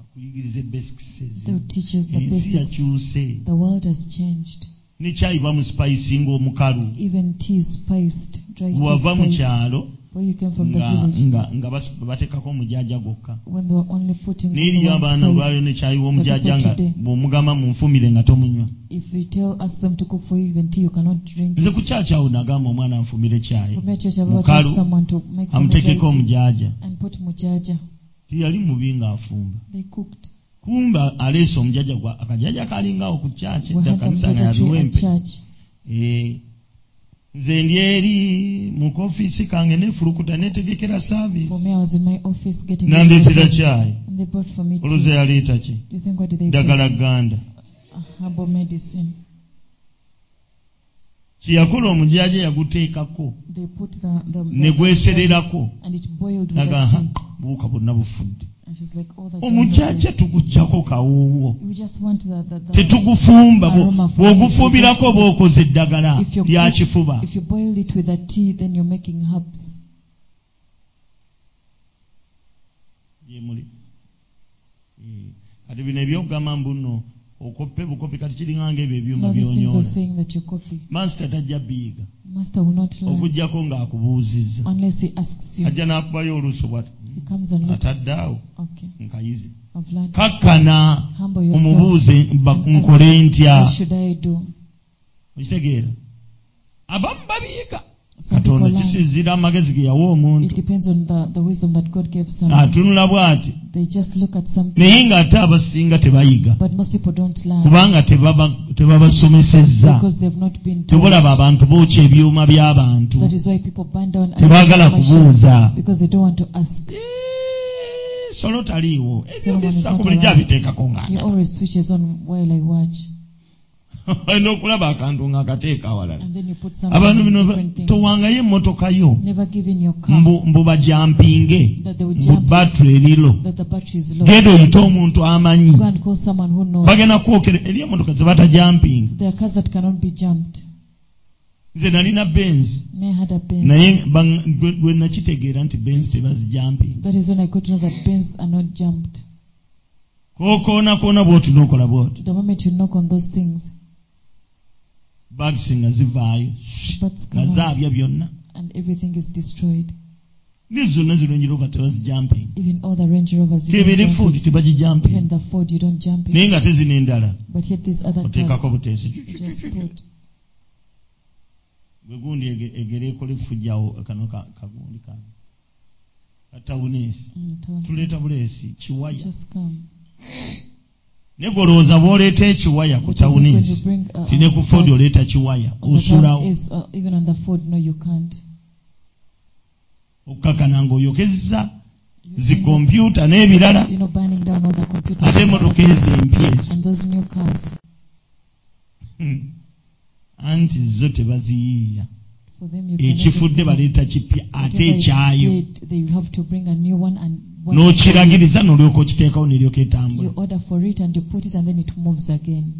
Speaker 1: akuyigiriza ebasics
Speaker 2: They will
Speaker 1: ezi
Speaker 2: teach us the
Speaker 1: ensi
Speaker 2: basics.
Speaker 1: yakyuse
Speaker 2: The world has changed.
Speaker 1: nekyayi bamusipaisi ng'omukalu
Speaker 2: Even tea is spiced, dry tea is
Speaker 1: bw'ava mu
Speaker 2: spiced.
Speaker 1: kyalo
Speaker 2: Where you came from the
Speaker 1: nga,
Speaker 2: village,
Speaker 1: nga, nga bas- bateekako omujaja gwokka
Speaker 2: when they were only putting
Speaker 1: neeriyo
Speaker 2: one
Speaker 1: abaana
Speaker 2: spice.
Speaker 1: olwaliro nekyayiwa omujaja nga
Speaker 2: Today.
Speaker 1: bw'omugamba munfumire nga tomunywa
Speaker 2: If you tell ask them to cook for you even tea, you cannot drink
Speaker 1: nze
Speaker 2: it.
Speaker 1: ku kyakyawo nagamba omwana anfumire kyayi
Speaker 2: From your church, I've ever
Speaker 1: Mukalu.
Speaker 2: told someone to make homemade dry
Speaker 1: amuteekeko
Speaker 2: tea
Speaker 1: omujaja
Speaker 2: and put mujaja.
Speaker 1: teyali mubi ng'afumba
Speaker 2: They cooked.
Speaker 1: kumba aleese omujaja gwa akajaja kalingaawo ku kyaki
Speaker 2: We
Speaker 1: edda
Speaker 2: had a
Speaker 1: kanisa
Speaker 2: mujaja
Speaker 1: nayabiwa
Speaker 2: tree at
Speaker 1: empe
Speaker 2: church.
Speaker 1: Eh, nze ndi eri mu kofiisi kange nefulukuta netegekera
Speaker 2: For
Speaker 1: saaviisi
Speaker 2: me, I was in my office getting
Speaker 1: nandeetera
Speaker 2: breakfast,
Speaker 1: kyayi
Speaker 2: and they brought for me tea.
Speaker 1: oluze
Speaker 2: Do
Speaker 1: yaleeta ki
Speaker 2: you think what did they
Speaker 1: ddagala ganda
Speaker 2: bring? A Herbal medicine.
Speaker 1: kyeyakola omujaja yaguteekako
Speaker 2: They put the, the, the
Speaker 1: ne gwesererako
Speaker 2: and it boiled with
Speaker 1: naga
Speaker 2: the
Speaker 1: "Aha,
Speaker 2: tea.
Speaker 1: buwuka bwonna bufudde
Speaker 2: And she's like, oh, that
Speaker 1: omujaja tugugyako kawuuwo
Speaker 2: We just want the, the, the
Speaker 1: tetugufumba bwo-
Speaker 2: Aroma from-
Speaker 1: bw'ogufumbirako oba okoze eddagala
Speaker 2: If you're-
Speaker 1: lya kifuba
Speaker 2: If you boil it with the tea, then you're making herbs.
Speaker 1: Gye muli. Eh, kati bino ebyokugamba mbu nno okope bukopi kati kiringa ngaebyo ebyuma
Speaker 2: Now these things of
Speaker 1: byonyoona
Speaker 2: saying that you copy.
Speaker 1: masita tajja biyiga
Speaker 2: Master will
Speaker 1: Oh,
Speaker 2: not learn
Speaker 1: okugjako ng'akubuuzizza
Speaker 2: unless he asks you.
Speaker 1: ajja n'akubayo oluuso bwati
Speaker 2: He comes and looks.
Speaker 1: atadde awo
Speaker 2: Okay,
Speaker 1: nkayizi
Speaker 2: I've learned.
Speaker 1: kakkana
Speaker 2: Humble yourself.
Speaker 1: omubuuze mba- nkole ntya
Speaker 2: What should I do?
Speaker 1: okitegeera abamu babiyiga
Speaker 2: Some people
Speaker 1: katonda
Speaker 2: learn.
Speaker 1: kisinziira amagezi ge yawa
Speaker 2: It
Speaker 1: omuntu
Speaker 2: depends on the, the wisdom that God gave someone.
Speaker 1: atunula bw'ati
Speaker 2: They just look at something,
Speaker 1: naye ng'ate abasinga tebayiga
Speaker 2: but most people don't learn
Speaker 1: kubanga tebaba- tebabasomesezza
Speaker 2: because they've not been
Speaker 1: tebalaba
Speaker 2: taught.
Speaker 1: abantu bookya ebyuma by'abantu
Speaker 2: That is why people burn down and
Speaker 1: tebaagala
Speaker 2: burn down
Speaker 1: kubuuza
Speaker 2: shop because they don't want to ask.
Speaker 1: Eeeeh, solo taliiwo ebyo
Speaker 2: Solomon is
Speaker 1: bisako
Speaker 2: not
Speaker 1: bulijjo
Speaker 2: around.
Speaker 1: abiteekako
Speaker 2: He
Speaker 1: ngana
Speaker 2: always switches on while I watch,
Speaker 1: olina okulaba akantu ng'akateeka awalala
Speaker 2: and then you put
Speaker 1: abantu
Speaker 2: something
Speaker 1: bino
Speaker 2: different thing.
Speaker 1: towangayo emmotoka yo
Speaker 2: Never give in your car
Speaker 1: mbu mbu bajampinge
Speaker 2: that they will
Speaker 1: mbu
Speaker 2: jump
Speaker 1: batule eriro
Speaker 2: that the battery is low.
Speaker 1: genda oyite omuntu amanyi
Speaker 2: Go and call someone who knows.
Speaker 1: bagenda kwokera eri emmotoka ze batajampinga
Speaker 2: There are cars that cannot be jumped.
Speaker 1: nze nalina benzi
Speaker 2: May I had a Benz.
Speaker 1: naye ba- gwe- gwe nakitegeera nti benzi tebazijampinga
Speaker 2: That is when I got to know that Benz are not jumped.
Speaker 1: kookoona koona bw'oti n'okola bw'oti
Speaker 2: The moment you knock on those things,
Speaker 1: bagisi nga zivaayo
Speaker 2: bats come
Speaker 1: nga
Speaker 2: out
Speaker 1: zaabya byonna
Speaker 2: and everything is destroyed.
Speaker 1: ne zonna zirenjera oba tebazijamping
Speaker 2: Even all the Range Rovers, you
Speaker 1: kebera
Speaker 2: don't jump
Speaker 1: efoodi
Speaker 2: it.
Speaker 1: tebagijamping
Speaker 2: Even the Ford, you don't jump
Speaker 1: naye
Speaker 2: it.
Speaker 1: nga te zino endala
Speaker 2: But yet these other cars,
Speaker 1: oteekako buteesi
Speaker 2: you just put.
Speaker 1: gwe gundi ege- egera ekola efujjawo kano ka- kagundi kano katawuneesi
Speaker 2: Mm, town
Speaker 1: tuleeta
Speaker 2: cars.
Speaker 1: buleesi kiwaya
Speaker 2: Just come.
Speaker 1: naye gwe olowooza bw'oleeta ekiwaya ku
Speaker 2: But you think when you
Speaker 1: tawuneesi
Speaker 2: bring uh,
Speaker 1: tine ku foodi
Speaker 2: uh,
Speaker 1: oleeta kiwaya
Speaker 2: on the town
Speaker 1: osulawo
Speaker 2: is, uh, even on the Ford, no, you can't.
Speaker 1: okukakana ng'oyokezza
Speaker 2: You
Speaker 1: zi
Speaker 2: end up,
Speaker 1: kompyuta n'ebirala
Speaker 2: You know, burning down all the computers
Speaker 1: ate emmotoka ezo empya ezo
Speaker 2: and those new cars.
Speaker 1: Hmm. anti zo tebaziyiiya
Speaker 2: For them, you can
Speaker 1: ekifudde baleeta kipya ate ekyayo
Speaker 2: They have to bring a new one and what is-
Speaker 1: n'okiragiriza n'olyoka okiteekawo neryoka etambula
Speaker 2: you order for it and you put it and then it moves again.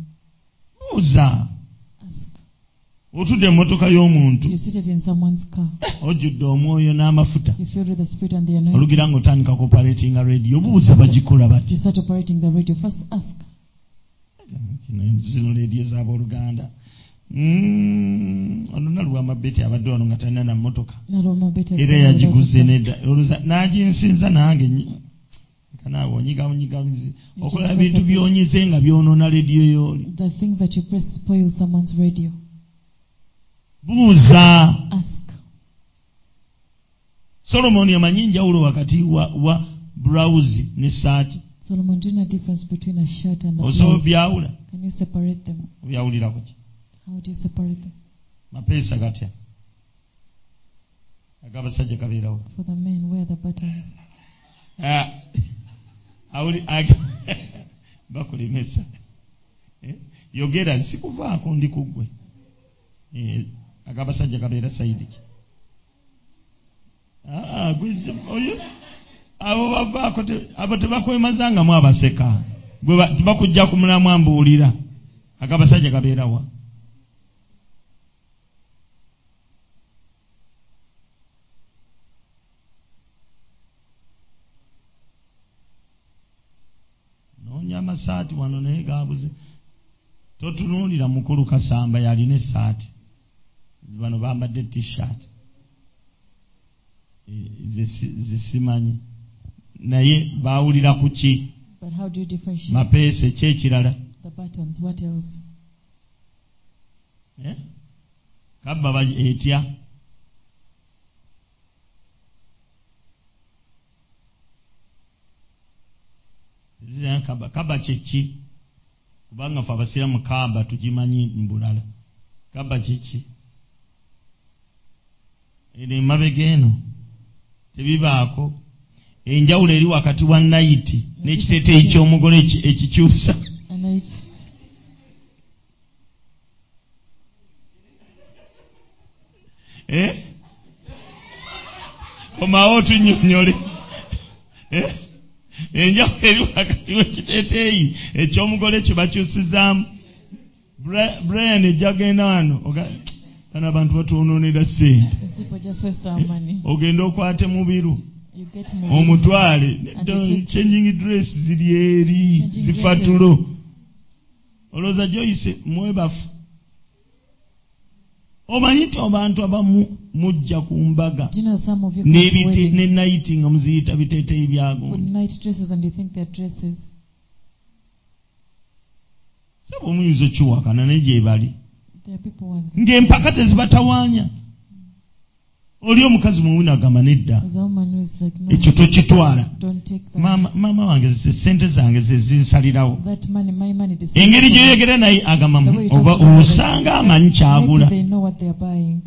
Speaker 1: buuza
Speaker 2: Ask.
Speaker 1: otudde emmotoka y'omuntu
Speaker 2: You're seated in someone's car.
Speaker 1: ojjudde omwoyo n'amafuta
Speaker 2: You filled with the spirit and the anointing.
Speaker 1: olugira ng'otandika koparatinga rediyo buuza bagikola bati
Speaker 2: You start operating the radio. First ask.
Speaker 1: Kino, zino lediyo z'abooluganda Mm, oluna lwamabeti abadde wano nga talina na mmotoka
Speaker 2: Naroma better
Speaker 1: era yagiguze nedda olwoza n'aginsinza nange nyi- kanaawe onyigawonyigawizi okola bintu byonyize nga byonoona lediyo yooli
Speaker 2: The things that you press spoil someone's radio.
Speaker 1: buuza
Speaker 2: Ask.
Speaker 1: solomoni amanyi njawulo wakati wa, wa burawuzi ne saati
Speaker 2: Solomon, do you know the difference between a shirt and a
Speaker 1: osobola
Speaker 2: blouse?
Speaker 1: obyawula
Speaker 2: Can you separate them?
Speaker 1: obyawulirako ki
Speaker 2: How do you separate them?
Speaker 1: mapeesa gatya agabasajja kabeerawo
Speaker 2: For the men, where are the buttons?
Speaker 1: Ah, awuli- ag- bakulemesa Eh, yogera nsikuvaako ndi ku ggwe Eh, agabasajja kabeera sayidi ki Ah, ah, gwe- oyo- abo bavaako te- abo tebakwemazangamu abaseka Gwe ba- bakujja ku mulamwa mbuulira agabasajja kabeerawa noonya amasaati wano naye gaabuze totunuulira mukulu kasamba yalina esaati bano bambadde E, tishaati zisimanyi naye baawulira ku ki
Speaker 2: But how do you differentiate
Speaker 1: mapeesa ki ekirala
Speaker 2: the buttons? What else?
Speaker 1: Eh? kabba ba- etya Zira kaba kaba kyeki kubanga ffe abasiraamu kaba tugimanyi mbulala kaba kyeki eno emabega eno tebibaako enjawulo eri wakati wa nayiti n'ekiteeteeyi ky'omugole eki- ekikyusa
Speaker 2: And I s-
Speaker 1: Eh? komawo otunyonyole Eh? enjawulo eri wakati wekiteeteeyi ekyomugole kye bakyusizaamu Bra- brian ejagenda wano oga- bano abantu batwonoonera sente
Speaker 2: these people just waste our money.
Speaker 1: ogenda okwate mubiru
Speaker 2: You get
Speaker 1: Oh,
Speaker 2: more.
Speaker 1: omutwale Nedda, changing dress ziri eri
Speaker 2: Changing
Speaker 1: zifatulo olowooza joyce mwebafu omanyi nti abantu abamu mujja ku mbaga
Speaker 2: Do you know some of you come to
Speaker 1: n'ebite ne
Speaker 2: weddings
Speaker 1: nayiti nga muziyita biteeteeyi
Speaker 2: with
Speaker 1: byagundi
Speaker 2: night dresses and you think they're dresses?
Speaker 1: saba omuyinza okiwakana naye gye bali
Speaker 2: There are people who are-
Speaker 1: ng'empaka tezibatawaanya oli omukazi mumwini agamba nedda
Speaker 2: There's a woman who is like, no,
Speaker 1: ekyo tokitwala
Speaker 2: don't take that.
Speaker 1: maama maama wange ze sente zange zezinsalirawo
Speaker 2: That money, my money is
Speaker 1: engeri gyoyogera naye agamba
Speaker 2: The way you
Speaker 1: oba
Speaker 2: talk about
Speaker 1: osanga amanyi kyagula
Speaker 2: Maybe they know what they're buying.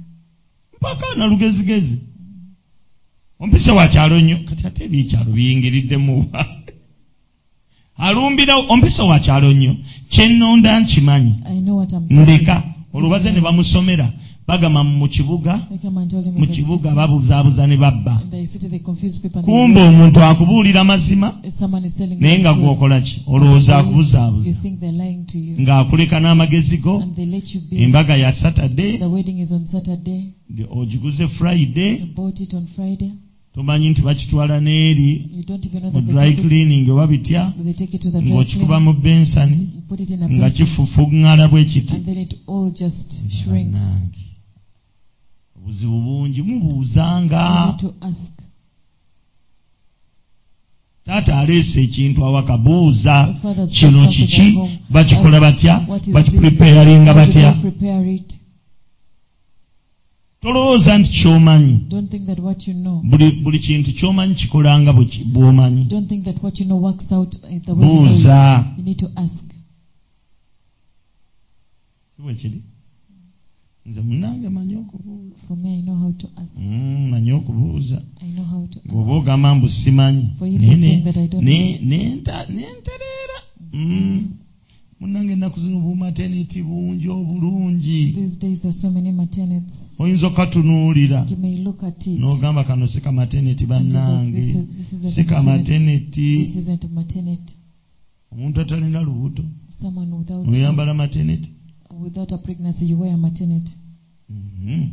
Speaker 1: mpaka na lugezigezi ompise wa kyalo nnyo kati ate ebyekyalo biyingiriddemu wa alumbira ompise wa kyalo nnyo kyenonda nkimanyi
Speaker 2: I know what I'm
Speaker 1: ndeka olubaze ne bamusomera bagamba mu kibuga
Speaker 2: I come and told him
Speaker 1: mu
Speaker 2: in the
Speaker 1: kibuga
Speaker 2: city-
Speaker 1: babuzaabuza ne babba
Speaker 2: in the city they confuse people. and they
Speaker 1: kumba omuntu akubuulira mazima
Speaker 2: know if Someone is selling
Speaker 1: naye
Speaker 2: them
Speaker 1: nga
Speaker 2: goods.
Speaker 1: gwokola ki olowooza akubuzaabuza
Speaker 2: You think they're lying to you.
Speaker 1: ng'akuleka n'amagezi go
Speaker 2: And they let you be.
Speaker 1: embaga ya satadde
Speaker 2: The wedding is on Saturday.
Speaker 1: ogiguze friday
Speaker 2: You bought it on Friday.
Speaker 1: tomanyi nti bakitwala n'eri
Speaker 2: You don't even know
Speaker 1: mu
Speaker 2: that they
Speaker 1: dry
Speaker 2: take it.
Speaker 1: cleaning oba bitya
Speaker 2: They take it to the dry
Speaker 1: ng'okikuba
Speaker 2: cleaner.
Speaker 1: mu bensani
Speaker 2: You put it in a
Speaker 1: nga
Speaker 2: basket.
Speaker 1: kifufuŋŋala bwe kiti
Speaker 2: And then it all just shrinks.
Speaker 1: Bannange, obuzibu bungi mubuuzanga
Speaker 2: You need to ask.
Speaker 1: aleese ekintu awaka buuza
Speaker 2: The fathers
Speaker 1: kino
Speaker 2: brought something at
Speaker 1: kiki
Speaker 2: home.
Speaker 1: bakikola batya
Speaker 2: What is this?
Speaker 1: bakiprepeyalinga
Speaker 2: How did
Speaker 1: batya
Speaker 2: they prepare it?
Speaker 1: tolowooza nti kyomanyi
Speaker 2: Don't think that what you know.
Speaker 1: buli buli kintu kyomanyi kikolanga bw'oki- bw'omanyi
Speaker 2: Don't think that what you know works out eh, the way you know it.
Speaker 1: buuza
Speaker 2: You need to ask.
Speaker 1: Si bwe kiri nze munange manyi okubuuza
Speaker 2: For me, I know how to ask.
Speaker 1: Mm, manyi okubuuza
Speaker 2: I know how to ask.
Speaker 1: bw'oba ogamba mbu simanyi
Speaker 2: For you
Speaker 1: naye
Speaker 2: to think
Speaker 1: ne-
Speaker 2: that I don't
Speaker 1: ne- nenta- nentereera Mm. munange ennaku zino bumateniti bungi obulungi
Speaker 2: These days there's so many maternities.
Speaker 1: oyinza okukatunuulira
Speaker 2: You may look at it.
Speaker 1: n'ogamba kano si kamateniti
Speaker 2: and you think this
Speaker 1: bannange
Speaker 2: is- this isn't
Speaker 1: si
Speaker 2: a maternity. This
Speaker 1: kamateniti
Speaker 2: isn't a maternity.
Speaker 1: omuntu atalina lubuto
Speaker 2: Someone without
Speaker 1: noyambala mateniti
Speaker 2: without a pregnancy, you wear a maternity.
Speaker 1: Mhm.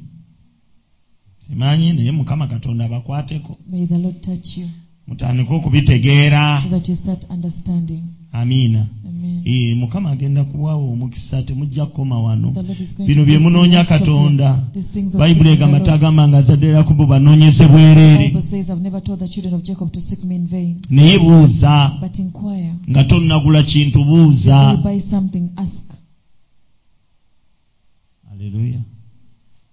Speaker 1: simanyi naye mukama katonda abakwateko
Speaker 2: May the Lord touch you
Speaker 1: mutandike okubitegeera
Speaker 2: so that you start understanding.
Speaker 1: amiina
Speaker 2: Amen.
Speaker 1: Eh, mukama agenda kuwaawo omukisa temujja kukoma wano
Speaker 2: The Lord is going
Speaker 1: bino
Speaker 2: to
Speaker 1: bye
Speaker 2: bless you.
Speaker 1: munoonya
Speaker 2: Don't stop
Speaker 1: katonda
Speaker 2: here. These things of
Speaker 1: bayibuli
Speaker 2: seeking the
Speaker 1: egamba
Speaker 2: Lord.
Speaker 1: tagamba nga zadderaku bo banoonyeze
Speaker 2: The
Speaker 1: bwereere
Speaker 2: Bible says, I've never told the children of Jacob to seek me in vain,
Speaker 1: naye buuza
Speaker 2: but inquire.
Speaker 1: nga tonnagula kintu buuza
Speaker 2: Before you buy something, ask.
Speaker 1: aleluya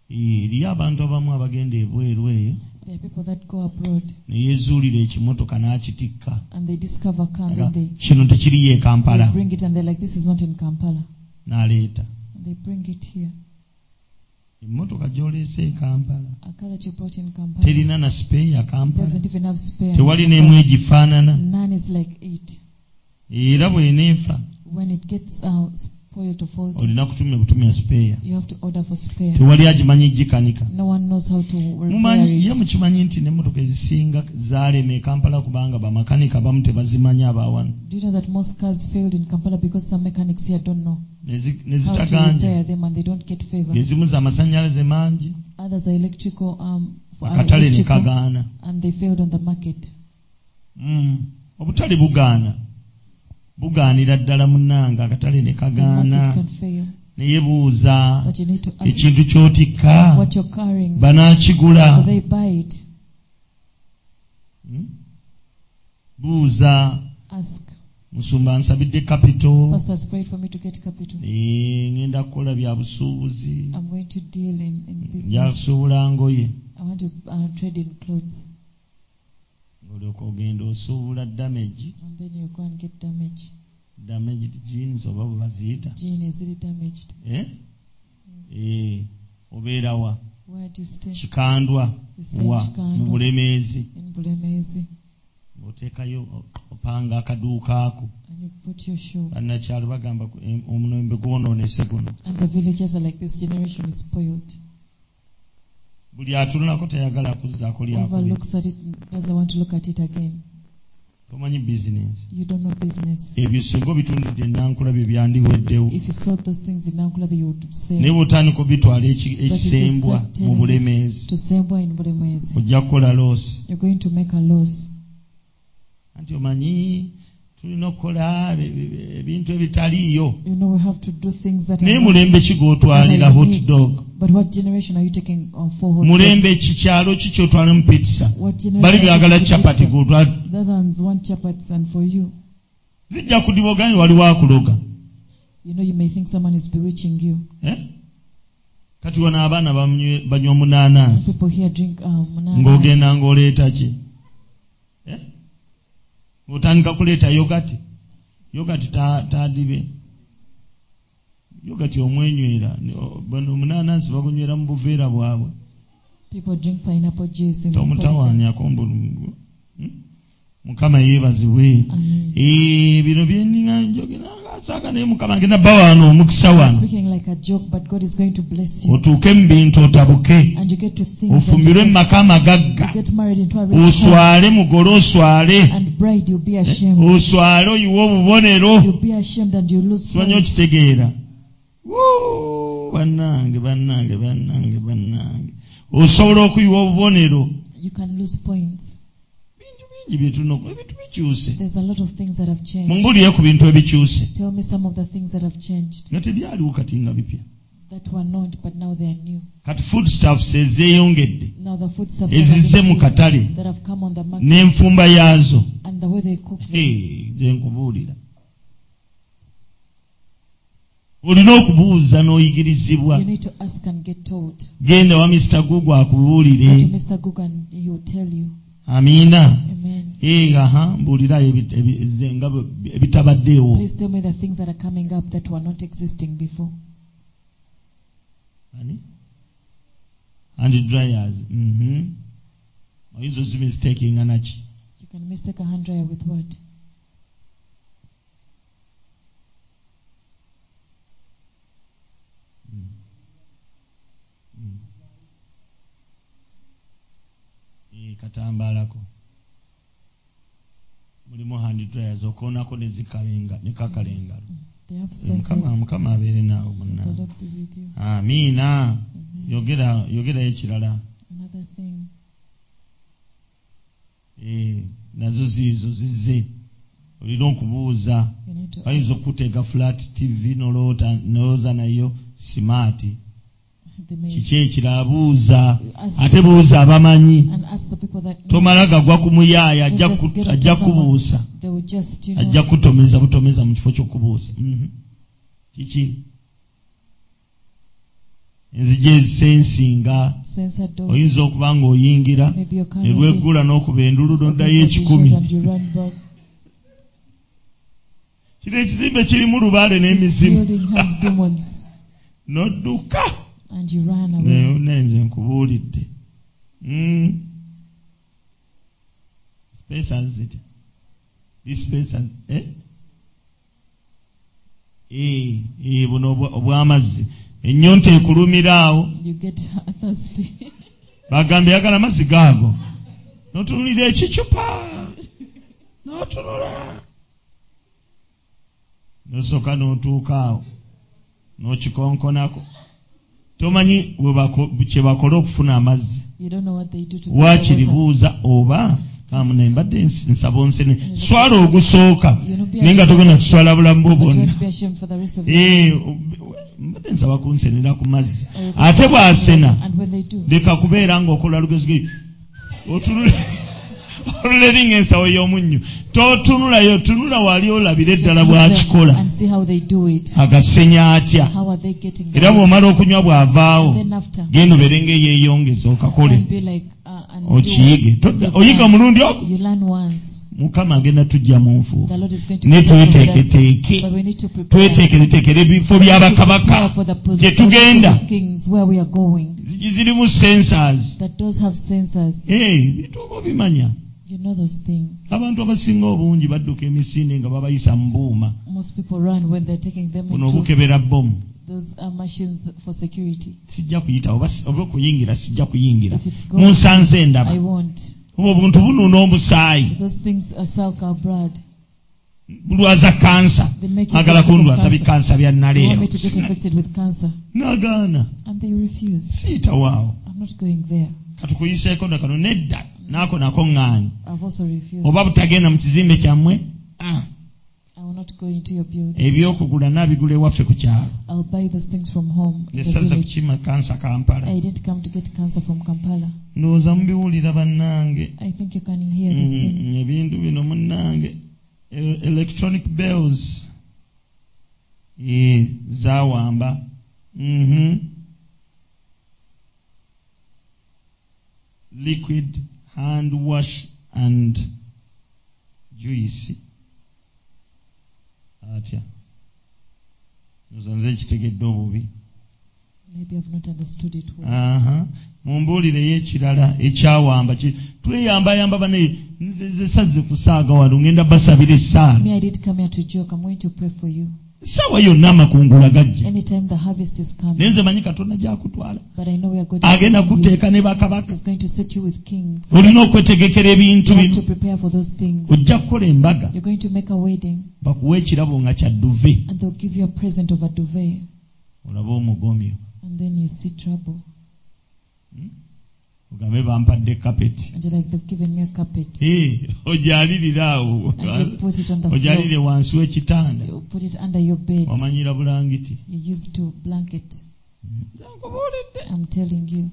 Speaker 1: Eh, eriyo abantu abamu abagenda ebweru eyo
Speaker 2: There are people that go abroad
Speaker 1: neyezuulira ekimotoka n'akitikka
Speaker 2: and they discover car
Speaker 1: Aga,
Speaker 2: and they,
Speaker 1: kino tekiri ye kampala
Speaker 2: they bring it and they're like, this is not in Kampala.
Speaker 1: n'aleeta
Speaker 2: And they bring it here.
Speaker 1: emmotoka gy'oleese e kampala
Speaker 2: A car that you brought in Kampala
Speaker 1: terina na sipeeya kampala
Speaker 2: doesn't even have spare.
Speaker 1: tewali n'emu egifaanana
Speaker 2: None is like it.
Speaker 1: era bw'eneefa
Speaker 2: When it gets uh, spoiled or faulty,
Speaker 1: olina kutumya butumya sipeeya
Speaker 2: you have to order for spare.
Speaker 1: tewali agimanyi ejikanika
Speaker 2: No one knows how to repair
Speaker 1: mumanyi ye
Speaker 2: it.
Speaker 1: mukimanyi nti nemmotoka ezisinga zaalema e kampala kubanga bamakanika abamu tebazimanyi abaawano
Speaker 2: Do you know that most cars failed in Kampala because some mechanics here don't know
Speaker 1: ne
Speaker 2: how to
Speaker 1: zitaganja
Speaker 2: repair them and they don't get favor?
Speaker 1: ezimu z'amasannyalaze mangi
Speaker 2: Others are electrical um, for are
Speaker 1: akatale ne
Speaker 2: electrical
Speaker 1: kagaana
Speaker 2: and they failed on the market.
Speaker 1: Mm. obutali bugaana bugaanira ddala munnanga akatale ne
Speaker 2: The market
Speaker 1: kagaana
Speaker 2: can fail,
Speaker 1: neyebuuza
Speaker 2: but you need to ask
Speaker 1: ekintu kyotikka
Speaker 2: what you're carrying.
Speaker 1: banaakigula
Speaker 2: Will they buy it?
Speaker 1: Mm. buuza
Speaker 2: Ask.
Speaker 1: musumba nsabidde kapito
Speaker 2: Pastor has prayed for me to get capital.
Speaker 1: Eh, ngenda kukola bya busuubuzi
Speaker 2: I'm going to deal in, in this.
Speaker 1: nja kusuubula ngoye
Speaker 2: I want to uh, trade in clothes
Speaker 1: olyoka ogenda osuubula damage
Speaker 2: and then you go and get damage.
Speaker 1: damage jeans oba bwe baziyita
Speaker 2: Jean is really damaged.
Speaker 1: Eh? Eh, obeera wa
Speaker 2: Where do you stay?
Speaker 1: kikandwa
Speaker 2: You stay in
Speaker 1: wa mu
Speaker 2: Chikando,
Speaker 1: bulemeezi
Speaker 2: in Bulemezi,
Speaker 1: oteekayo o- opanga akaduuka ako
Speaker 2: and you put your shoe.
Speaker 1: bannakyalo bagamba ku- em- omulembe gwonoonese guno
Speaker 2: And the villagers are like, this generation is spoiled.
Speaker 1: buli atunulako tayagala kuzzaako
Speaker 2: Whoever
Speaker 1: lyakubi
Speaker 2: looks at it doesn't want to look at it again.
Speaker 1: tomanyi bizinensi
Speaker 2: You don't know business.
Speaker 1: ebyo singa obitundidde enankula bye byandiweddewo
Speaker 2: If you sold those things in Ankulabe, you would
Speaker 1: naye
Speaker 2: sell
Speaker 1: bwotandika obitwala eki-
Speaker 2: if you
Speaker 1: ekisembwa
Speaker 2: start
Speaker 1: mu
Speaker 2: telling
Speaker 1: bulemeezi
Speaker 2: to Sembwa in Bulemezi.
Speaker 1: ojja kukola loosi
Speaker 2: You're going to make a loss.
Speaker 1: anti omanyi tulina okukola be- be- be- ebintu ebitaliiyo
Speaker 2: You know, we have to do things that
Speaker 1: naye
Speaker 2: are not-
Speaker 1: mulembe ki gwotwalira hot dog
Speaker 2: But what generation are you taking uh, for hot
Speaker 1: mulembe ki kyalo ki kyotwala mu pitisa
Speaker 2: dogs? What generation
Speaker 1: bali
Speaker 2: are you
Speaker 1: byagala
Speaker 2: taking
Speaker 1: capati
Speaker 2: pizza?
Speaker 1: gwotwala
Speaker 2: The other ones want chapatis and for you.
Speaker 1: zijja kudiboganye waliwo akuloga
Speaker 2: You know, you may think someone is bewitching you.
Speaker 1: Eh? kati wano abaana bamywe- banywa
Speaker 2: Some
Speaker 1: munaanansi
Speaker 2: people here drink um, bananas.
Speaker 1: ng'ogenda ng'oleeta ki Eh? ng'otandika kuleeta yogati yogati ta- taadibe yogati omwenywera Ne- o- bano omunaanansi bagunywera mu buveera bwabwe
Speaker 2: People drink pineapple juice in Africa.
Speaker 1: tomutawaanyako mbulungu Hmm? mukama yeebazibwe
Speaker 2: Amen.
Speaker 1: Eh, bino byeninga njogera ngaasaaka naye mukama agenda ba wano omukisa
Speaker 2: I'm
Speaker 1: wano
Speaker 2: speaking like a joke, but God is going to bless you.
Speaker 1: otuuke mu bintu otabuke
Speaker 2: And you get to think
Speaker 1: ofumbirwe mu
Speaker 2: that
Speaker 1: maka amagagga
Speaker 2: you get married into a rich home.
Speaker 1: oswale mugole oswale
Speaker 2: And bride, you'll be ashamed.
Speaker 1: oswale oyiwe obubonero
Speaker 2: You'll be ashamed and you'll lose
Speaker 1: simanyi
Speaker 2: money.
Speaker 1: okitegeera Wuu, bannange bannange bannange bannange osobola okuyiwa obubonero
Speaker 2: You can lose points.
Speaker 1: bintu bingi byetunaokola ebintu bikyuse
Speaker 2: There's a lot of things that have changed.
Speaker 1: mumbuulire ku bintu ebikyuse
Speaker 2: Tell me some of the things that have changed
Speaker 1: nga tebyaliwo kati nga bipya
Speaker 2: that were not, but now they are new.
Speaker 1: kati food staffs ezeeyongedde
Speaker 2: Now the food
Speaker 1: ezizze mu
Speaker 2: substances
Speaker 1: katale
Speaker 2: that have come on the market
Speaker 1: n'enfumba yaazo
Speaker 2: and the way way they cook them.
Speaker 1: Hey, nze nkubuulira olina okubuuza n'oyigirizibwa
Speaker 2: You need to ask and get told.
Speaker 1: genda wa mr google akubuulire
Speaker 2: Go to Mr. Google and he will tell you.
Speaker 1: amiina
Speaker 2: Amen.
Speaker 1: Eh, aha mbuulirayo ebi- ebi- ze- nga bwe- ebitabaddeewo
Speaker 2: Please tell me the things that are coming up that were not existing before.
Speaker 1: Ani? hand dryers mhm. oyinza ozimistakinga naki
Speaker 2: You can mistake a hand dryer with what?
Speaker 1: Mm. Eh, katambaalako mulimu hand dryers okoonako nezikalenga nekakala engalo
Speaker 2: They have
Speaker 1: Eh, mukama
Speaker 2: senses.
Speaker 1: mukama abeere naawe
Speaker 2: The
Speaker 1: munna
Speaker 2: Lord be with you.
Speaker 1: amiina
Speaker 2: Amen.
Speaker 1: yogera yogerayo ekirala
Speaker 2: Another thing.
Speaker 1: Eh, nazo ziizo zizze olina okubuuza
Speaker 2: You need to
Speaker 1: bayinza
Speaker 2: ask.
Speaker 1: okukuteeka flat tv noloota nolooza nayo simaati
Speaker 2: They may
Speaker 1: kiki ekira buuza
Speaker 2: you ask
Speaker 1: ate buuza abamanyi
Speaker 2: and ask the people that know.
Speaker 1: tomala gagwa ku muyaaya ajja
Speaker 2: Just
Speaker 1: ku-
Speaker 2: get it to
Speaker 1: ajja
Speaker 2: someone.
Speaker 1: kubuusa
Speaker 2: They will just, you
Speaker 1: ajja
Speaker 2: know,
Speaker 1: kutomeza butomeza mu kifo ky'okubuusa Mhm. kiki enzigi ezisensinga
Speaker 2: censor doors.
Speaker 1: oyinza okuba ng'oyingira
Speaker 2: Maybe you're coming.
Speaker 1: ne lweggula n'okuba endulu n'oddayo ekikumi
Speaker 2: And you run back.
Speaker 1: kino ekizimbe kirimu lubaale
Speaker 2: This
Speaker 1: n'emizimu
Speaker 2: building has demons.
Speaker 1: n'odduka
Speaker 2: And you run away.
Speaker 1: Ne- nenze nkubuulidde Mm. Spacers zitya dispacers eh? Eh, eh, buno obwa- obw'amazzi ennyonta ekulumira awo
Speaker 2: You get thirsty.
Speaker 1: bagambye yagala amazzi gaago n'otunulira ekicupa n'otunula nosooka n'otuuka awo n'okikonkonako tomanyi bwe bako- kye bakola okufuna amazzi
Speaker 2: You don't know what they do to get the water.
Speaker 1: waakiribuuza oba kamune mbadde ns- nsaba onsene swala ogusooka
Speaker 2: You'll not be
Speaker 1: naye nga
Speaker 2: ashamed,
Speaker 1: togenda kuswala bulamu bwo
Speaker 2: but you
Speaker 1: bwonna
Speaker 2: won't be ashamed for the rest of your
Speaker 1: Eh, mbadde nsaba kunsenera ku mazzi ate bw'asena
Speaker 2: Oh, And when they do,
Speaker 1: leka kubeera ng'okola lugezige oluleringa ensawo y'omunnyo totunulayo tunula wali olabira eddala
Speaker 2: look at them
Speaker 1: bw'akikola
Speaker 2: and see how they do it.
Speaker 1: agasenya atya
Speaker 2: How are they getting
Speaker 1: era
Speaker 2: that?
Speaker 1: bw'omala okunywa bw'avaawo
Speaker 2: Then after,
Speaker 1: genda obere ngaeyeeyongeza okakole
Speaker 2: and be like, uh, and
Speaker 1: Oh,
Speaker 2: do
Speaker 1: okiyige
Speaker 2: what
Speaker 1: Todda-
Speaker 2: they've
Speaker 1: oyiga
Speaker 2: done.
Speaker 1: omulundi ogwo
Speaker 2: You learn once.
Speaker 1: mukama agenda tujja mu nfuufu
Speaker 2: The Lord is going to
Speaker 1: ne
Speaker 2: give you confidence,
Speaker 1: tweteeketeeke
Speaker 2: but we need to prepare.
Speaker 1: tweteekereteekera ebifo
Speaker 2: We need to
Speaker 1: by'abakabaka
Speaker 2: prepare for the pos-
Speaker 1: gye
Speaker 2: for the places
Speaker 1: tugenda.
Speaker 2: of kings where we are going.
Speaker 1: zigi zirimu sensors
Speaker 2: That does have sensors.
Speaker 1: bituuba obimanya
Speaker 2: You know those things.
Speaker 1: abantu abasinga obungi badduka emisinde nga babayisa mu buuma
Speaker 2: Most people run when they're taking them
Speaker 1: buno
Speaker 2: into
Speaker 1: obukebera bomu
Speaker 2: those uh, machines for security.
Speaker 1: sijja kuyita oba oba okuyingira sijja kuyingira
Speaker 2: If it's gone,
Speaker 1: munsanze endaba
Speaker 2: I won't.
Speaker 1: oba obuntu bunuuna omusaayi
Speaker 2: Those things are silk or blood.
Speaker 1: bulwaza kansa
Speaker 2: They make you
Speaker 1: agala
Speaker 2: get sick of
Speaker 1: kunlwaza
Speaker 2: cancer.
Speaker 1: bikansa bya
Speaker 2: They
Speaker 1: naleero
Speaker 2: want me to get infected with cancer.
Speaker 1: nagaana
Speaker 2: And they refuse.
Speaker 1: siitawaawo
Speaker 2: I'm not going there.
Speaker 1: katukuyiseeko nakano nedda naakonako ŋŋaanyi
Speaker 2: I've also refused.
Speaker 1: oba butagenda mu kizimbe kyammwe Ah,
Speaker 2: I will not go into your building.
Speaker 1: ebyokugula naabigula ewaffe ku kyalo
Speaker 2: I'll buy those things from home. in the
Speaker 1: yesazza
Speaker 2: village.
Speaker 1: kukima kansa kampala
Speaker 2: I didn't come to get cancer from Kampala.
Speaker 1: ndowooza mubiwulira bannange
Speaker 2: I think you can hear this
Speaker 1: Mm,
Speaker 2: thing.
Speaker 1: ebintu bino munnange e- electronic bells Eh, zawamba Mhm. liquid hand wash and juice atya ndoza nze nkitegedde obubi
Speaker 2: Maybe I've not understood it well.
Speaker 1: aha mumbuulireyo ekirala ekyawamba ki- tweyambayamba bane nze nze sazze kusaaga wano ngenda basabira
Speaker 2: Me,
Speaker 1: essaala
Speaker 2: I did come here to joke. I'm going to pray for you.
Speaker 1: essaawa yonna amakungula gajja
Speaker 2: Anytime the harvest is
Speaker 1: naye
Speaker 2: coming,
Speaker 1: nze manyi katonda gyakutwala
Speaker 2: but I know we are going
Speaker 1: agenda
Speaker 2: to. send you.
Speaker 1: kuteeka ne bakabaka
Speaker 2: He's going to set you with kings.
Speaker 1: olina okwetegekera ebintu
Speaker 2: You have to
Speaker 1: bino
Speaker 2: prepare for those things.
Speaker 1: ojja kukola embaga
Speaker 2: You're going to make a wedding,
Speaker 1: bakuwa ekirabo nga kyadduve
Speaker 2: and they'll give you a present of a duvet,
Speaker 1: olaba omugomyo
Speaker 2: and then you see trouble.
Speaker 1: ogambe bampadde kapeti
Speaker 2: And you're like, they've given me a carpet.
Speaker 1: Eh, ojalirire awo
Speaker 2: And you put it on the
Speaker 1: ojalirire
Speaker 2: floor.
Speaker 1: wansi w'ekitanda
Speaker 2: You put it under your bed.
Speaker 1: wamanyira bulangiti
Speaker 2: You used to blanket.
Speaker 1: nkubuulidde
Speaker 2: I'm telling you.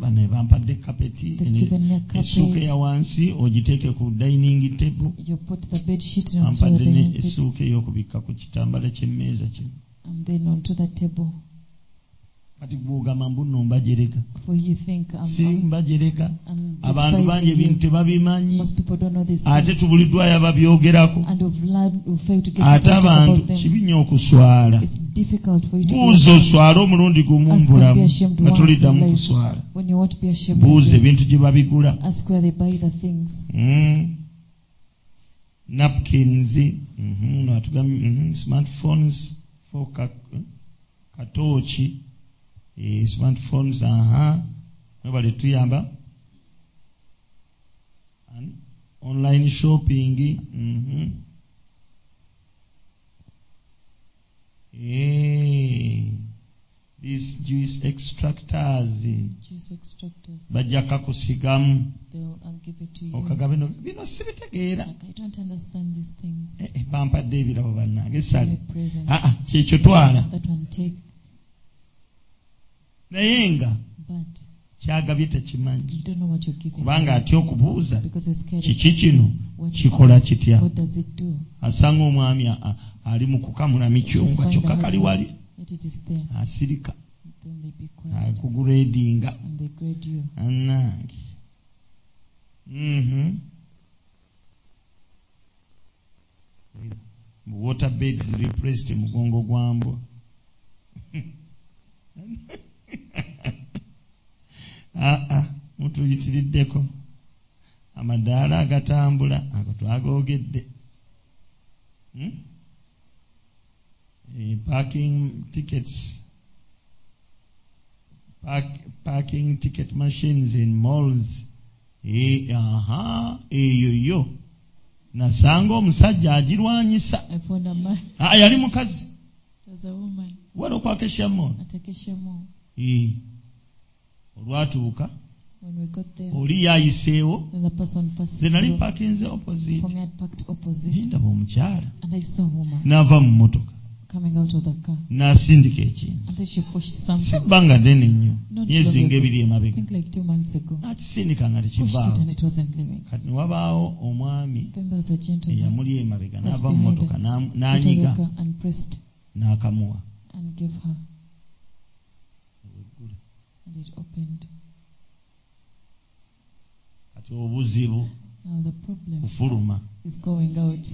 Speaker 1: bano bampadde kapeti
Speaker 2: They've given me a
Speaker 1: essuuka
Speaker 2: carpet.
Speaker 1: eya wansi ogiteeke ku dining table
Speaker 2: You put the bed sheet onto the
Speaker 1: bampadde ne
Speaker 2: dining bed
Speaker 1: essuuka ey'okubikka ku kitambala ky'emmeeza kino
Speaker 2: and then onto the table.
Speaker 1: kati gwogamba mbuno mbajereka
Speaker 2: For you think I'm,
Speaker 1: si
Speaker 2: I'm,
Speaker 1: mbajereka
Speaker 2: I'm
Speaker 1: abantu bangi
Speaker 2: despising
Speaker 1: ebintu
Speaker 2: you.
Speaker 1: tebabimanyi
Speaker 2: Most people don't know these
Speaker 1: ate
Speaker 2: things.
Speaker 1: tubuliddwayo ababyogerako
Speaker 2: And we've learned, we fail to get
Speaker 1: ate
Speaker 2: people to talk
Speaker 1: abantu
Speaker 2: about them.
Speaker 1: kibi nnyo okuswala
Speaker 2: It's difficult for you to
Speaker 1: buuza
Speaker 2: be ashamed.
Speaker 1: oswale omulundi gumu
Speaker 2: Ask them to
Speaker 1: mbulamu
Speaker 2: be ashamed
Speaker 1: nga
Speaker 2: once
Speaker 1: toliddamu
Speaker 2: in life.
Speaker 1: kuswala
Speaker 2: When you want to be ashamed, of
Speaker 1: buuza
Speaker 2: them,
Speaker 1: ebintu gye babigula
Speaker 2: ask where they buy the things.
Speaker 1: Mm. napkins mhm, atugambye mhm, smartphones for ka- katooki eh, smartphones aha webale tuyamba An- online shopping mhm. Eh, these juice extractors
Speaker 2: Juice extractors.
Speaker 1: bajja kakusigamu
Speaker 2: They'll I'll give it to you.
Speaker 1: okagaba bino bino sibitegeera
Speaker 2: Like, I don't understand these things.
Speaker 1: Eh, eh, bampadde ebirabo bannange Ah, sale
Speaker 2: Your presence.
Speaker 1: aa kyekyo twala
Speaker 2: That one take,
Speaker 1: naye nga
Speaker 2: but
Speaker 1: kyagabye takimanyi
Speaker 2: you don't know what you're giving.
Speaker 1: kubanga atya okubuuza
Speaker 2: Because you're scared. of
Speaker 1: kiki kino
Speaker 2: what it
Speaker 1: kikola
Speaker 2: does.
Speaker 1: kitya
Speaker 2: What does it do?
Speaker 1: asanga omwami a- a- ali mu kukamula
Speaker 2: Just
Speaker 1: micungwa
Speaker 2: find
Speaker 1: kyokka
Speaker 2: out
Speaker 1: kali wali
Speaker 2: that it is there.
Speaker 1: asirika
Speaker 2: Then they be quiet
Speaker 1: akugureedinga
Speaker 2: and they grade you.
Speaker 1: annange Mhm. waterbeds repressed mugongo gwa mbwa aa mutuyitiriddeko amadaala agatambula ago twagoogedde Hmm? Eh, parking tickets Park, parking ticket machines in malls Eh, aha eyo yo nasanga omusajja agirwanyisa
Speaker 2: I found a man.
Speaker 1: Ah, yali mukazi
Speaker 2: There's a woman
Speaker 1: wali okwakeshamon
Speaker 2: at Acacia Mall.
Speaker 1: olwatuuka
Speaker 2: When we got there,
Speaker 1: oli yayiseewo
Speaker 2: Oh. then the person passed
Speaker 1: ze nali
Speaker 2: through.
Speaker 1: pakinze
Speaker 2: for
Speaker 1: opposite
Speaker 2: me had parked opposite.
Speaker 1: nindaba omukyala
Speaker 2: And I saw a woman
Speaker 1: n'ava mu mmotoka
Speaker 2: coming out of the car.
Speaker 1: n'asindika ekintu
Speaker 2: And then she pushed
Speaker 1: si
Speaker 2: something.
Speaker 1: bbanga ddene nnyo
Speaker 2: Not
Speaker 1: myezi
Speaker 2: long
Speaker 1: nga
Speaker 2: ago.
Speaker 1: ebiri
Speaker 2: I
Speaker 1: emabega
Speaker 2: think like two months ago.
Speaker 1: n'akisindika nga
Speaker 2: Pushed it
Speaker 1: tekivaawo
Speaker 2: and it wasn't leaving.
Speaker 1: kati ne wabaawo omwami
Speaker 2: Then there was a gentleman
Speaker 1: eyamuli emabega
Speaker 2: Was
Speaker 1: n'ava mu
Speaker 2: behind
Speaker 1: mmotoka
Speaker 2: her.
Speaker 1: n'amu-
Speaker 2: out of
Speaker 1: n'anyiga
Speaker 2: the car and pressed
Speaker 1: n'akamuwa
Speaker 2: and gave her. And it opened.
Speaker 1: kati obuzibu
Speaker 2: Now the problem
Speaker 1: kufuluma
Speaker 2: is going out.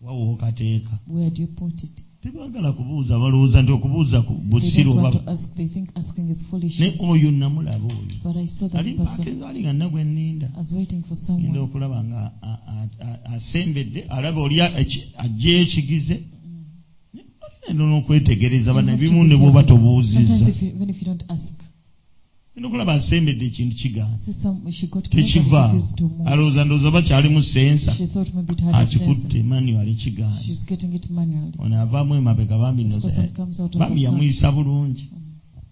Speaker 1: wawa okateeka
Speaker 2: Where do you put it?
Speaker 1: tebaagala kubuuza balowooza nti okubuuza ku
Speaker 2: They
Speaker 1: busiro
Speaker 2: don't
Speaker 1: oba
Speaker 2: want to ask. They think asking is foolish.
Speaker 1: ne oyo namulaba oyo
Speaker 2: But I saw
Speaker 1: ali
Speaker 2: that person.
Speaker 1: mpakinze ali nga nagwe nninda
Speaker 2: I was waiting for
Speaker 1: ngenda
Speaker 2: someone.
Speaker 1: okulaba nga a- a- a- asembedde alaba oli eki- ajja ekigize eno n'okwetegereza
Speaker 2: You
Speaker 1: bana
Speaker 2: Mm. have to
Speaker 1: ebimu
Speaker 2: be
Speaker 1: ne bwoba
Speaker 2: careful. Sometimes
Speaker 1: tobuuzizza
Speaker 2: if you, even if you don't ask,
Speaker 1: genda okulaba asembedde ekintu kigaana
Speaker 2: see some she got close and
Speaker 1: tekivaawo
Speaker 2: refused to move.
Speaker 1: alowooza ndowooza bakyali mu sensa
Speaker 2: She thought maybe it had a
Speaker 1: akikutte
Speaker 2: sensor.
Speaker 1: manual ekigaana
Speaker 2: She's getting it manually.
Speaker 1: ono avaamu emabega bambi
Speaker 2: This
Speaker 1: nno
Speaker 2: person comes out of
Speaker 1: bambi
Speaker 2: the car,
Speaker 1: yamuyisa bulungi
Speaker 2: um,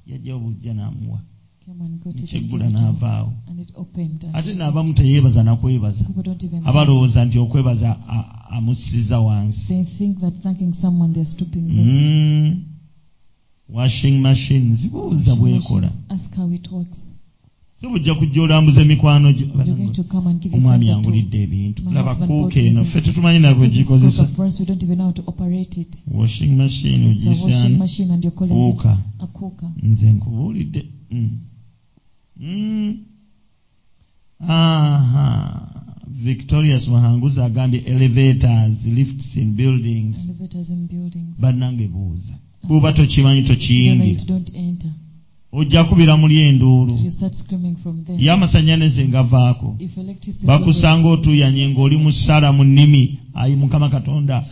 Speaker 1: yajja obujja n'amuwa
Speaker 2: came and got it and,
Speaker 1: ekyeggula
Speaker 2: gave it to her.
Speaker 1: n'avaawo
Speaker 2: and it opened. And
Speaker 1: ate n'abamu teyeebaza nakwebaza
Speaker 2: people don't even
Speaker 1: abalowooza nti okwebaza a- amussiza wansi
Speaker 2: they think that thanking someone they're stooping low.
Speaker 1: Mm. washing machine zibuuza bwekola
Speaker 2: Machines, Ask how it works.
Speaker 1: so bujja kujja olambuza emikwano gyo
Speaker 2: You're going to come and give it
Speaker 1: omwami
Speaker 2: further to.
Speaker 1: yangulidde ebintu
Speaker 2: My
Speaker 1: laba
Speaker 2: husband
Speaker 1: kuuka
Speaker 2: bought
Speaker 1: eno
Speaker 2: this.
Speaker 1: ffe tetumanyi nabwe
Speaker 2: It's called
Speaker 1: gikozesa
Speaker 2: a press, we don't even know how to operate it.
Speaker 1: washing machine
Speaker 2: It's a washing
Speaker 1: ogisaana
Speaker 2: machine and you're calling
Speaker 1: kuuka
Speaker 2: it a cooker.
Speaker 1: nze nkubuulidde Mm. Mm. aha victorious mahanguzi agambye elevators lifts in buildings
Speaker 2: Elevators in buildings.
Speaker 1: bannange buuza
Speaker 2: And
Speaker 1: bwoba tokimanyi
Speaker 2: you know it,
Speaker 1: tokiyingira
Speaker 2: don't enter.
Speaker 1: ojja kubira muli enduulu
Speaker 2: You start screaming from there.
Speaker 1: y'amasannyalaze ngavaako
Speaker 2: If electricity goes,
Speaker 1: bakusanga otuuyanye ng'oli mu ssala mu nnimi ayi mukama katonda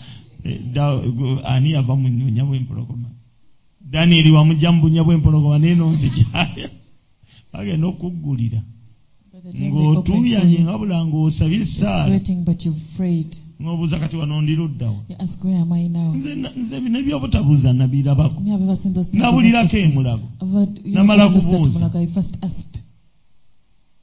Speaker 1: eh, da- gu- ani yava mu nyonya bwempologoma danieri wamujja mu bunya bw'empologoma neeno nzijaya bagenda okuggulira
Speaker 2: by the time they open for
Speaker 1: ng'otuuyanye
Speaker 2: you,
Speaker 1: nga bula ng'osabye
Speaker 2: you're
Speaker 1: essaala
Speaker 2: sweating but you're afraid.
Speaker 1: ng'obuuza kati wano ndiruddawa
Speaker 2: You ask where am I now?
Speaker 1: nze na- nze bino ebyobutabuuza nabirabako
Speaker 2: Me, I've ever seen those things.
Speaker 1: nabulirako emulago
Speaker 2: I've had- you know,
Speaker 1: Namala
Speaker 2: I lost that
Speaker 1: kubuuza.
Speaker 2: Mulago. I first asked.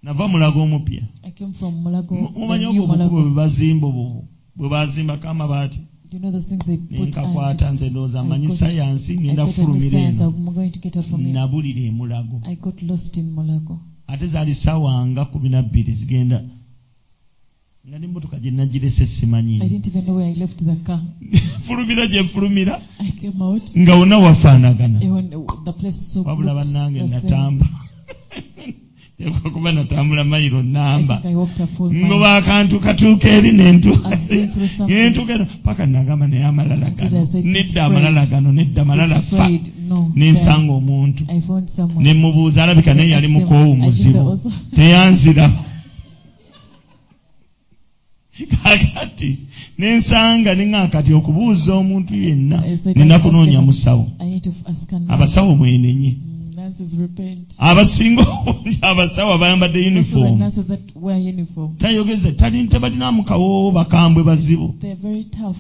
Speaker 1: nava mulago omupya
Speaker 2: I came from Mulago.
Speaker 1: mumanyi
Speaker 2: the new
Speaker 1: obwo obukubo
Speaker 2: Mulago.
Speaker 1: bwe bazimba obwo bwe bazimbako amabaati
Speaker 2: Do you know those things they put and
Speaker 1: nenkakwata nze ndowooza manyi
Speaker 2: I got-
Speaker 1: sayansi
Speaker 2: I
Speaker 1: ngenda
Speaker 2: got on the
Speaker 1: kufulumira
Speaker 2: science,
Speaker 1: eno
Speaker 2: I'm going to get up from here.
Speaker 1: nabulira emulago
Speaker 2: I got lost in Mulago.
Speaker 1: ate zaali ssaawa nga kumi na bbiri zigenda nga nemmotoka gye nagirese
Speaker 2: I
Speaker 1: simanyi
Speaker 2: didn't even know where I left the car.
Speaker 1: fulumira gye nfulumira
Speaker 2: I came out.
Speaker 1: nga wonna wafaanagana
Speaker 2: Even the place so
Speaker 1: wabula
Speaker 2: looked
Speaker 1: bannange
Speaker 2: the same.
Speaker 1: natamba kuba natambula mayiro
Speaker 2: I
Speaker 1: namba
Speaker 2: think I walked a full mile.
Speaker 1: ngoba akantu katuuka eri nentuuka
Speaker 2: I was going through something.
Speaker 1: nentuuka eno paka nagamba naye amalala
Speaker 2: Until I
Speaker 1: gano
Speaker 2: said,
Speaker 1: nedda
Speaker 2: "It's
Speaker 1: amalala
Speaker 2: prayed."
Speaker 1: gano nedda amalala
Speaker 2: It's
Speaker 1: fa
Speaker 2: prayed. No.
Speaker 1: nensanga omuntu
Speaker 2: I found someone.
Speaker 1: ne mubuuza alabika naye yali mukoowu
Speaker 2: I think that
Speaker 1: muzibu
Speaker 2: was-
Speaker 1: teyanziraba kakati nensanga ninga kati okubuuza omuntu yenna
Speaker 2: I said, I
Speaker 1: nina
Speaker 2: must
Speaker 1: kunoonya
Speaker 2: get-
Speaker 1: musawo
Speaker 2: I need to ask a nurse.
Speaker 1: abasawo mwenenye
Speaker 2: Mm, Nurses repent.
Speaker 1: abasinga obungi abasawo abayambadde
Speaker 2: Most of the
Speaker 1: yunifoomu
Speaker 2: nurses that wear uniform,
Speaker 1: tayogeze tali- tebalinamu kawoowo bakambwe bazibu
Speaker 2: they're very tough.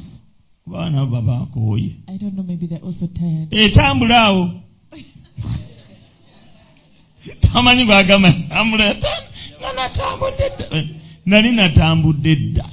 Speaker 1: baana bo babakooye
Speaker 2: I don't know, maybe they're also tired.
Speaker 1: etambula awo tamanyi gwagamba tambula "Tam- nga natambudde dda nali natambudde dda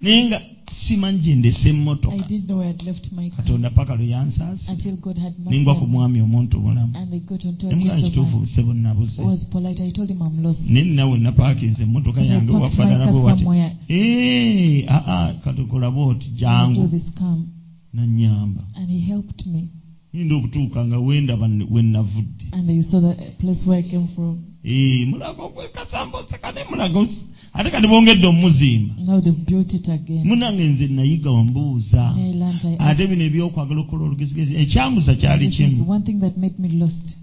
Speaker 1: naye nga simanyi gyendesa
Speaker 2: I
Speaker 1: emmotoka
Speaker 2: didn't know I had left my car
Speaker 1: katonda paka lwe yansaasi
Speaker 2: until God had mercy.
Speaker 1: ningwa
Speaker 2: on
Speaker 1: ku
Speaker 2: me.
Speaker 1: mwami omuntu mulamu
Speaker 2: And I got onto a
Speaker 1: nemugana kituufu
Speaker 2: gentleman
Speaker 1: buse bonnabuze
Speaker 2: who was polite. I told him I'm lost.
Speaker 1: naye ninawe napaakinze emmotoka
Speaker 2: And I
Speaker 1: yange
Speaker 2: parked my
Speaker 1: wafaanana
Speaker 2: car
Speaker 1: bwe wati
Speaker 2: somewhere.
Speaker 1: "Eh, aa katokola bwoti
Speaker 2: I do
Speaker 1: jangu
Speaker 2: this calm.
Speaker 1: nanyamba
Speaker 2: And he helped me.
Speaker 1: yinda obutuuka nga wendaba ne- we navudde
Speaker 2: And he saw the uh, place where I came from.
Speaker 1: Eh, mulago ogwekasamboosa kane mulago ate kati bongedde omuzimba
Speaker 2: Now they've built it again.
Speaker 1: munange nze nayiga wambuuza
Speaker 2: I learned I asked.
Speaker 1: ate bino ebyokwagala okukola olugezigezi ekyanguza kyali
Speaker 2: This is
Speaker 1: kimu
Speaker 2: one thing that made me lost.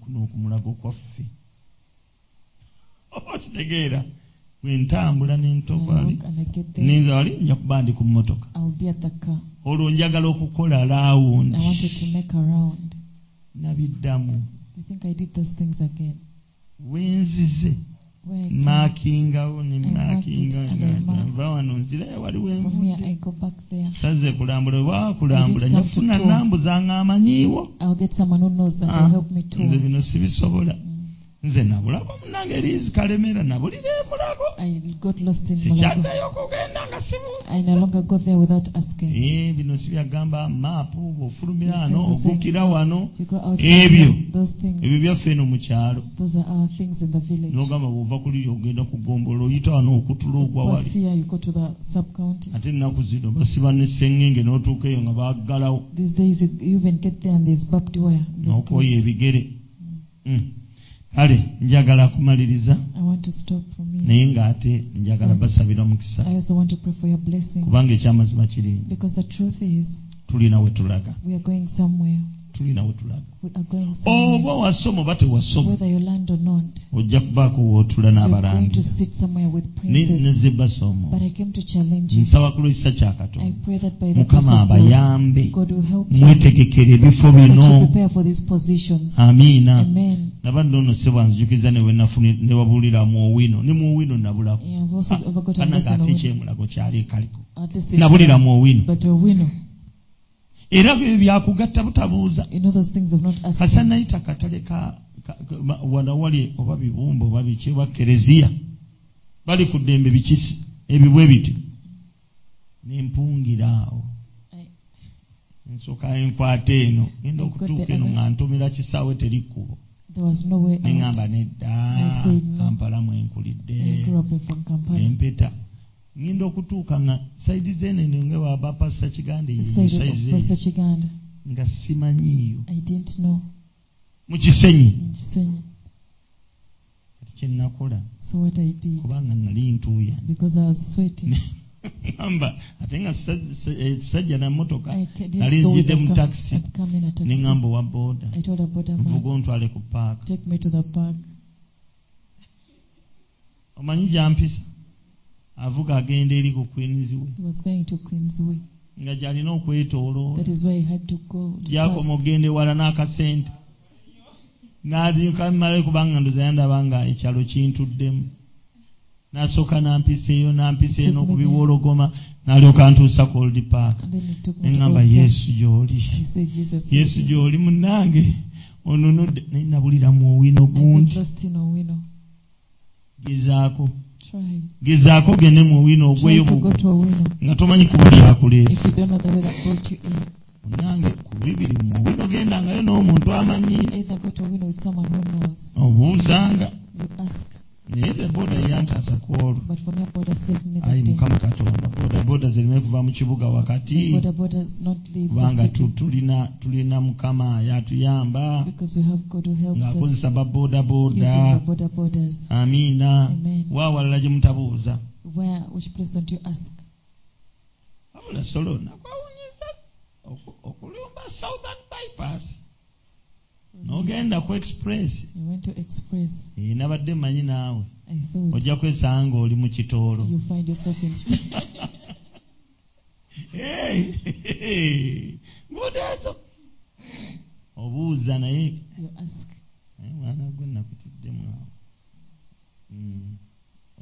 Speaker 1: kuno okumulago kwaffe oba kitegeera bwentambula
Speaker 2: I
Speaker 1: nentobaali
Speaker 2: walk and I get there.
Speaker 1: ninza wali nja kuba ndi ku mmotoka
Speaker 2: I'll be at the car.
Speaker 1: olwo njagala okukola
Speaker 2: I
Speaker 1: laawundi
Speaker 2: wanted to make a round.
Speaker 1: nabiddamu
Speaker 2: I think I did those things again.
Speaker 1: wenzize
Speaker 2: Where I came
Speaker 1: maakingawo ne
Speaker 2: I marked it
Speaker 1: maakingawo
Speaker 2: and I marked.
Speaker 1: nva wano nzirayo waliwo
Speaker 2: from here,
Speaker 1: envudde
Speaker 2: I go back there.
Speaker 1: saze kulambula bwe baba kulambula
Speaker 2: I did
Speaker 1: nja
Speaker 2: come to
Speaker 1: kufuna
Speaker 2: tour.
Speaker 1: nambuzanga amanyiiwo
Speaker 2: I'll get someone who knows and
Speaker 1: Ah,
Speaker 2: will help me
Speaker 1: nze
Speaker 2: too.
Speaker 1: bino sibisobola
Speaker 2: Mm.
Speaker 1: nze nabulako munange eriizi kalemera nabulira emulago
Speaker 2: I got lost in Mulago.
Speaker 1: sikyaddayo okugenda nga
Speaker 2: I no
Speaker 1: sibuuza
Speaker 2: longer go there without asking.
Speaker 1: Eh, bino sibyagamba maapu bwofulumira
Speaker 2: These
Speaker 1: wano
Speaker 2: things are
Speaker 1: obuukira
Speaker 2: saying,
Speaker 1: wano
Speaker 2: You go out
Speaker 1: Ebyo.
Speaker 2: there, those things.
Speaker 1: ebyo byaffe eno mu kyalo
Speaker 2: Those are our things in the village.
Speaker 1: n'ogamba bw'ova kuliri ogenda kugombolola oyita wano okutula ogwa
Speaker 2: Once
Speaker 1: wali
Speaker 2: here, you go to the sub county.
Speaker 1: ate ennaku zino basiba ne sengenge n'otuuka eyo nga baggalawo
Speaker 2: These days, you you even get there and there's barbed wire. and they've
Speaker 1: n'okwoya
Speaker 2: closed.
Speaker 1: ebigere Mm. kale njagala kumaliriza
Speaker 2: I want to stop from here.
Speaker 1: naye ng'ate njagala basabira omukisa
Speaker 2: I also want to pray for your blessing
Speaker 1: kubanga ekyamazima kiri
Speaker 2: because the truth is,
Speaker 1: tulina we tulaga
Speaker 2: we are going somewhere.
Speaker 1: tulina we tulaga
Speaker 2: We are going
Speaker 1: oba
Speaker 2: somewhere.
Speaker 1: wasoma oba tewasoma
Speaker 2: Whether you land or not,
Speaker 1: ojja kubaako wootula
Speaker 2: you're going to
Speaker 1: n'abalangira
Speaker 2: sit somewhere with
Speaker 1: Ne- ne
Speaker 2: princes.
Speaker 1: ze basoma
Speaker 2: But I came to challenge you.
Speaker 1: nsaba ku lwekisa kya
Speaker 2: I
Speaker 1: katonda
Speaker 2: pray that by the grace
Speaker 1: mukama
Speaker 2: of God,
Speaker 1: abayambe
Speaker 2: God will help you
Speaker 1: mwetegekere ebifo
Speaker 2: that
Speaker 1: bino
Speaker 2: you prepare for these positions.
Speaker 1: amiina
Speaker 2: Amen.
Speaker 1: nabadde ono sebwanzijukiza newabuulira muowino ne muowino nabulako
Speaker 2: Yeah, I've also
Speaker 1: Ah,
Speaker 2: forgotten
Speaker 1: kanange
Speaker 2: this and I
Speaker 1: ate
Speaker 2: won't-
Speaker 1: kyemulago kyali e kaliko
Speaker 2: at least it's-
Speaker 1: nabulira muowino
Speaker 2: But uh, we know,
Speaker 1: era byo byakugatta butabuuza
Speaker 2: you know those things of not
Speaker 1: kasa
Speaker 2: asking.
Speaker 1: nayita katale ka ka- ka- ma- wanawali oba bibumba oba biki oba kereziya bali ku ddembe bikisi ebibwe bityo nempungira awo
Speaker 2: I-
Speaker 1: ensooka enkwata eno genda okutuuka eno nga ntomera kisaawe teri kkubo
Speaker 2: There was no way
Speaker 1: ne
Speaker 2: out.
Speaker 1: ŋŋamba nedda
Speaker 2: I said no.
Speaker 1: kampala mwenkulidde
Speaker 2: I grew up in- from Kampala.
Speaker 1: empeta ŋŋenda okutuuka nga saidi zenene nga baba pasita kiganda eyo
Speaker 2: Side of
Speaker 1: saizi
Speaker 2: Pastor
Speaker 1: eyo,
Speaker 2: Chiganda.
Speaker 1: nga simanyiiyo
Speaker 2: I didn't know.
Speaker 1: mu kisenyi
Speaker 2: in Chisenyi.
Speaker 1: kati kye nakola
Speaker 2: So what I did,
Speaker 1: kubanga nali ntuuya
Speaker 2: because I was sweating,
Speaker 1: ŋamba ate nga sa- sa- eh, sajja na motoka
Speaker 2: I ca-
Speaker 1: nali
Speaker 2: didn't go with
Speaker 1: nzidde mu
Speaker 2: the car.
Speaker 1: takisi
Speaker 2: I'd come in a
Speaker 1: ne
Speaker 2: taxi.
Speaker 1: ŋamba owa booda
Speaker 2: I told a border
Speaker 1: nvuga
Speaker 2: man,
Speaker 1: ontwale ku paaka
Speaker 2: take me to the park.
Speaker 1: omanyi gyampisa avuga agenda eri ku queens we
Speaker 2: He was going to Queensway.
Speaker 1: nga gy'alina okwetoloola
Speaker 2: That is where I had to go. to
Speaker 1: gyakoma
Speaker 2: pass.
Speaker 1: ogenda ewala n'akasente n'adikamalale kubanga ndoza yandaba nga ekyalo kintuddemu n'asooka n'ampisa eyo n'ampisa eno okubiwologoma n'alyoka ntuusa ku old park
Speaker 2: And then he took me to
Speaker 1: neŋŋamba
Speaker 2: Old Park.
Speaker 1: yesu gy'oli
Speaker 2: I said, Jesus.
Speaker 1: yesu
Speaker 2: you-
Speaker 1: gy'oli munnange ononodde naye nabulira muowino
Speaker 2: I got
Speaker 1: gundi
Speaker 2: lost in Owino.
Speaker 1: gezaako
Speaker 2: try.
Speaker 1: gezaako ogende mu owino
Speaker 2: Try
Speaker 1: ogweyo
Speaker 2: to go
Speaker 1: bugwe
Speaker 2: to a winner
Speaker 1: nga tomanyi kuba lyakuleese
Speaker 2: if you don't know the way that brought you in.
Speaker 1: munange ku bibiri mu owino gendangayo n'omuntu amanyi
Speaker 2: Either go to a winner with someone who knows.
Speaker 1: obuuzanga
Speaker 2: You ask.
Speaker 1: naye ze booda yantaasa ku olwo
Speaker 2: But for me, border saved me
Speaker 1: ayi
Speaker 2: that day.
Speaker 1: mukama katonda booda booda zireme kuva mu kibuga wakati
Speaker 2: Border borders not leave
Speaker 1: kubanga
Speaker 2: the
Speaker 1: tu-
Speaker 2: city
Speaker 1: tulina tulina mukama y'atuyamba
Speaker 2: because we have God who helps us
Speaker 1: ng'akozesa ba booda booda
Speaker 2: using the border borders.
Speaker 1: amiina
Speaker 2: Amen.
Speaker 1: waawalala gye mutabuuza
Speaker 2: Where, which place don't you ask?
Speaker 1: wabula solona kwawunyisa oku- okulumba southern bypass n'ogenda ku express
Speaker 2: I went to Express.
Speaker 1: Eh, nabadde mmanyi naawe
Speaker 2: I thought
Speaker 1: ojja kwesanga oli mu kitoolo
Speaker 2: you find yourself in
Speaker 1: Hey, hey, nguudo ezo obuuza naye
Speaker 2: You ask.
Speaker 1: eh, mwana gwe nakutidde mwawo Mm.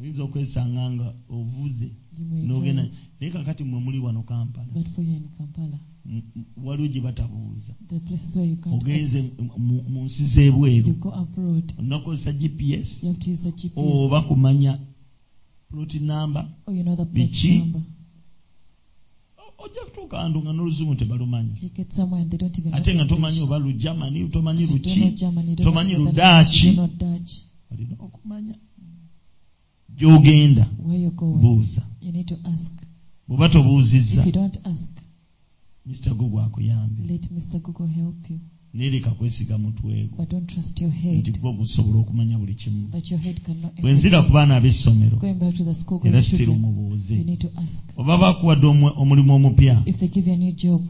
Speaker 1: oyinza okwesanga nga obuuze
Speaker 2: You may
Speaker 1: n'ogenda
Speaker 2: try.
Speaker 1: naye kakati mwe muli wano kampala
Speaker 2: But for you in Kampala,
Speaker 1: m- m- waliwo gye batabuuza
Speaker 2: the places where you can't ask,
Speaker 1: ogenze mu- mu- mu nsi
Speaker 2: you
Speaker 1: z'ebweru
Speaker 2: go abroad.
Speaker 1: onakozesa gps
Speaker 2: You have to use the GPS.
Speaker 1: oba kumanya plot number
Speaker 2: Oh, you know the plate
Speaker 1: Bichi.
Speaker 2: number.
Speaker 1: O- ojja kutuuka wantu nga n'oluzungu tebalumanyi
Speaker 2: You get somewhere and they don't even know
Speaker 1: ate nga
Speaker 2: English.
Speaker 1: tomanyi oba lugermani tomanyi
Speaker 2: You don't
Speaker 1: luki
Speaker 2: know German, you don't
Speaker 1: Tomanyi
Speaker 2: know Netherlands, you
Speaker 1: Ludachi.
Speaker 2: don't know Dutch.
Speaker 1: olina okumanya gy'ogenda
Speaker 2: Where you going?
Speaker 1: buuza
Speaker 2: You need to ask.
Speaker 1: bw'oba tobuuzizza
Speaker 2: If you don't ask,
Speaker 1: misita gwo gwakuyambye
Speaker 2: let Mr. Google help you.
Speaker 1: nereka kwesiga mutwe gwo
Speaker 2: But don't trust your
Speaker 1: nti
Speaker 2: head.
Speaker 1: gwe gusobola okumanya buli kimu
Speaker 2: That your head cannot.
Speaker 1: bwe nzira ku baana ab'essomero
Speaker 2: Going back to the school, going
Speaker 1: era
Speaker 2: to
Speaker 1: sitira
Speaker 2: children,
Speaker 1: omubuuze
Speaker 2: you need to ask.
Speaker 1: oba bakuwadde omu- omulimu omupya
Speaker 2: If they give you a new job,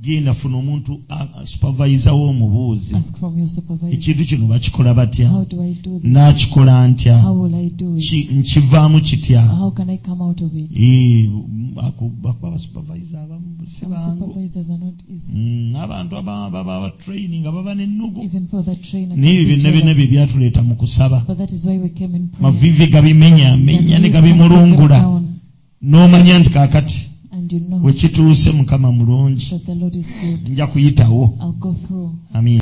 Speaker 1: genda funa omuntu a- a- supervisor w'omubuuzi
Speaker 2: ask from your supervisor.
Speaker 1: ekintu kino bakikola batya
Speaker 2: How do I do this?
Speaker 1: n'akikola ntya
Speaker 2: How will I do it?
Speaker 1: Ki- nkivaamu kitya
Speaker 2: How can I come out of it?
Speaker 1: Eh, m- aku- bakuba abasupervise abamu si
Speaker 2: Some
Speaker 1: bangu
Speaker 2: supervisors are not easy.
Speaker 1: Mm, n'abantu abamu baba ba training nga baba n'ennugu
Speaker 2: Even for the trainer.
Speaker 1: n'ebyo byonna byonna bye byatuleeta mu kusaba
Speaker 2: But that is why we came in prayer.
Speaker 1: maviivi gabimenyaamenya ne gabimulungula n'omanya nti kaakati
Speaker 2: And you know
Speaker 1: we kituuse mukama mulungi
Speaker 2: that the Lord is good.
Speaker 1: nja kuyitawo
Speaker 2: I'll go through.
Speaker 1: amin